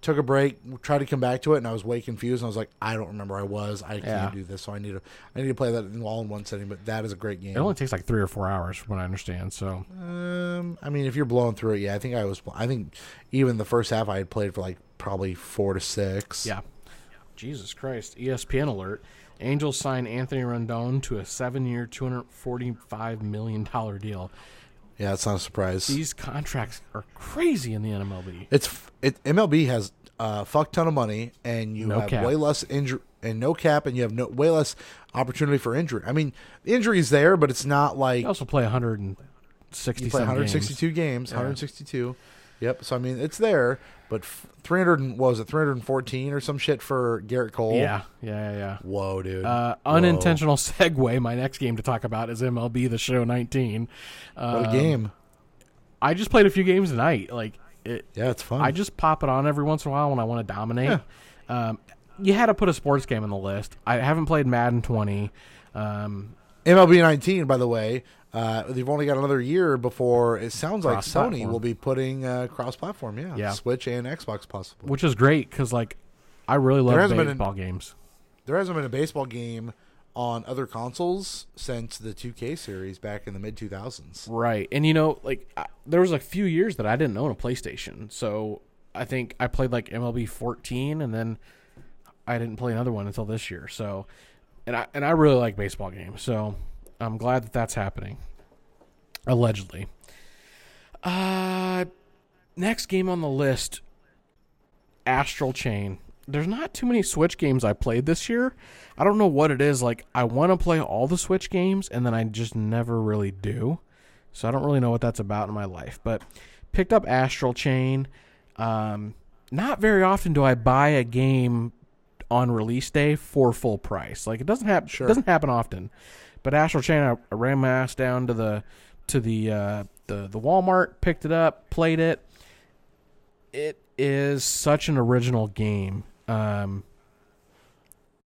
[SPEAKER 1] took a break, tried to come back to it, and I was way confused. And I was like, I don't remember. I was. I
[SPEAKER 2] Yeah.
[SPEAKER 1] can't do this. So I need to. I need to play that in- all in one setting. But that is a great game.
[SPEAKER 2] It only takes like three or four hours, from what I understand. So
[SPEAKER 1] Um, I mean, if you're blowing through it, yeah. I think I was. I think even the first half, I had played for like probably four to six.
[SPEAKER 2] yeah, Jesus Christ! E ESPN alert: Angels sign Anthony Rendon to a seven-year, two hundred forty-five million dollar deal.
[SPEAKER 1] Yeah, it's not a surprise.
[SPEAKER 2] These contracts are crazy in the NMLB.
[SPEAKER 1] It's f- it, MLB has a fuck ton of money, and you
[SPEAKER 2] No
[SPEAKER 1] have
[SPEAKER 2] cap.
[SPEAKER 1] way less injury and no cap, and you have no way less opportunity for injury. I mean, the injury's there, but it's not like
[SPEAKER 2] They also play one hundred and sixty.
[SPEAKER 1] you play 162 games, 162. Yep. So I mean, it's there, but f- 300 and- what was it 314 or some shit for Garrett Cole?
[SPEAKER 2] Yeah, yeah, yeah. yeah.
[SPEAKER 1] Whoa, dude.
[SPEAKER 2] Uh,
[SPEAKER 1] Whoa.
[SPEAKER 2] unintentional segue. My next game to talk about is MLB The Show 19.
[SPEAKER 1] What
[SPEAKER 2] Uh,
[SPEAKER 1] a game.
[SPEAKER 2] I just played a few games tonight. Like it,
[SPEAKER 1] Yeah, it's fun.
[SPEAKER 2] I just pop it on every once in a while when I want to dominate. Um, you had to put a sports game on the list. I haven't played Madden 20. Um,
[SPEAKER 1] MLB 19, by the way, uh, they've only got another year before it sounds like Sony
[SPEAKER 2] Cross-platform.
[SPEAKER 1] will be putting uh, cross-platform. Yeah,
[SPEAKER 2] Yeah.
[SPEAKER 1] Switch and Xbox possibly.
[SPEAKER 2] which is great because like I really love
[SPEAKER 1] hasn't been an-
[SPEAKER 2] baseball games.
[SPEAKER 1] There hasn't been a baseball game on other consoles since the 2K series back in the mid 2000s.
[SPEAKER 2] Right, and you know like I, there was a few years that I didn't own a PlayStation, so I think I played like MLB 14, and then I didn't play another one until this year. So, and I and I really like baseball games, so I'm glad that that's happening. Allegedly. Uh, next game on the list, Astral Chain. There's not too many Switch games I played this year. I don't know what it is. Like I want to play all the Switch games, and then I just never really do. So I don't really know what that's about in my life. But picked up Astral Chain. Um, not very often do I buy a game on release day for full price. Like it doesn't happen.
[SPEAKER 1] Sure.
[SPEAKER 2] Doesn't happen often. But Astral Chain, I, I ran my ass down to the to the uh, the the Walmart, picked it up, played it. It is such an original game. Um,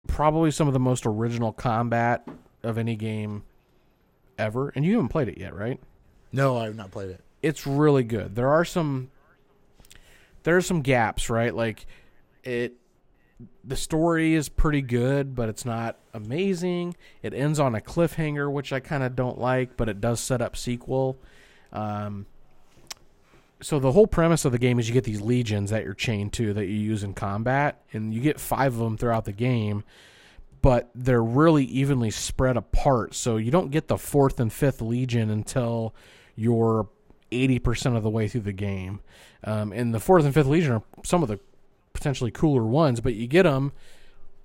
[SPEAKER 2] probably some of the most original combat of any game ever. And you haven't played it yet, right?
[SPEAKER 1] No, I've not played it.
[SPEAKER 2] it's really good. There are some there are some gaps, right? Like it the story is pretty good, but it's not amazing. It ends on a cliffhanger, which I kind of don't like, but it does set up sequel. Um so the whole premise of the game is you get these legions that you're chained to that you use in combat and you get 5 of them throughout the game but they're really evenly spread apart. So you don't get the fourth and fifth legion until you're 80% of the way through the game. Um, and the fourth and fifth legion are some of the potentially cooler ones, but you get them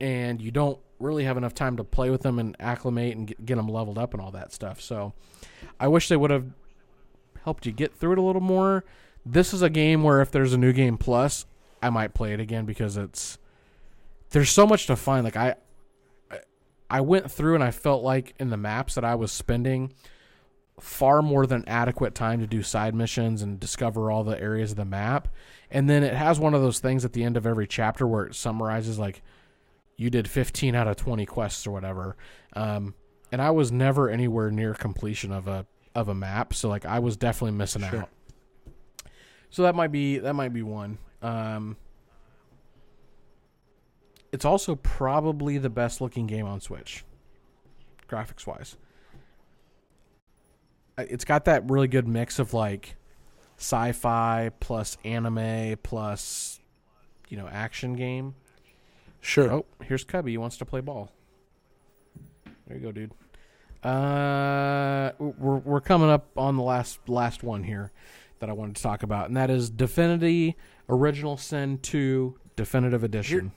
[SPEAKER 2] and you don't really have enough time to play with them and acclimate and get, get them leveled up and all that stuff. So I wish they would have helped you get through it a little more. This is a game where if there's a new game plus, I might play it again because it's there's so much to find. Like I I went through and I felt like in the maps that I was spending far more than adequate time to do side missions and discover all the areas of the map. And then it has one of those things at the end of every chapter where it summarizes like you did 15 out of 20 quests or whatever. Um, and I was never anywhere near completion of a of a map, so like I was definitely missing out. So that might be that might be one. Um, it's also probably the best looking game on Switch, graphics wise. It's got that really good mix of like sci-fi plus anime plus you know action game.
[SPEAKER 1] Sure.
[SPEAKER 2] Oh, here's Cubby. He wants to play ball. There you go, dude. Uh, we're we're coming up on the last last one here that I wanted to talk about, and that is Definity Original Sin Two Definitive Edition.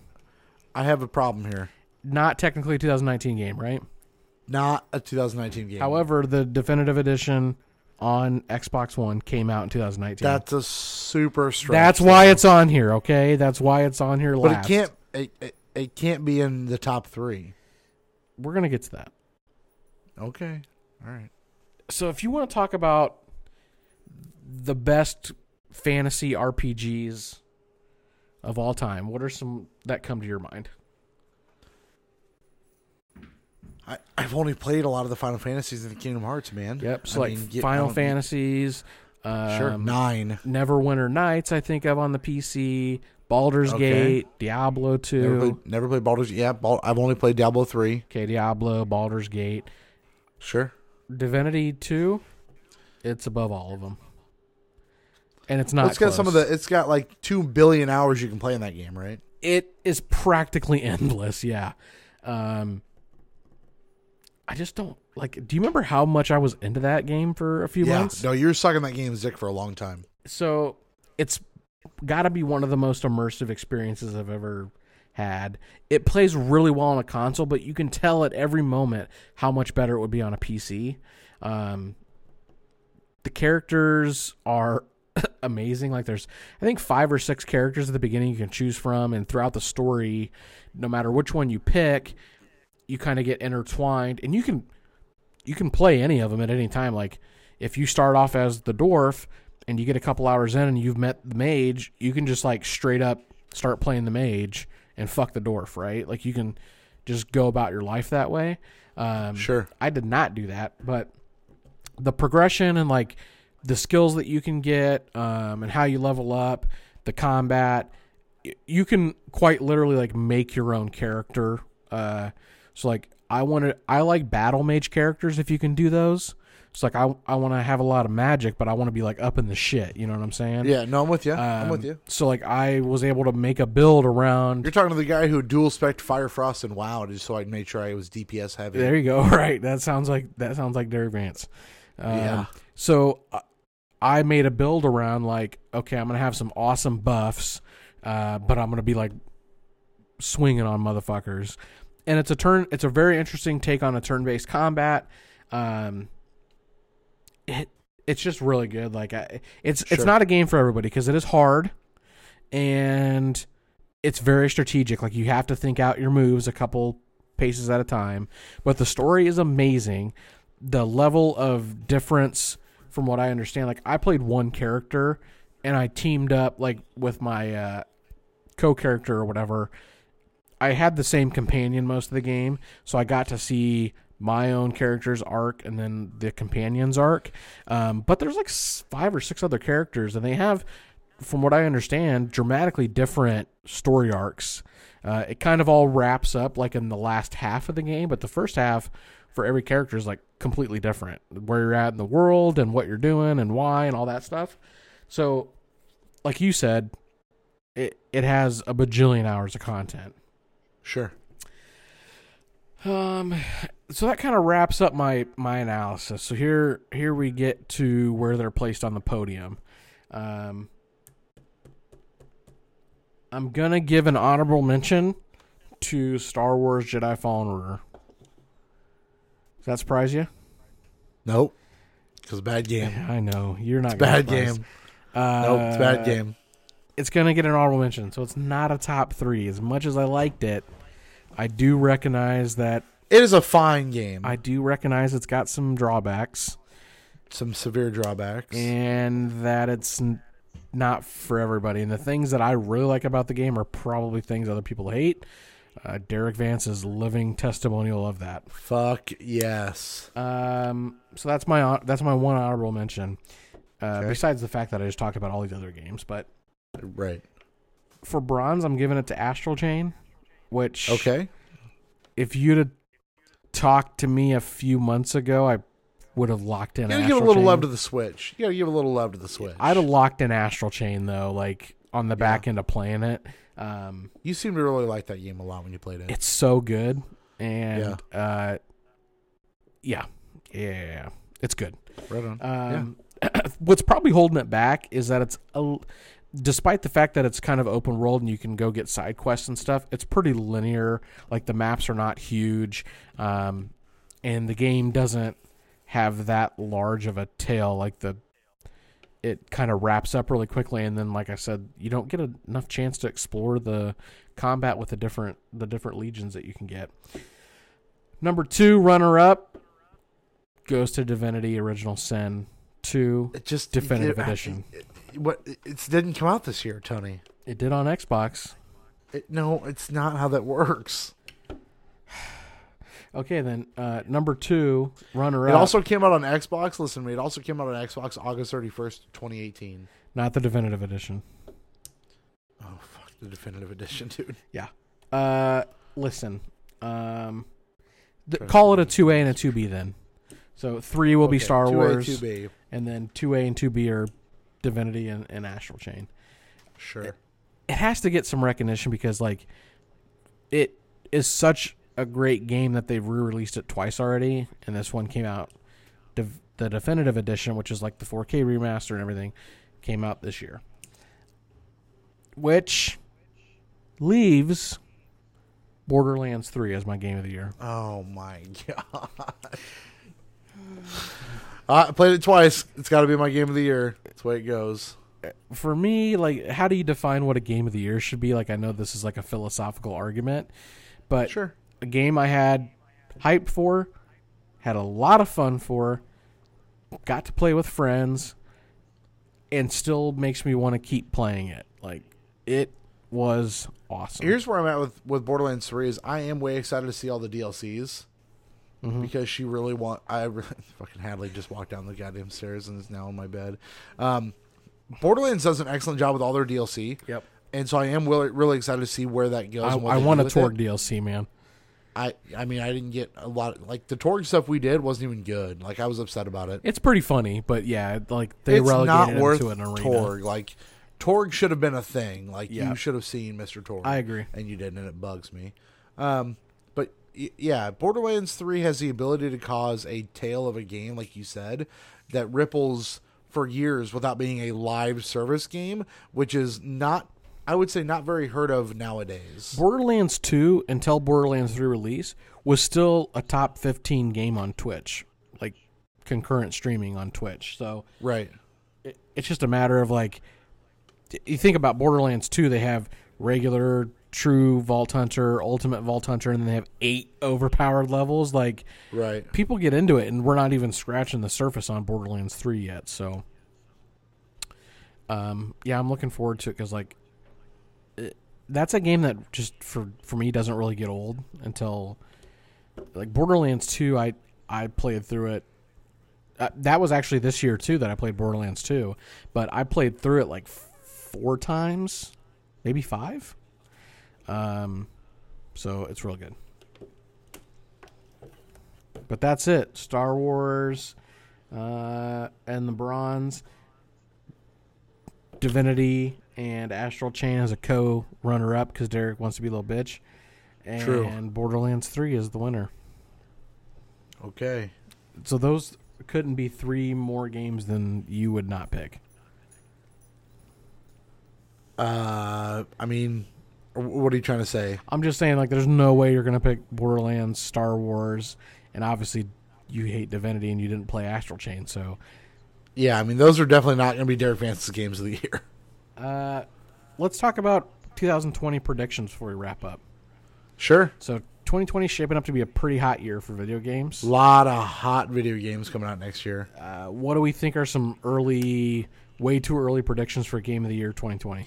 [SPEAKER 1] I have a problem here.
[SPEAKER 2] Not technically a 2019 game, right?
[SPEAKER 1] Not a 2019 game.
[SPEAKER 2] However, the Definitive Edition on Xbox One came out in 2019.
[SPEAKER 1] that's a super strong.
[SPEAKER 2] That's why it's on here, okay? That's why it's on here
[SPEAKER 1] But
[SPEAKER 2] last.
[SPEAKER 1] it can't. It, it, it can't be in the top three.
[SPEAKER 2] We're gonna get to that.
[SPEAKER 1] Okay. All right.
[SPEAKER 2] so if you want to talk about the best fantasy RPGs of all time, what are some that come to your mind?
[SPEAKER 1] I, I've only played a lot of the Final Fantasies and the Kingdom Hearts, man.
[SPEAKER 2] Yep. So
[SPEAKER 1] I
[SPEAKER 2] like
[SPEAKER 1] mean, get- I
[SPEAKER 2] Final
[SPEAKER 1] don't-
[SPEAKER 2] Fantasies, um,
[SPEAKER 1] Sure. Nine.
[SPEAKER 2] Neverwinter Nights, I think of on the PC, Baldur's
[SPEAKER 1] Okay.
[SPEAKER 2] Gate, Diablo
[SPEAKER 1] Never
[SPEAKER 2] two.
[SPEAKER 1] played, never played Baldur's. Yeah, Bal- I've only played Diablo three.
[SPEAKER 2] Okay, Diablo, Baldur's Gate,
[SPEAKER 1] Sure.
[SPEAKER 2] Divinity two. It's above all of them, and it's not.
[SPEAKER 1] It's got some of
[SPEAKER 2] close.
[SPEAKER 1] the. It's got like two billion hours you can play in that game, right?
[SPEAKER 2] it is practically endless. Yeah. Um, I just don't like. Do you remember how much I was into that game for a few
[SPEAKER 1] Yeah.
[SPEAKER 2] months?
[SPEAKER 1] No, you're sucking that game's dick for a long time.
[SPEAKER 2] So it's got to be one of the most immersive experiences I've ever had. It plays really well on a console, but you can tell at every moment how much better it would be on a PC. Um, the characters are amazing. Like there's, I think five or six characters at the beginning you can choose from, and throughout the story, no matter which one you pick, you kind of get intertwined, and you can you can play any of them at any time. Like if you start off as the dwarf, and you get a couple hours in and you've met the mage, you can just like straight up start playing the mage and fuck the dwarf, right? Like you can just go about your life that way. Um,
[SPEAKER 1] Sure.
[SPEAKER 2] I did not do that, but the progression and like the skills that you can get um, and how you level up, the combat, y- you can quite literally like make your own character. Uh, so like I want to, I like battle mage characters if you can do those. So like I I want to have a lot of magic, but I want to be like up in the shit. You know what I'm saying?
[SPEAKER 1] Yeah, no, I'm with you. I'm with
[SPEAKER 2] Um,
[SPEAKER 1] you.
[SPEAKER 2] So like I was able to make a build around.
[SPEAKER 1] You're talking to the guy who dual spec Fire Frost and WoW just so I'd make sure I was DPS heavy.
[SPEAKER 2] There you go. Right. That sounds like that sounds like Derek Vance. Um,
[SPEAKER 1] Yeah.
[SPEAKER 2] So uh, I made a build around like, okay, I'm gonna have some awesome buffs, uh, but I'm gonna be like swinging on motherfuckers. And it's a turn. It's a very interesting take on a turn-based combat. Um, it it's just really good. Like I, it's it's
[SPEAKER 1] Sure.
[SPEAKER 2] not a game for everybody because it is hard, and it's very strategic. Like you have to think out your moves a couple paces at a time. But the story is amazing. The level of difference from what I understand, like I played one character and I teamed up like with my uh, co-character or whatever. I had the same companion most of the game, so I got to see my own character's arc and then the companion's arc. Um, but there's like s- five or six other characters, and they have, from what I understand, dramatically different story arcs. Uh, it kind of all wraps up like in the last half of the game, but the first half for every character is like completely different. Where you're at in the world and what you're doing and why and all that stuff. So, like you said, it it has a bajillion hours of content.
[SPEAKER 1] Sure.
[SPEAKER 2] Um, so that kind of wraps up my my analysis. So here here we get to where they're placed on the podium. Um, I'm gonna give an honorable mention to Star Wars Jedi Fallen Order. Does that surprise you?
[SPEAKER 1] Nope. Because bad game.
[SPEAKER 2] I know you're not gonna
[SPEAKER 1] Bad
[SPEAKER 2] surprise.
[SPEAKER 1] game.
[SPEAKER 2] Uh,
[SPEAKER 1] Nope, it's bad game.
[SPEAKER 2] It's gonna get an honorable mention, so it's not a top three. As much as I liked it, I do recognize that
[SPEAKER 1] It is a fine game.
[SPEAKER 2] I do recognize it's got some drawbacks.
[SPEAKER 1] Some severe drawbacks.
[SPEAKER 2] and that it's n- not for everybody. And the things that I really like about the game are probably things other people hate. Uh, Derek Vance is living testimonial of that.
[SPEAKER 1] Fuck yes.
[SPEAKER 2] Um, so that's my hon- that's my one honorable mention. Uh, Besides the fact that I just talked about all these other games, but
[SPEAKER 1] Right.
[SPEAKER 2] for bronze, I'm giving it to Astral Chain, which
[SPEAKER 1] Okay.
[SPEAKER 2] if you'd have talked to me a few months ago, I would have locked in.
[SPEAKER 1] You gotta
[SPEAKER 2] Astral
[SPEAKER 1] give a little
[SPEAKER 2] Chain.
[SPEAKER 1] love to the Switch. You gotta give a little love to the Switch.
[SPEAKER 2] I'd have locked in Astral Chain though, like on the back end of playing it. Um,
[SPEAKER 1] You seem to really like that game a lot when you played it.
[SPEAKER 2] it's so good, and yeah, uh, yeah, yeah, yeah, yeah. it's good.
[SPEAKER 1] Right on.
[SPEAKER 2] Um, what's probably holding it back is that it's a, l- despite the fact that it's kind of open world and you can go get side quests and stuff, it's pretty linear. Like the maps are not huge, um, and the game doesn't have that large of a tail. Like the it kind of wraps up really quickly, and then like I said, you don't get enough chance to explore the combat with the different the different legions that you can get. Number two, runner up goes to Divinity: Original Sin two.
[SPEAKER 1] it just
[SPEAKER 2] Definitive
[SPEAKER 1] it-
[SPEAKER 2] Edition.
[SPEAKER 1] it- what it didn't come out this year, Tony.
[SPEAKER 2] It did on Xbox.
[SPEAKER 1] It, no, it's not how that works.
[SPEAKER 2] Okay, then uh, number two, runner
[SPEAKER 1] It
[SPEAKER 2] up.
[SPEAKER 1] also came out on Xbox. Listen to me. It also came out on Xbox August 31st, 2018.
[SPEAKER 2] not the definitive edition.
[SPEAKER 1] Oh, fuck. The definitive edition, dude.
[SPEAKER 2] Yeah. Uh, listen, um, th- call it a two A and a two B then. So three will be
[SPEAKER 1] Okay,
[SPEAKER 2] Star
[SPEAKER 1] 2A,
[SPEAKER 2] Wars,
[SPEAKER 1] 2B.
[SPEAKER 2] and then two A and two B are Divinity and, and Astral Chain.
[SPEAKER 1] Sure.
[SPEAKER 2] it has to get some recognition because like it is such a great game that they've re-released it twice already and this one came out div- the definitive edition which is like the 4k remaster and everything came out this year which leaves borderlands 3 as my game of the year
[SPEAKER 1] Oh, my God. I played it twice. It's got to be my game of the year. That's the way it goes.
[SPEAKER 2] for me, like, how do you define what a game of the year should be? Like, I know this is like a philosophical argument, but
[SPEAKER 1] Sure.
[SPEAKER 2] a game I had hype for, had a lot of fun for, got to play with friends, and still makes me want to keep playing it. Like it was awesome.
[SPEAKER 1] Here's where I'm at with with Borderlands 3 is I am way excited to see all the DLCs
[SPEAKER 2] Mm-hmm.
[SPEAKER 1] because she really want I re- fucking Hadley just walked down the goddamn stairs and is now in my bed. Um, Borderlands does an excellent job with all their DLC.
[SPEAKER 2] Yep.
[SPEAKER 1] And so I am really, really excited to see where that goes.
[SPEAKER 2] I,
[SPEAKER 1] and what
[SPEAKER 2] I
[SPEAKER 1] they do
[SPEAKER 2] want a
[SPEAKER 1] with
[SPEAKER 2] Torg
[SPEAKER 1] it.
[SPEAKER 2] DLC, man.
[SPEAKER 1] I I mean I didn't get a lot like the Torg stuff we did wasn't even good. Like I was upset about it.
[SPEAKER 2] It's pretty funny, but yeah, like they
[SPEAKER 1] it's not
[SPEAKER 2] relegated
[SPEAKER 1] worth
[SPEAKER 2] him to an arena.
[SPEAKER 1] Torg. Like Torg should have been a thing. Like
[SPEAKER 2] Yeah.
[SPEAKER 1] you should have seen Mr. Torg.
[SPEAKER 2] I agree.
[SPEAKER 1] and you didn't, and it bugs me. Um, but y- yeah, Borderlands Three has the ability to cause a tale of a game, like you said, that ripples for years without being a live service game, which is not, I would say, not very heard of nowadays.
[SPEAKER 2] Borderlands 2 until Borderlands 3 release was still a top 15 game on Twitch, like concurrent streaming on Twitch. So
[SPEAKER 1] Right.
[SPEAKER 2] it- it's just a matter of like you think about Borderlands 2, they have regular, true Vault Hunter, Ultimate Vault Hunter, and then they have eight overpowered levels. Like
[SPEAKER 1] Right.
[SPEAKER 2] people get into it, and we're not even scratching the surface on Borderlands 3 yet. So, um, yeah, I'm looking forward to it because like it- that's a game that just for for me doesn't really get old until like Borderlands 2. I I played through it. Uh, that was actually this year too that I played Borderlands 2, but I played through it like f- four times, maybe five. Um, so it's real good. But that's it. Star Wars uh, and the Bronze, Divinity, and Astral Chain as a co runner up because Derek wants to be a little bitch. And
[SPEAKER 1] True.
[SPEAKER 2] Borderlands 3 is the winner.
[SPEAKER 1] Okay.
[SPEAKER 2] So those couldn't be three more games than you would not pick.
[SPEAKER 1] Uh, I mean, wh- what are you trying to say?
[SPEAKER 2] I'm just saying, like, there's no way you're gonna pick Borderlands, Star Wars, and obviously you hate Divinity and you didn't play Astral Chain. So,
[SPEAKER 1] Yeah, I mean, those are definitely not going to be Derek Vance's games of the year.
[SPEAKER 2] uh, let's talk about 2020 predictions before we wrap up.
[SPEAKER 1] Sure.
[SPEAKER 2] So, 2020 is shaping up to be a pretty hot year for video games.
[SPEAKER 1] lot of hot video games coming out next year.
[SPEAKER 2] Uh, what do we think are some early, way too early predictions for Game of the Year 2020?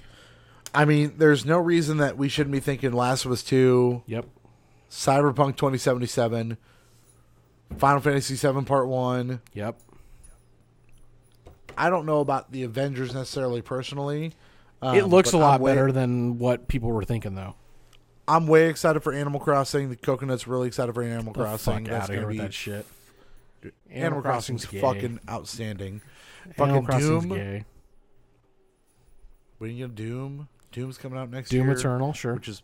[SPEAKER 1] I mean, there's no reason that we shouldn't be thinking Last of Us 2,
[SPEAKER 2] Yep.
[SPEAKER 1] Cyberpunk 2077, Final Fantasy 7 Part 1.
[SPEAKER 2] Yep.
[SPEAKER 1] I don't know about the Avengers necessarily personally. Um,
[SPEAKER 2] it looks a
[SPEAKER 1] but
[SPEAKER 2] lot
[SPEAKER 1] I'm way-
[SPEAKER 2] better than what people were thinking, though.
[SPEAKER 1] I'm way excited for Animal Crossing. The Coconut's really excited for Animal
[SPEAKER 2] The
[SPEAKER 1] Crossing.
[SPEAKER 2] fuck
[SPEAKER 1] That's
[SPEAKER 2] outta here
[SPEAKER 1] going to be
[SPEAKER 2] with that shit.
[SPEAKER 1] Animal Crossing's
[SPEAKER 2] gay.
[SPEAKER 1] fucking outstanding.
[SPEAKER 2] Animal
[SPEAKER 1] fucking
[SPEAKER 2] Crossing's
[SPEAKER 1] Doom.
[SPEAKER 2] gay.
[SPEAKER 1] When you get Doom, Doom's coming out next
[SPEAKER 2] Doom
[SPEAKER 1] year.
[SPEAKER 2] Eternal, sure.
[SPEAKER 1] which is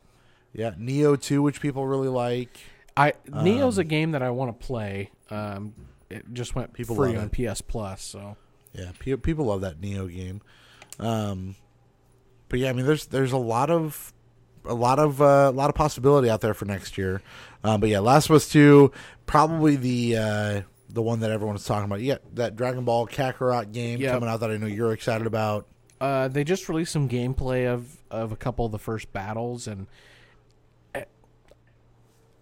[SPEAKER 1] yeah, Neo 2, which people really like.
[SPEAKER 2] I Neo's
[SPEAKER 1] Um,
[SPEAKER 2] a game that I want to play. Um, it just went
[SPEAKER 1] People
[SPEAKER 2] free
[SPEAKER 1] love
[SPEAKER 2] on
[SPEAKER 1] it.
[SPEAKER 2] PS Plus, so
[SPEAKER 1] Yeah, pe- people love that Neo game. Um, but yeah, I mean, there's there's a lot of a lot of uh, a lot of possibility out there for next year. Um, but yeah, Last of Us Two, probably the uh, the one that everyone's talking about. Yeah, that Dragon Ball Kakarot game
[SPEAKER 2] Yep.
[SPEAKER 1] coming out that I know you're excited about.
[SPEAKER 2] uh, they just released some gameplay of of a couple of the first battles, and I-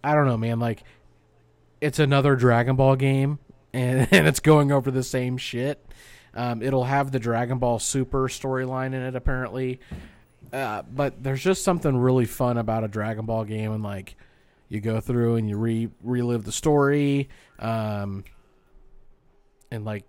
[SPEAKER 2] I don't know, man. Like, it's another Dragon Ball game, and, and it's going over the same shit. Um, it'll have the Dragon Ball Super storyline in it, apparently. Uh, but there's just something really fun about a Dragon Ball game, and like, you go through and you re relive the story, um, and like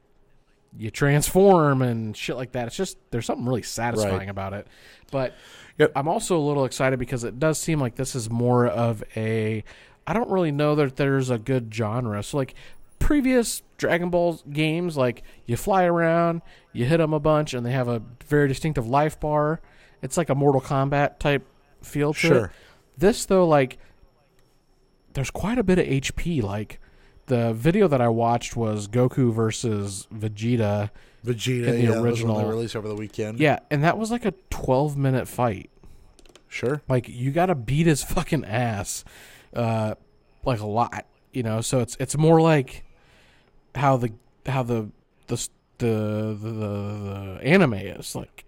[SPEAKER 2] you transform and shit like that. It's just there's something really satisfying
[SPEAKER 1] Right.
[SPEAKER 2] about it. But
[SPEAKER 1] Yep.
[SPEAKER 2] I'm also a little excited because it does seem like this is more of a I don't really know that there's a good genre. So like previous Dragon Ball games like you fly around, you hit them a bunch and they have a very distinctive life bar. It's like a Mortal Kombat type feel to it.
[SPEAKER 1] Sure.
[SPEAKER 2] This though like there's quite a bit of HP like the video that I watched was Goku versus Vegeta.
[SPEAKER 1] Vegeta,
[SPEAKER 2] In the
[SPEAKER 1] yeah, that was one
[SPEAKER 2] original.
[SPEAKER 1] they released over the weekend.
[SPEAKER 2] Yeah, and that was like a 12 minute fight.
[SPEAKER 1] sure.
[SPEAKER 2] Like you got to beat his fucking ass, uh, like a lot, you know. So it's it's more like how the how the the s- the the, the, the anime is like.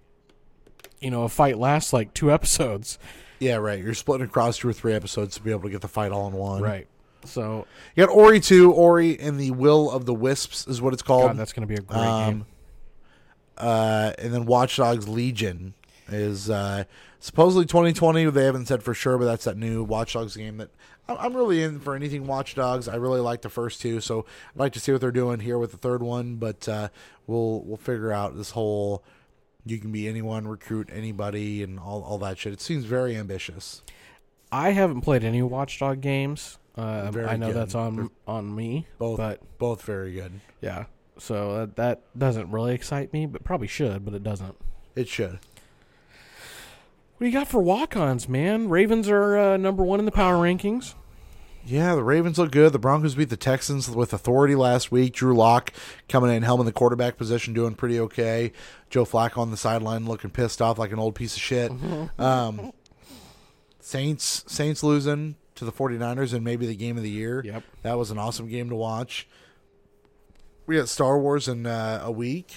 [SPEAKER 2] You know, a fight lasts like two episodes,
[SPEAKER 1] Yeah, right. You're splitting across two or three episodes to be able to get the fight all in one.
[SPEAKER 2] So,
[SPEAKER 1] You got Ori two, Ori and the Will of the Wisps is what it's called.
[SPEAKER 2] God, that's gonna be a great
[SPEAKER 1] Um,
[SPEAKER 2] game.
[SPEAKER 1] Uh, and then Watch Dogs Legion is uh, supposedly 2020. They haven't said for sure, but that's that new Watch Dogs game that I- I'm really in for anything Watch Dogs. I really like the first two, so I'd like to see what they're doing here with the third one. But uh, we'll we'll figure out this whole you can be anyone, recruit anybody, and all all that shit. It seems very ambitious.
[SPEAKER 2] I haven't played any Watchdog games. Uh,
[SPEAKER 1] Very
[SPEAKER 2] I know
[SPEAKER 1] good.
[SPEAKER 2] that's on on me,
[SPEAKER 1] Both
[SPEAKER 2] but
[SPEAKER 1] both very good.
[SPEAKER 2] yeah. So that, that doesn't really excite me, but probably should, but it doesn't.
[SPEAKER 1] It should.
[SPEAKER 2] What do you got for walk-ons, man? Ravens are uh, number one in the power rankings.
[SPEAKER 1] Yeah, the Ravens look good. The Broncos beat the Texans with authority last week. Drew Lock coming in, helming the quarterback position, doing pretty okay. Joe Flacco on the sideline looking pissed off like an old piece of shit. Um, Saints Saints losing to the 49ers and maybe the game of the year.
[SPEAKER 2] Yep.
[SPEAKER 1] That was an awesome game to watch. We got Star Wars in uh, a week.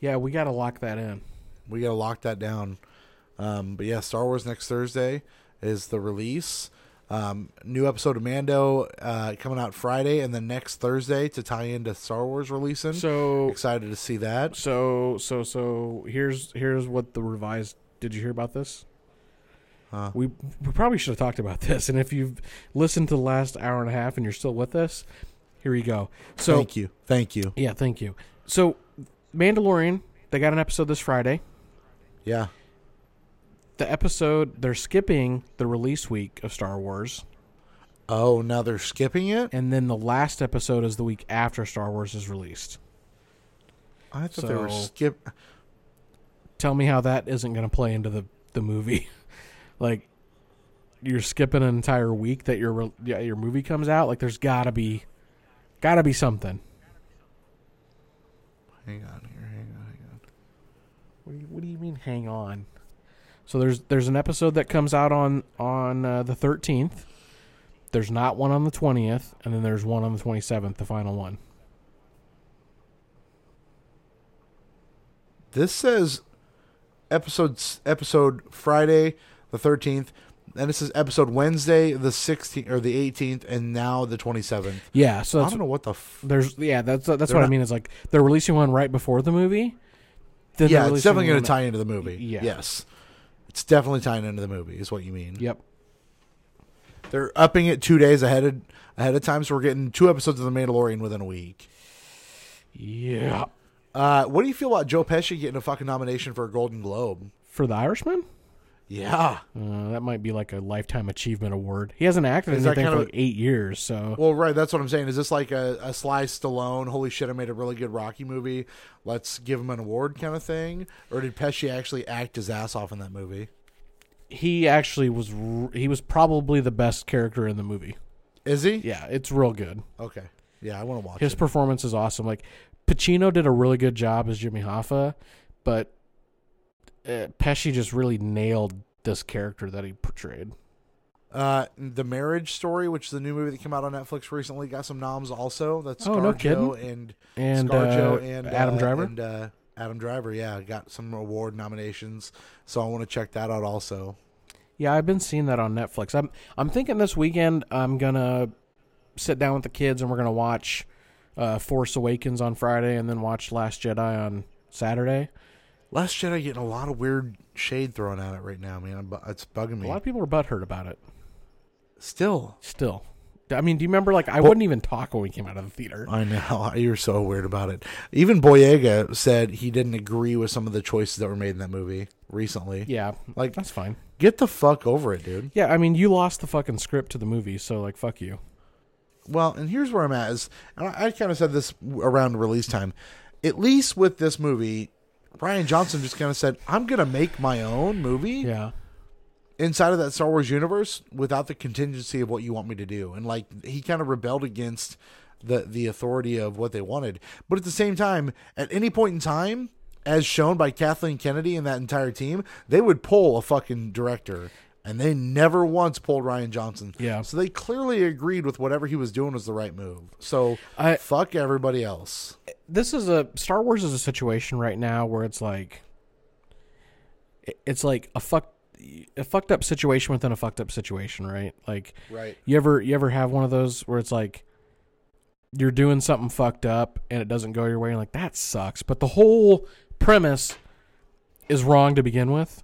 [SPEAKER 2] Yeah, we got to lock that in.
[SPEAKER 1] we gotta lock that down. Um, but yeah, Star Wars next Thursday is the release. Um, new episode of Mando uh, coming out Friday, and then next Thursday to tie into Star Wars releasing.
[SPEAKER 2] Mm-hmm. So
[SPEAKER 1] excited to see that.
[SPEAKER 2] so so so here's here's what the revised did you hear about this
[SPEAKER 1] Huh.
[SPEAKER 2] we, we probably should have talked about this and if you've listened to the last hour and a half and you're still with us here you go so
[SPEAKER 1] thank you, thank you.
[SPEAKER 2] yeah thank you so mandalorian they got an episode this friday
[SPEAKER 1] Yeah,
[SPEAKER 2] the episode they're skipping the release week of star wars
[SPEAKER 1] Oh, now they're skipping it.
[SPEAKER 2] and then the last episode is the week after star wars is released
[SPEAKER 1] I thought they were
[SPEAKER 2] So-
[SPEAKER 1] skip.
[SPEAKER 2] tell me how that isn't going to play into the the movie. like you're skipping an entire week that your re- yeah, your movie comes out. Like there's got to be got to be something.
[SPEAKER 1] Hang on here. Hang on. Hang on.
[SPEAKER 2] What do you, what do you mean hang on? So there's there's an episode that comes out on on uh, the 13th. There's not one on the 20th and then there's one on the 27th, the final one.
[SPEAKER 1] This says episode episode Friday the thirteenth, and this is episode Wednesday the sixteenth or the eighteenth, and now the twenty seventh.
[SPEAKER 2] Yeah, so
[SPEAKER 1] I
[SPEAKER 2] that's
[SPEAKER 1] don't know what the. F-
[SPEAKER 2] there's yeah, that's that's
[SPEAKER 1] They're
[SPEAKER 2] what I
[SPEAKER 1] not-
[SPEAKER 2] mean. It's like they're releasing one right before the movie. Then they're
[SPEAKER 1] yeah, it's
[SPEAKER 2] releasing
[SPEAKER 1] definitely going
[SPEAKER 2] one-
[SPEAKER 1] to tie into the movie.
[SPEAKER 2] Yeah.
[SPEAKER 1] Yes, it's definitely tying into the movie. Is what you mean?
[SPEAKER 2] Yep.
[SPEAKER 1] They're upping it two days ahead of ahead of time, so we're getting two episodes of The Mandalorian within a week.
[SPEAKER 2] Yeah.
[SPEAKER 1] Uh, what do you feel about Joe Pesci getting a fucking nomination for a Golden Globe?
[SPEAKER 2] For the Irishman?
[SPEAKER 1] Yeah.
[SPEAKER 2] Uh, that might be like a lifetime achievement award. He hasn't acted in
[SPEAKER 1] Is that
[SPEAKER 2] anything
[SPEAKER 1] kind
[SPEAKER 2] for
[SPEAKER 1] of-
[SPEAKER 2] like eight years, so
[SPEAKER 1] Well, right. That's what I'm saying. Is this like a, a Sly Stallone? Holy shit! I made a really good Rocky movie. Let's give him an award, kind of thing. Or did Pesci actually act his ass off in that movie?
[SPEAKER 2] he actually was. r- He was probably the best character in the movie.
[SPEAKER 1] Is he?
[SPEAKER 2] Yeah, it's real good.
[SPEAKER 1] Okay. Yeah, I want to watch
[SPEAKER 2] His
[SPEAKER 1] it.
[SPEAKER 2] performance is awesome. Like Pacino did a really good job as Jimmy Hoffa, but uh, Pesci just really nailed this character that he portrayed.
[SPEAKER 1] Uh, the Marriage Story, which is the new movie that came out on Netflix recently, got some noms also. That's
[SPEAKER 2] Oh, no
[SPEAKER 1] ScarJo and
[SPEAKER 2] And,
[SPEAKER 1] ScarJo
[SPEAKER 2] uh,
[SPEAKER 1] and uh,
[SPEAKER 2] Adam Driver?
[SPEAKER 1] and uh, Adam Driver. Yeah, got some award nominations, so I want to check that out also.
[SPEAKER 2] Yeah, I've been seeing that on Netflix. I'm I'm thinking this weekend I'm gonna sit down with the kids and we're gonna watch uh, Force Awakens on Friday and then watch Last Jedi on Saturday.
[SPEAKER 1] Last Jedi getting a lot of weird shade thrown at it right now, man. I'm bu- It's bugging
[SPEAKER 2] A lot
[SPEAKER 1] me.
[SPEAKER 2] of people are butthurt about it.
[SPEAKER 1] Still,
[SPEAKER 2] Still, I mean, do you remember? Like, I wouldn't even talk when we came out of the theater.
[SPEAKER 1] I know you're so weird about it. Even Boyega said he didn't agree with some of the choices that were made in that movie recently.
[SPEAKER 2] Yeah,
[SPEAKER 1] Like-
[SPEAKER 2] that's fine.
[SPEAKER 1] Get the fuck over it, dude.
[SPEAKER 2] Yeah, I mean, you lost the fucking script to the movie, so like, fuck you.
[SPEAKER 1] well, and here's where I'm at is, and I, I kind of said this around release time. At least with this movie, Ryan Johnson just kind of said, "I'm gonna make my own movie
[SPEAKER 2] Yeah,
[SPEAKER 1] inside of that Star Wars universe without the contingency of what you want me to do." And like he kind of rebelled against the the authority of what they wanted. But at the same time, at any point in time, as shown by Kathleen Kennedy and that entire team, they would pull a fucking director. And they never once pulled Ryan Johnson.
[SPEAKER 2] Yeah.
[SPEAKER 1] So they clearly agreed with whatever he was doing was the right move. So
[SPEAKER 2] I-
[SPEAKER 1] fuck everybody else.
[SPEAKER 2] this is a Star Wars is a situation right now where it's like, it- it's like a fuck, a fucked up situation within a fucked up situation, right? Like,
[SPEAKER 1] Right.
[SPEAKER 2] You ever you ever have one of those where it's like you're doing something fucked up and it doesn't go your way, and like that sucks. But the whole premise is wrong to begin with.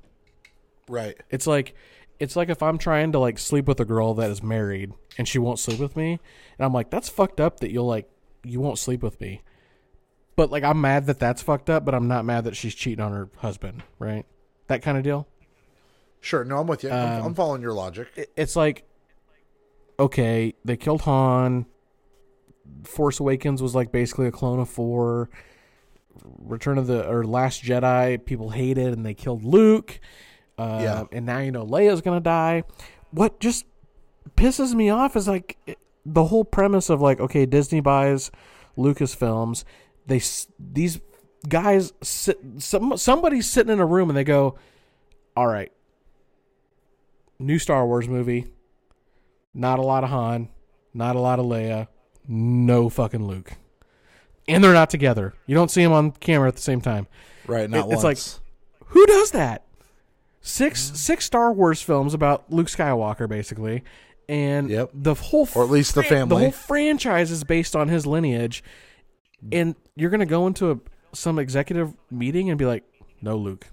[SPEAKER 1] Right.
[SPEAKER 2] It's like it's like if I'm trying to like sleep with a girl that is married and she won't sleep with me, and I'm like, that's fucked up that you'll like you won't sleep with me. But like I'm mad that that's fucked up, but I'm not mad that she's cheating on her husband, right? That kind of deal.
[SPEAKER 1] Sure. No, I'm with you.
[SPEAKER 2] Um,
[SPEAKER 1] I'm, I'm following your logic.
[SPEAKER 2] It- It's like okay, they killed Han. Force Awakens was like basically a clone of 4. Return of the or Last Jedi, people hated and they killed Luke. Uh,
[SPEAKER 1] Yeah.
[SPEAKER 2] And now you know Leia's gonna die. What just pisses me off is like it- the whole premise of like okay, Disney buys Lucasfilms. They s- these guys sit some somebody's sitting in a room and they go, all right, new Star Wars movie. Not a lot of Han, not a lot of Leia, no fucking Luke. And they're not together. You don't see them on camera at the same time.
[SPEAKER 1] Right.
[SPEAKER 2] It- it's like- Who does that? Six
[SPEAKER 1] Mm.
[SPEAKER 2] six Star Wars films about Luke Skywalker basically, and
[SPEAKER 1] Yep.
[SPEAKER 2] the whole
[SPEAKER 1] Or at least the
[SPEAKER 2] the
[SPEAKER 1] family.
[SPEAKER 2] whole franchise is based on his lineage. And you're gonna go into a, some executive meeting and be like, "No, Luke."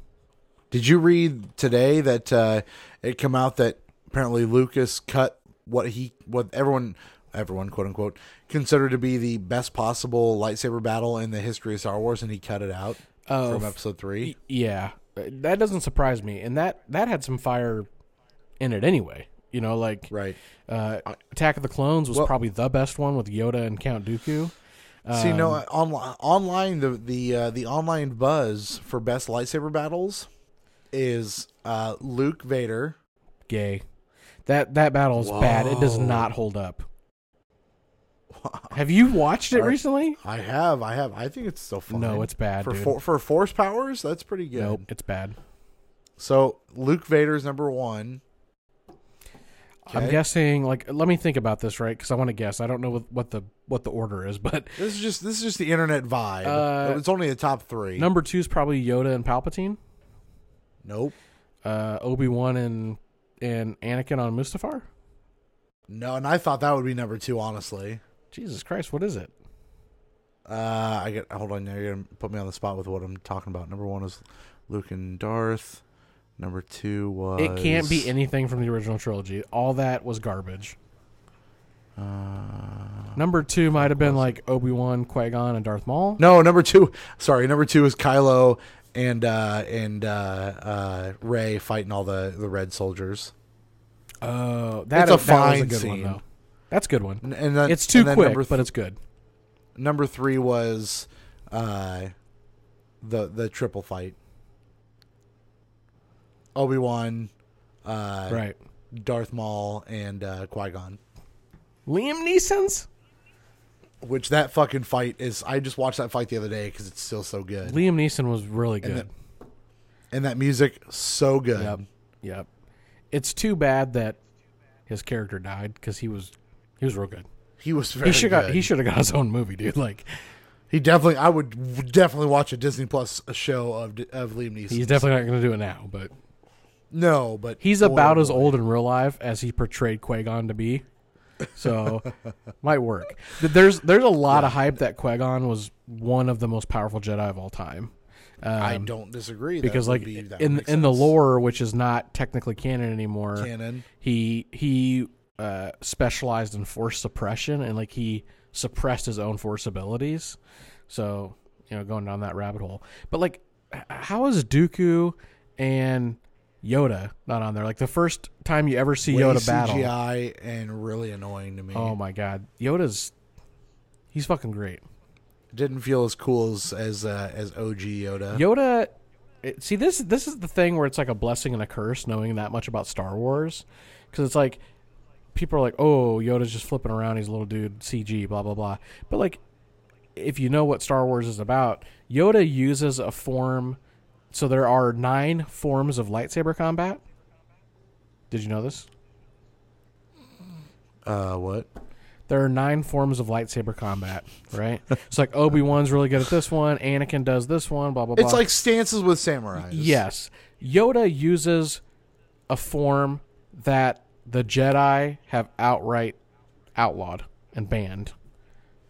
[SPEAKER 1] Did you read today that uh, it come out that apparently Lucas cut what he what everyone everyone quote unquote considered to be the best possible lightsaber battle in the history of Star Wars, and he cut it out
[SPEAKER 2] Oh,
[SPEAKER 1] from Episode Three.
[SPEAKER 2] Yeah, that doesn't surprise me. And that that had some fire in it anyway. You know, like
[SPEAKER 1] Right.
[SPEAKER 2] uh, Attack of the Clones was probably the best one with Yoda and Count Dooku. Um,
[SPEAKER 1] See, no, online, online the the uh, the online buzz for best lightsaber battles is uh, Luke Vader.
[SPEAKER 2] Gay. That that battle is bad. It does not hold up. Have you watched it
[SPEAKER 1] Alright.
[SPEAKER 2] recently?
[SPEAKER 1] I have, I have. I think it's still fun.
[SPEAKER 2] No, it's bad,
[SPEAKER 1] for
[SPEAKER 2] dude.
[SPEAKER 1] For, for force powers. That's pretty good.
[SPEAKER 2] Nope, it's bad.
[SPEAKER 1] So Luke Vader's number one.
[SPEAKER 2] I'm
[SPEAKER 1] Okay.
[SPEAKER 2] guessing. Like, let me think about this, right? Because I want to guess. I don't know what, what the what the order is, but
[SPEAKER 1] This is just this is just the internet vibe.
[SPEAKER 2] Uh,
[SPEAKER 1] it's only the top three.
[SPEAKER 2] number two is probably Yoda and Palpatine.
[SPEAKER 1] nope.
[SPEAKER 2] Uh, Obi Wan and and Anakin on Mustafar.
[SPEAKER 1] No, and I thought that would be number two. Honestly,
[SPEAKER 2] Jesus Christ, what is it?
[SPEAKER 1] uh, I get. Hold on, now you're gonna put me on the spot with what I'm talking about. Number one is Luke and Darth. Number two was.
[SPEAKER 2] It can't be anything from the original trilogy. All that was garbage.
[SPEAKER 1] uh,
[SPEAKER 2] Number two might have been like Obi Wan, Qui Gon, and Darth Maul.
[SPEAKER 1] No, number two. Sorry, number two is Kylo and uh, and uh, uh, Ray fighting all the the red soldiers.
[SPEAKER 2] Oh,
[SPEAKER 1] It's a
[SPEAKER 2] that, that was a
[SPEAKER 1] fine
[SPEAKER 2] good one
[SPEAKER 1] scene.
[SPEAKER 2] though. That's a good one.
[SPEAKER 1] And, and then
[SPEAKER 2] it's too
[SPEAKER 1] and then
[SPEAKER 2] quick,
[SPEAKER 1] Number, th-
[SPEAKER 2] but it's good.
[SPEAKER 1] number three was uh, the the triple fight. Obi Wan, uh,
[SPEAKER 2] Right.
[SPEAKER 1] Darth Maul, and uh, Qui Gon.
[SPEAKER 2] Liam Neeson's
[SPEAKER 1] Which that fucking fight is. I just watched that fight the other day because it's still so good,
[SPEAKER 2] Liam Neeson was really good.
[SPEAKER 1] and that music so good.
[SPEAKER 2] Yep. Yep. It's too bad that his character died because he was he was real good.
[SPEAKER 1] He was very.
[SPEAKER 2] He should got
[SPEAKER 1] good.
[SPEAKER 2] he should have got his own movie, dude. Like
[SPEAKER 1] He definitely, I would w- definitely watch a Disney Plus show of of Liam Neeson.
[SPEAKER 2] he's definitely not going to do it now, but
[SPEAKER 1] no, but
[SPEAKER 2] He's
[SPEAKER 1] boy,
[SPEAKER 2] about
[SPEAKER 1] oh
[SPEAKER 2] as
[SPEAKER 1] boy.
[SPEAKER 2] old in real life as he portrayed Qui-Gon to be. So might work. Th- There's there's a lot of hype that Qui-Gon was one of the most powerful Jedi of all time. Um,
[SPEAKER 1] I don't disagree that
[SPEAKER 2] because
[SPEAKER 1] would
[SPEAKER 2] like
[SPEAKER 1] be-
[SPEAKER 2] in
[SPEAKER 1] that would
[SPEAKER 2] in
[SPEAKER 1] make
[SPEAKER 2] the
[SPEAKER 1] sense.
[SPEAKER 2] lore which is not technically canon anymore.
[SPEAKER 1] Canon.
[SPEAKER 2] He he uh, specialized in force suppression and like he suppressed his own force abilities. So, you know, going down that rabbit hole. But like h- how is Dooku and Yoda not on there? Like the first time you ever see
[SPEAKER 1] Way
[SPEAKER 2] Yoda battle.
[SPEAKER 1] CGI and really annoying to me.
[SPEAKER 2] Oh my god. Yoda's he's fucking great.
[SPEAKER 1] Didn't feel as cool as as, uh, as OG Yoda.
[SPEAKER 2] Yoda. It, see this this is the thing where it's like a blessing and a curse knowing that much about Star Wars, because it's like people are like, oh, Yoda's just flipping around. He's a little dude, CG, blah blah blah. But like, if you know what Star Wars is about, Yoda uses a form. So there are nine forms of lightsaber combat. Did you know this?
[SPEAKER 1] Uh, what?
[SPEAKER 2] there are nine forms of lightsaber combat, right? it's like Obi Wan's really good at this one, Anakin does this one, blah blah blah.
[SPEAKER 1] It's like stances with samurais.
[SPEAKER 2] Yes. Yoda uses a form that the Jedi have outright outlawed and banned.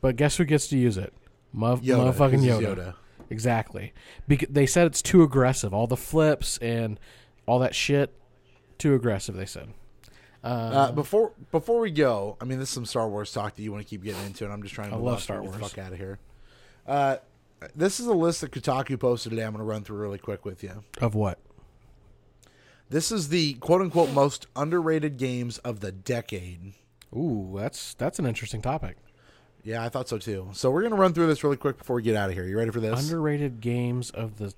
[SPEAKER 2] But guess who gets to use it? Motherfucking
[SPEAKER 1] Yoda,
[SPEAKER 2] motherfucking
[SPEAKER 1] this is
[SPEAKER 2] Yoda.
[SPEAKER 1] Yoda.
[SPEAKER 2] Exactly. Bec- they said it's too aggressive. All the flips and all that shit. Too aggressive. They said.
[SPEAKER 1] Uh, before before we go, I mean, this is some Star Wars talk that you want to keep getting into, and I'm just trying to
[SPEAKER 2] love
[SPEAKER 1] move on,
[SPEAKER 2] Star
[SPEAKER 1] get the
[SPEAKER 2] Wars.
[SPEAKER 1] fuck out of here. Uh, this is a list that Kotaku posted today. I'm going to run through really quick with you.
[SPEAKER 2] Of what?
[SPEAKER 1] This is the quote unquote most underrated games of the decade.
[SPEAKER 2] Ooh, that's that's an interesting topic.
[SPEAKER 1] Yeah, I thought so too. So we're going to run through this really quick before we get out of here. You ready for this?
[SPEAKER 2] Underrated games of the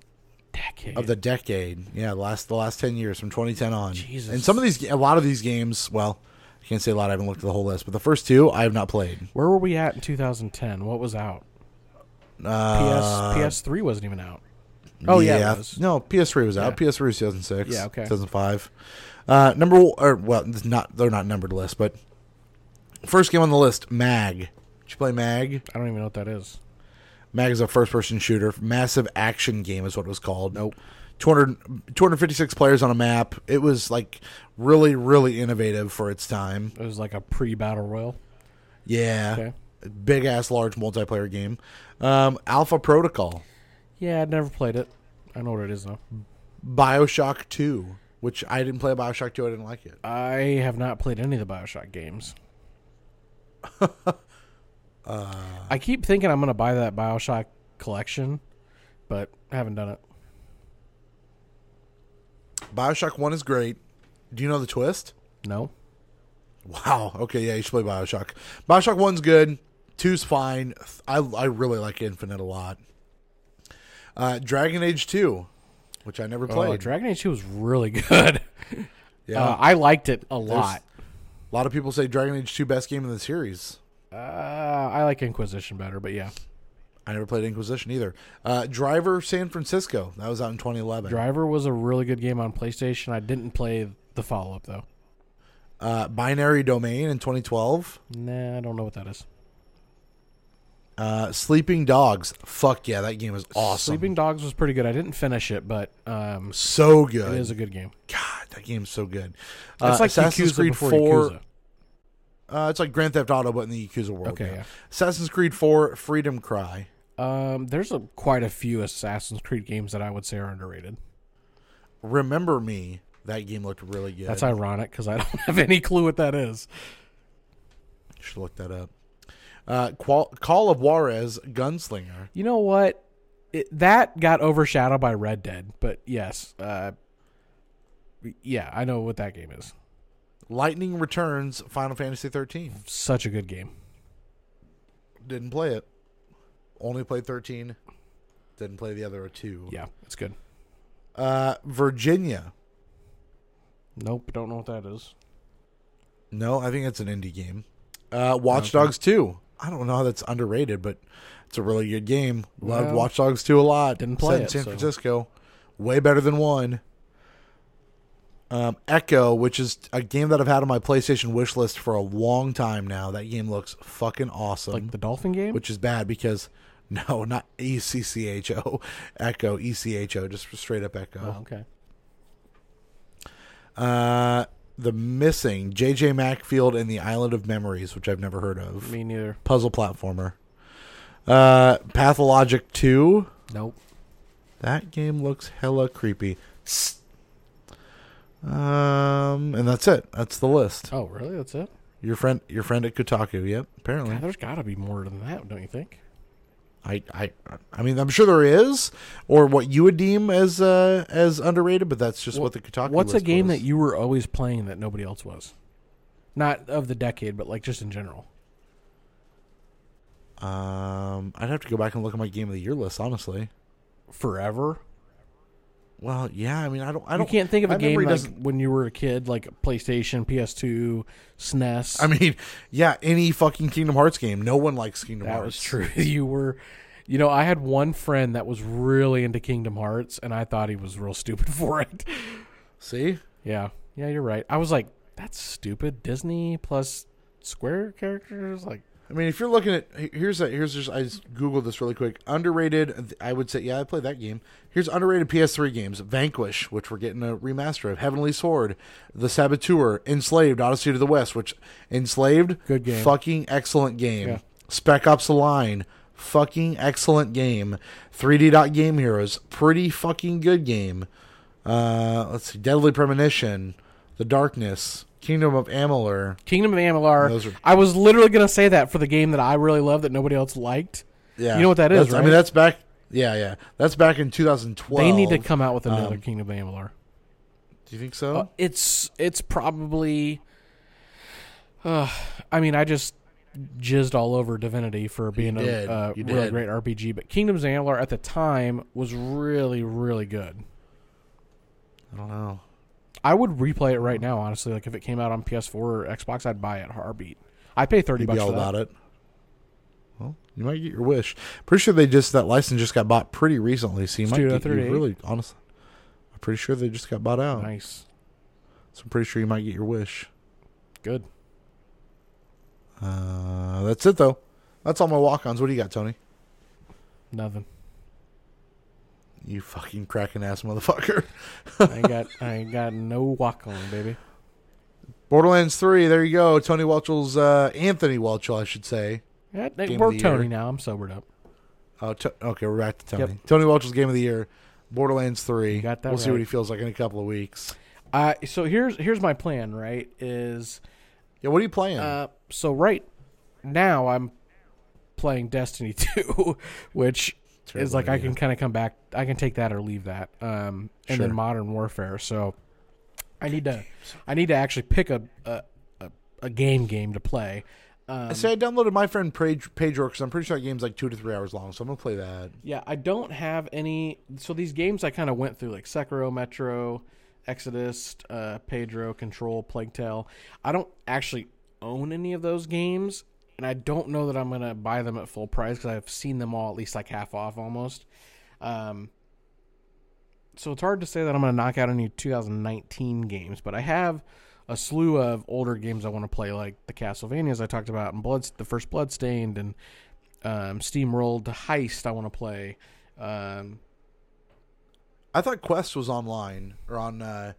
[SPEAKER 2] decade.
[SPEAKER 1] of the decade. Yeah, the last the last ten years from 2010 on.
[SPEAKER 2] Jesus.
[SPEAKER 1] And some of these, a lot of these games. Well, I can't say a lot. I haven't looked at the whole list, but the first two I have not played.
[SPEAKER 2] Where were we at in 2010? What was out?
[SPEAKER 1] Uh,
[SPEAKER 2] PS PS3 wasn't even out. Oh yeah, it was.
[SPEAKER 1] no, PS3 was out.
[SPEAKER 2] Yeah.
[SPEAKER 1] PS3 was 2006.
[SPEAKER 2] Yeah, okay.
[SPEAKER 1] 2005. Uh, number o- or well, it's not they're not numbered list, but first game on the list, Mag. Did you play Mag?
[SPEAKER 2] I don't even know what that is.
[SPEAKER 1] Mag is a first-person shooter, massive action game is what it was called. Nope. 200, 256 players on a map. It was like really, really innovative for its time.
[SPEAKER 2] It was like a pre-battle royal.
[SPEAKER 1] Yeah.
[SPEAKER 2] Okay.
[SPEAKER 1] Big ass, large multiplayer game. Um, Alpha Protocol,
[SPEAKER 2] Yeah, I'd never played it. I know what it is though.
[SPEAKER 1] Bioshock 2, which I didn't play Bioshock 2. I didn't like it.
[SPEAKER 2] I have not played any of the Bioshock games. I keep thinking I'm gonna buy that Bioshock collection, but I haven't done it.
[SPEAKER 1] Bioshock 1 is great. Do you know the twist?
[SPEAKER 2] No.
[SPEAKER 1] Wow. Okay. Yeah, you should play Bioshock. Bioshock 1's good. Two's fine. Th- I, I really like Infinite a lot. Uh, Dragon Age 2, which I never
[SPEAKER 2] Oh,
[SPEAKER 1] played.
[SPEAKER 2] Dragon Age 2 was really good.
[SPEAKER 1] yeah.
[SPEAKER 2] Uh, I liked it a lot.
[SPEAKER 1] a lot of people say Dragon Age 2 best game in the series.
[SPEAKER 2] Uh, I like Inquisition better, but yeah.
[SPEAKER 1] I never played Inquisition either. Uh, Driver San Francisco. That was out in 2011.
[SPEAKER 2] Driver was a really good game on PlayStation. I didn't play the follow up though.
[SPEAKER 1] uh, Binary Domain in 2012.
[SPEAKER 2] Nah, I don't know what that is.
[SPEAKER 1] Uh, Sleeping Dogs. Fuck yeah, that game is awesome.
[SPEAKER 2] Sleeping Dogs was pretty good. I didn't finish it, but um,
[SPEAKER 1] so
[SPEAKER 2] it
[SPEAKER 1] good.
[SPEAKER 2] is a good game.
[SPEAKER 1] God, that game's so good. Uh,
[SPEAKER 2] It's like
[SPEAKER 1] Assassin's
[SPEAKER 2] Yakuza
[SPEAKER 1] Creed
[SPEAKER 2] before
[SPEAKER 1] 4.
[SPEAKER 2] Yakuza.
[SPEAKER 1] Uh, it's like Grand Theft Auto, but in the Yakuza world.
[SPEAKER 2] Okay, yeah.
[SPEAKER 1] Assassin's Creed 4, Freedom Cry.
[SPEAKER 2] Um, there's a, quite a few Assassin's Creed games that I would say are underrated.
[SPEAKER 1] Remember Me. That game looked really good.
[SPEAKER 2] That's ironic because I don't have any clue what that is.
[SPEAKER 1] Should look that up. Uh, Qual- Call of Juarez, Gunslinger.
[SPEAKER 2] You know what? It, that got overshadowed by Red Dead, but yes, uh, yeah, I know what that game is.
[SPEAKER 1] Lightning Returns, Final Fantasy 13.
[SPEAKER 2] Such a good game.
[SPEAKER 1] Didn't play it. Only played 13. Didn't play the other two.
[SPEAKER 2] Yeah, it's good.
[SPEAKER 1] Uh, Virginia.
[SPEAKER 2] Nope, don't know what that is.
[SPEAKER 1] No, I think it's an indie game. Uh, Watch Dogs 2. I don't know how that's underrated, but it's a really good game. Loved
[SPEAKER 2] Well,
[SPEAKER 1] Watch Dogs 2 a lot.
[SPEAKER 2] didn't play
[SPEAKER 1] Set in
[SPEAKER 2] it,
[SPEAKER 1] San
[SPEAKER 2] so-
[SPEAKER 1] Francisco. Way better than 1. Um, Echo, which is a game that I've had on my PlayStation wish list for a long time now. That game looks fucking awesome.
[SPEAKER 2] Like the Dolphin game?
[SPEAKER 1] which is bad because no, not E C C H O, Echo E C H O, just straight up
[SPEAKER 2] Oh,
[SPEAKER 1] Echo.
[SPEAKER 2] okay.
[SPEAKER 1] Uh, the missing J.J. Macfield and the Island of Memories, which I've never heard of.
[SPEAKER 2] Me neither.
[SPEAKER 1] Puzzle platformer. Uh, Pathologic Two.
[SPEAKER 2] Nope.
[SPEAKER 1] That game looks hella creepy. Sst. Um, and that's it. That's the list.
[SPEAKER 2] Oh, really? That's it?
[SPEAKER 1] Your friend, your friend at Kotaku. Yep, apparently.
[SPEAKER 2] God, there's got to be more than that, don't you think?
[SPEAKER 1] I, I I mean I'm sure there is or what you would deem as uh, as underrated, but that's just what the Kotaku
[SPEAKER 2] What's a
[SPEAKER 1] list
[SPEAKER 2] game
[SPEAKER 1] was.
[SPEAKER 2] that you were always playing that nobody else was? Not of the decade, but like just in general.
[SPEAKER 1] um I'd have to go back and look at my game of the year list honestly.
[SPEAKER 2] Forever.
[SPEAKER 1] Well, yeah, I mean I don't I
[SPEAKER 2] You
[SPEAKER 1] don't
[SPEAKER 2] can't think of
[SPEAKER 1] my
[SPEAKER 2] a game
[SPEAKER 1] memory
[SPEAKER 2] like
[SPEAKER 1] doesn't-
[SPEAKER 2] when you were a kid, like PlayStation, PS2, SNES.
[SPEAKER 1] I mean, yeah, any fucking Kingdom Hearts game. No one likes Kingdom
[SPEAKER 2] that
[SPEAKER 1] Hearts.
[SPEAKER 2] was true. you were, you know, I had one friend that was really into Kingdom Hearts, and I thought he was real stupid for it.
[SPEAKER 1] See?
[SPEAKER 2] Yeah, yeah, you're right. I was like, that's stupid. Disney plus Square characters, like
[SPEAKER 1] I mean, if you're looking at he- here's a here's just I just googled this really quick. Underrated, I would say, yeah, I played that game. Here's underrated PS3 games: Vanquish, which we're getting a remaster of; Heavenly Sword, The Saboteur, Enslaved, Odyssey to the West, which Enslaved,
[SPEAKER 2] Good game.
[SPEAKER 1] fucking excellent game.
[SPEAKER 2] Yeah.
[SPEAKER 1] Spec Ops The Line, fucking excellent game. 3D Dot Game Heroes, pretty fucking good game. Uh, let's see, Deadly Premonition, The Darkness, Kingdom of Amalur.
[SPEAKER 2] Kingdom of Amalur.
[SPEAKER 1] Those are-
[SPEAKER 2] I was literally gonna say that for the game that I really love that nobody else liked.
[SPEAKER 1] Yeah,
[SPEAKER 2] You know what that
[SPEAKER 1] That's-
[SPEAKER 2] is,
[SPEAKER 1] I mean,
[SPEAKER 2] right?
[SPEAKER 1] that's back. Yeah, yeah, that's back in 2012.
[SPEAKER 2] They need to come out
[SPEAKER 1] um,
[SPEAKER 2] with another Kingdom of Amalur.
[SPEAKER 1] Do you think so?
[SPEAKER 2] It's it's probably. Uh, I mean, I just jizzed all over Divinity for being
[SPEAKER 1] did.
[SPEAKER 2] a uh,
[SPEAKER 1] You
[SPEAKER 2] really
[SPEAKER 1] did.
[SPEAKER 2] great RPG, but Kingdom of Amalur at the time was really really good.
[SPEAKER 1] I don't know.
[SPEAKER 2] I would replay it right now, honestly. Like if it came out on PS4 or Xbox, I'd buy it heartbeat. I pay thirty
[SPEAKER 1] You'd
[SPEAKER 2] bucks
[SPEAKER 1] be all
[SPEAKER 2] for that.
[SPEAKER 1] about it. Well, you might get your wish. Pretty sure they just that license just got bought pretty recently, so you might
[SPEAKER 2] Studio
[SPEAKER 1] get you
[SPEAKER 2] 38.
[SPEAKER 1] really honestly. I'm pretty sure they just got bought out,
[SPEAKER 2] Nice,
[SPEAKER 1] so I'm pretty sure you might get your wish.
[SPEAKER 2] good.
[SPEAKER 1] Uh, that's it though. That's all my walk-ons. What do you got, Tony?
[SPEAKER 2] Nothing.
[SPEAKER 1] You fucking cracking ass motherfucker.
[SPEAKER 2] I ain't got I ain't got no walk on, baby.
[SPEAKER 1] Borderlands Three. There you go. Tony Welch's uh, Anthony Welch, I should say.
[SPEAKER 2] Yeah,
[SPEAKER 1] Game of
[SPEAKER 2] we're
[SPEAKER 1] the
[SPEAKER 2] Tony
[SPEAKER 1] year.
[SPEAKER 2] now. I'm sobered up.
[SPEAKER 1] Oh, to- okay, we're back to Tony.
[SPEAKER 2] Yep.
[SPEAKER 1] Tony Welch's Game of the Year, Borderlands Three.
[SPEAKER 2] got that
[SPEAKER 1] we'll see
[SPEAKER 2] right.
[SPEAKER 1] what he feels like in a couple of weeks.
[SPEAKER 2] I so here's here's my plan. Right is
[SPEAKER 1] Yeah, what are you playing?
[SPEAKER 2] uh so right now I'm playing Destiny two, which
[SPEAKER 1] Terrible
[SPEAKER 2] is like I
[SPEAKER 1] idea.
[SPEAKER 2] can kind of come back. I can take that or leave that. Um, and
[SPEAKER 1] Sure.
[SPEAKER 2] then Modern Warfare. So I need to I need to actually pick a a, a, a game game to play. Um,
[SPEAKER 1] I say I downloaded my friend Pedro because I'm pretty sure that game's like two to three hours long, so I'm gonna play that.
[SPEAKER 2] Yeah, I don't have any. So these games I kind of went through, like Sekiro, Metro, Exodus, uh, Pedro, Control, Plague Tale. I don't actually own any of those games, and I don't know that I'm gonna buy them at full price because I've seen them all at least like half off almost. Um, so it's hard to say that I'm gonna knock out any 2019 games, but I have a slew of older games I want to play, like the Castlevanias I talked about, and Blood, the first Bloodstained, and um, Steamrolled Heist I want to play. Um,
[SPEAKER 1] I thought Quest was online or on uh,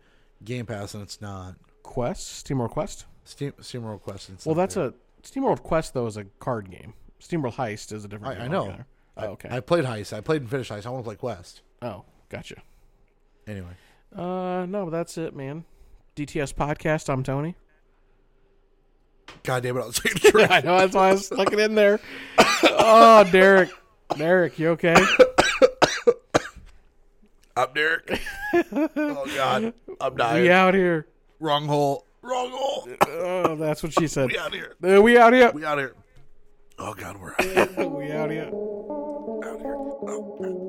[SPEAKER 1] Game Pass, and it's not.
[SPEAKER 2] Quest, Steamroll Quest.
[SPEAKER 1] Steam Steamroll Quest. And
[SPEAKER 2] Well, that's a Steamroll Quest though is a card game. Steamroll Heist is a different.
[SPEAKER 1] I-
[SPEAKER 2] game
[SPEAKER 1] I know.
[SPEAKER 2] altogether. Oh, okay.
[SPEAKER 1] I played Heist. I played and finished Heist. I want to play Quest.
[SPEAKER 2] oh, gotcha.
[SPEAKER 1] Anyway,
[SPEAKER 2] Uh, no, but that's it, man. DTS podcast. I'm Tony.
[SPEAKER 1] God damn it! I was saying the truth.
[SPEAKER 2] I know that's why I stuck it in there. Oh, Derek, Derek, you okay?
[SPEAKER 1] I'm Derek. oh God, I'm dying.
[SPEAKER 2] We out here.
[SPEAKER 1] Wrong hole. Wrong hole.
[SPEAKER 2] Oh, that's what she said.
[SPEAKER 1] We out here.
[SPEAKER 2] Uh, we out here.
[SPEAKER 1] We out here. Oh God, we're out here.
[SPEAKER 2] We out here.
[SPEAKER 1] Out here. Oh, God.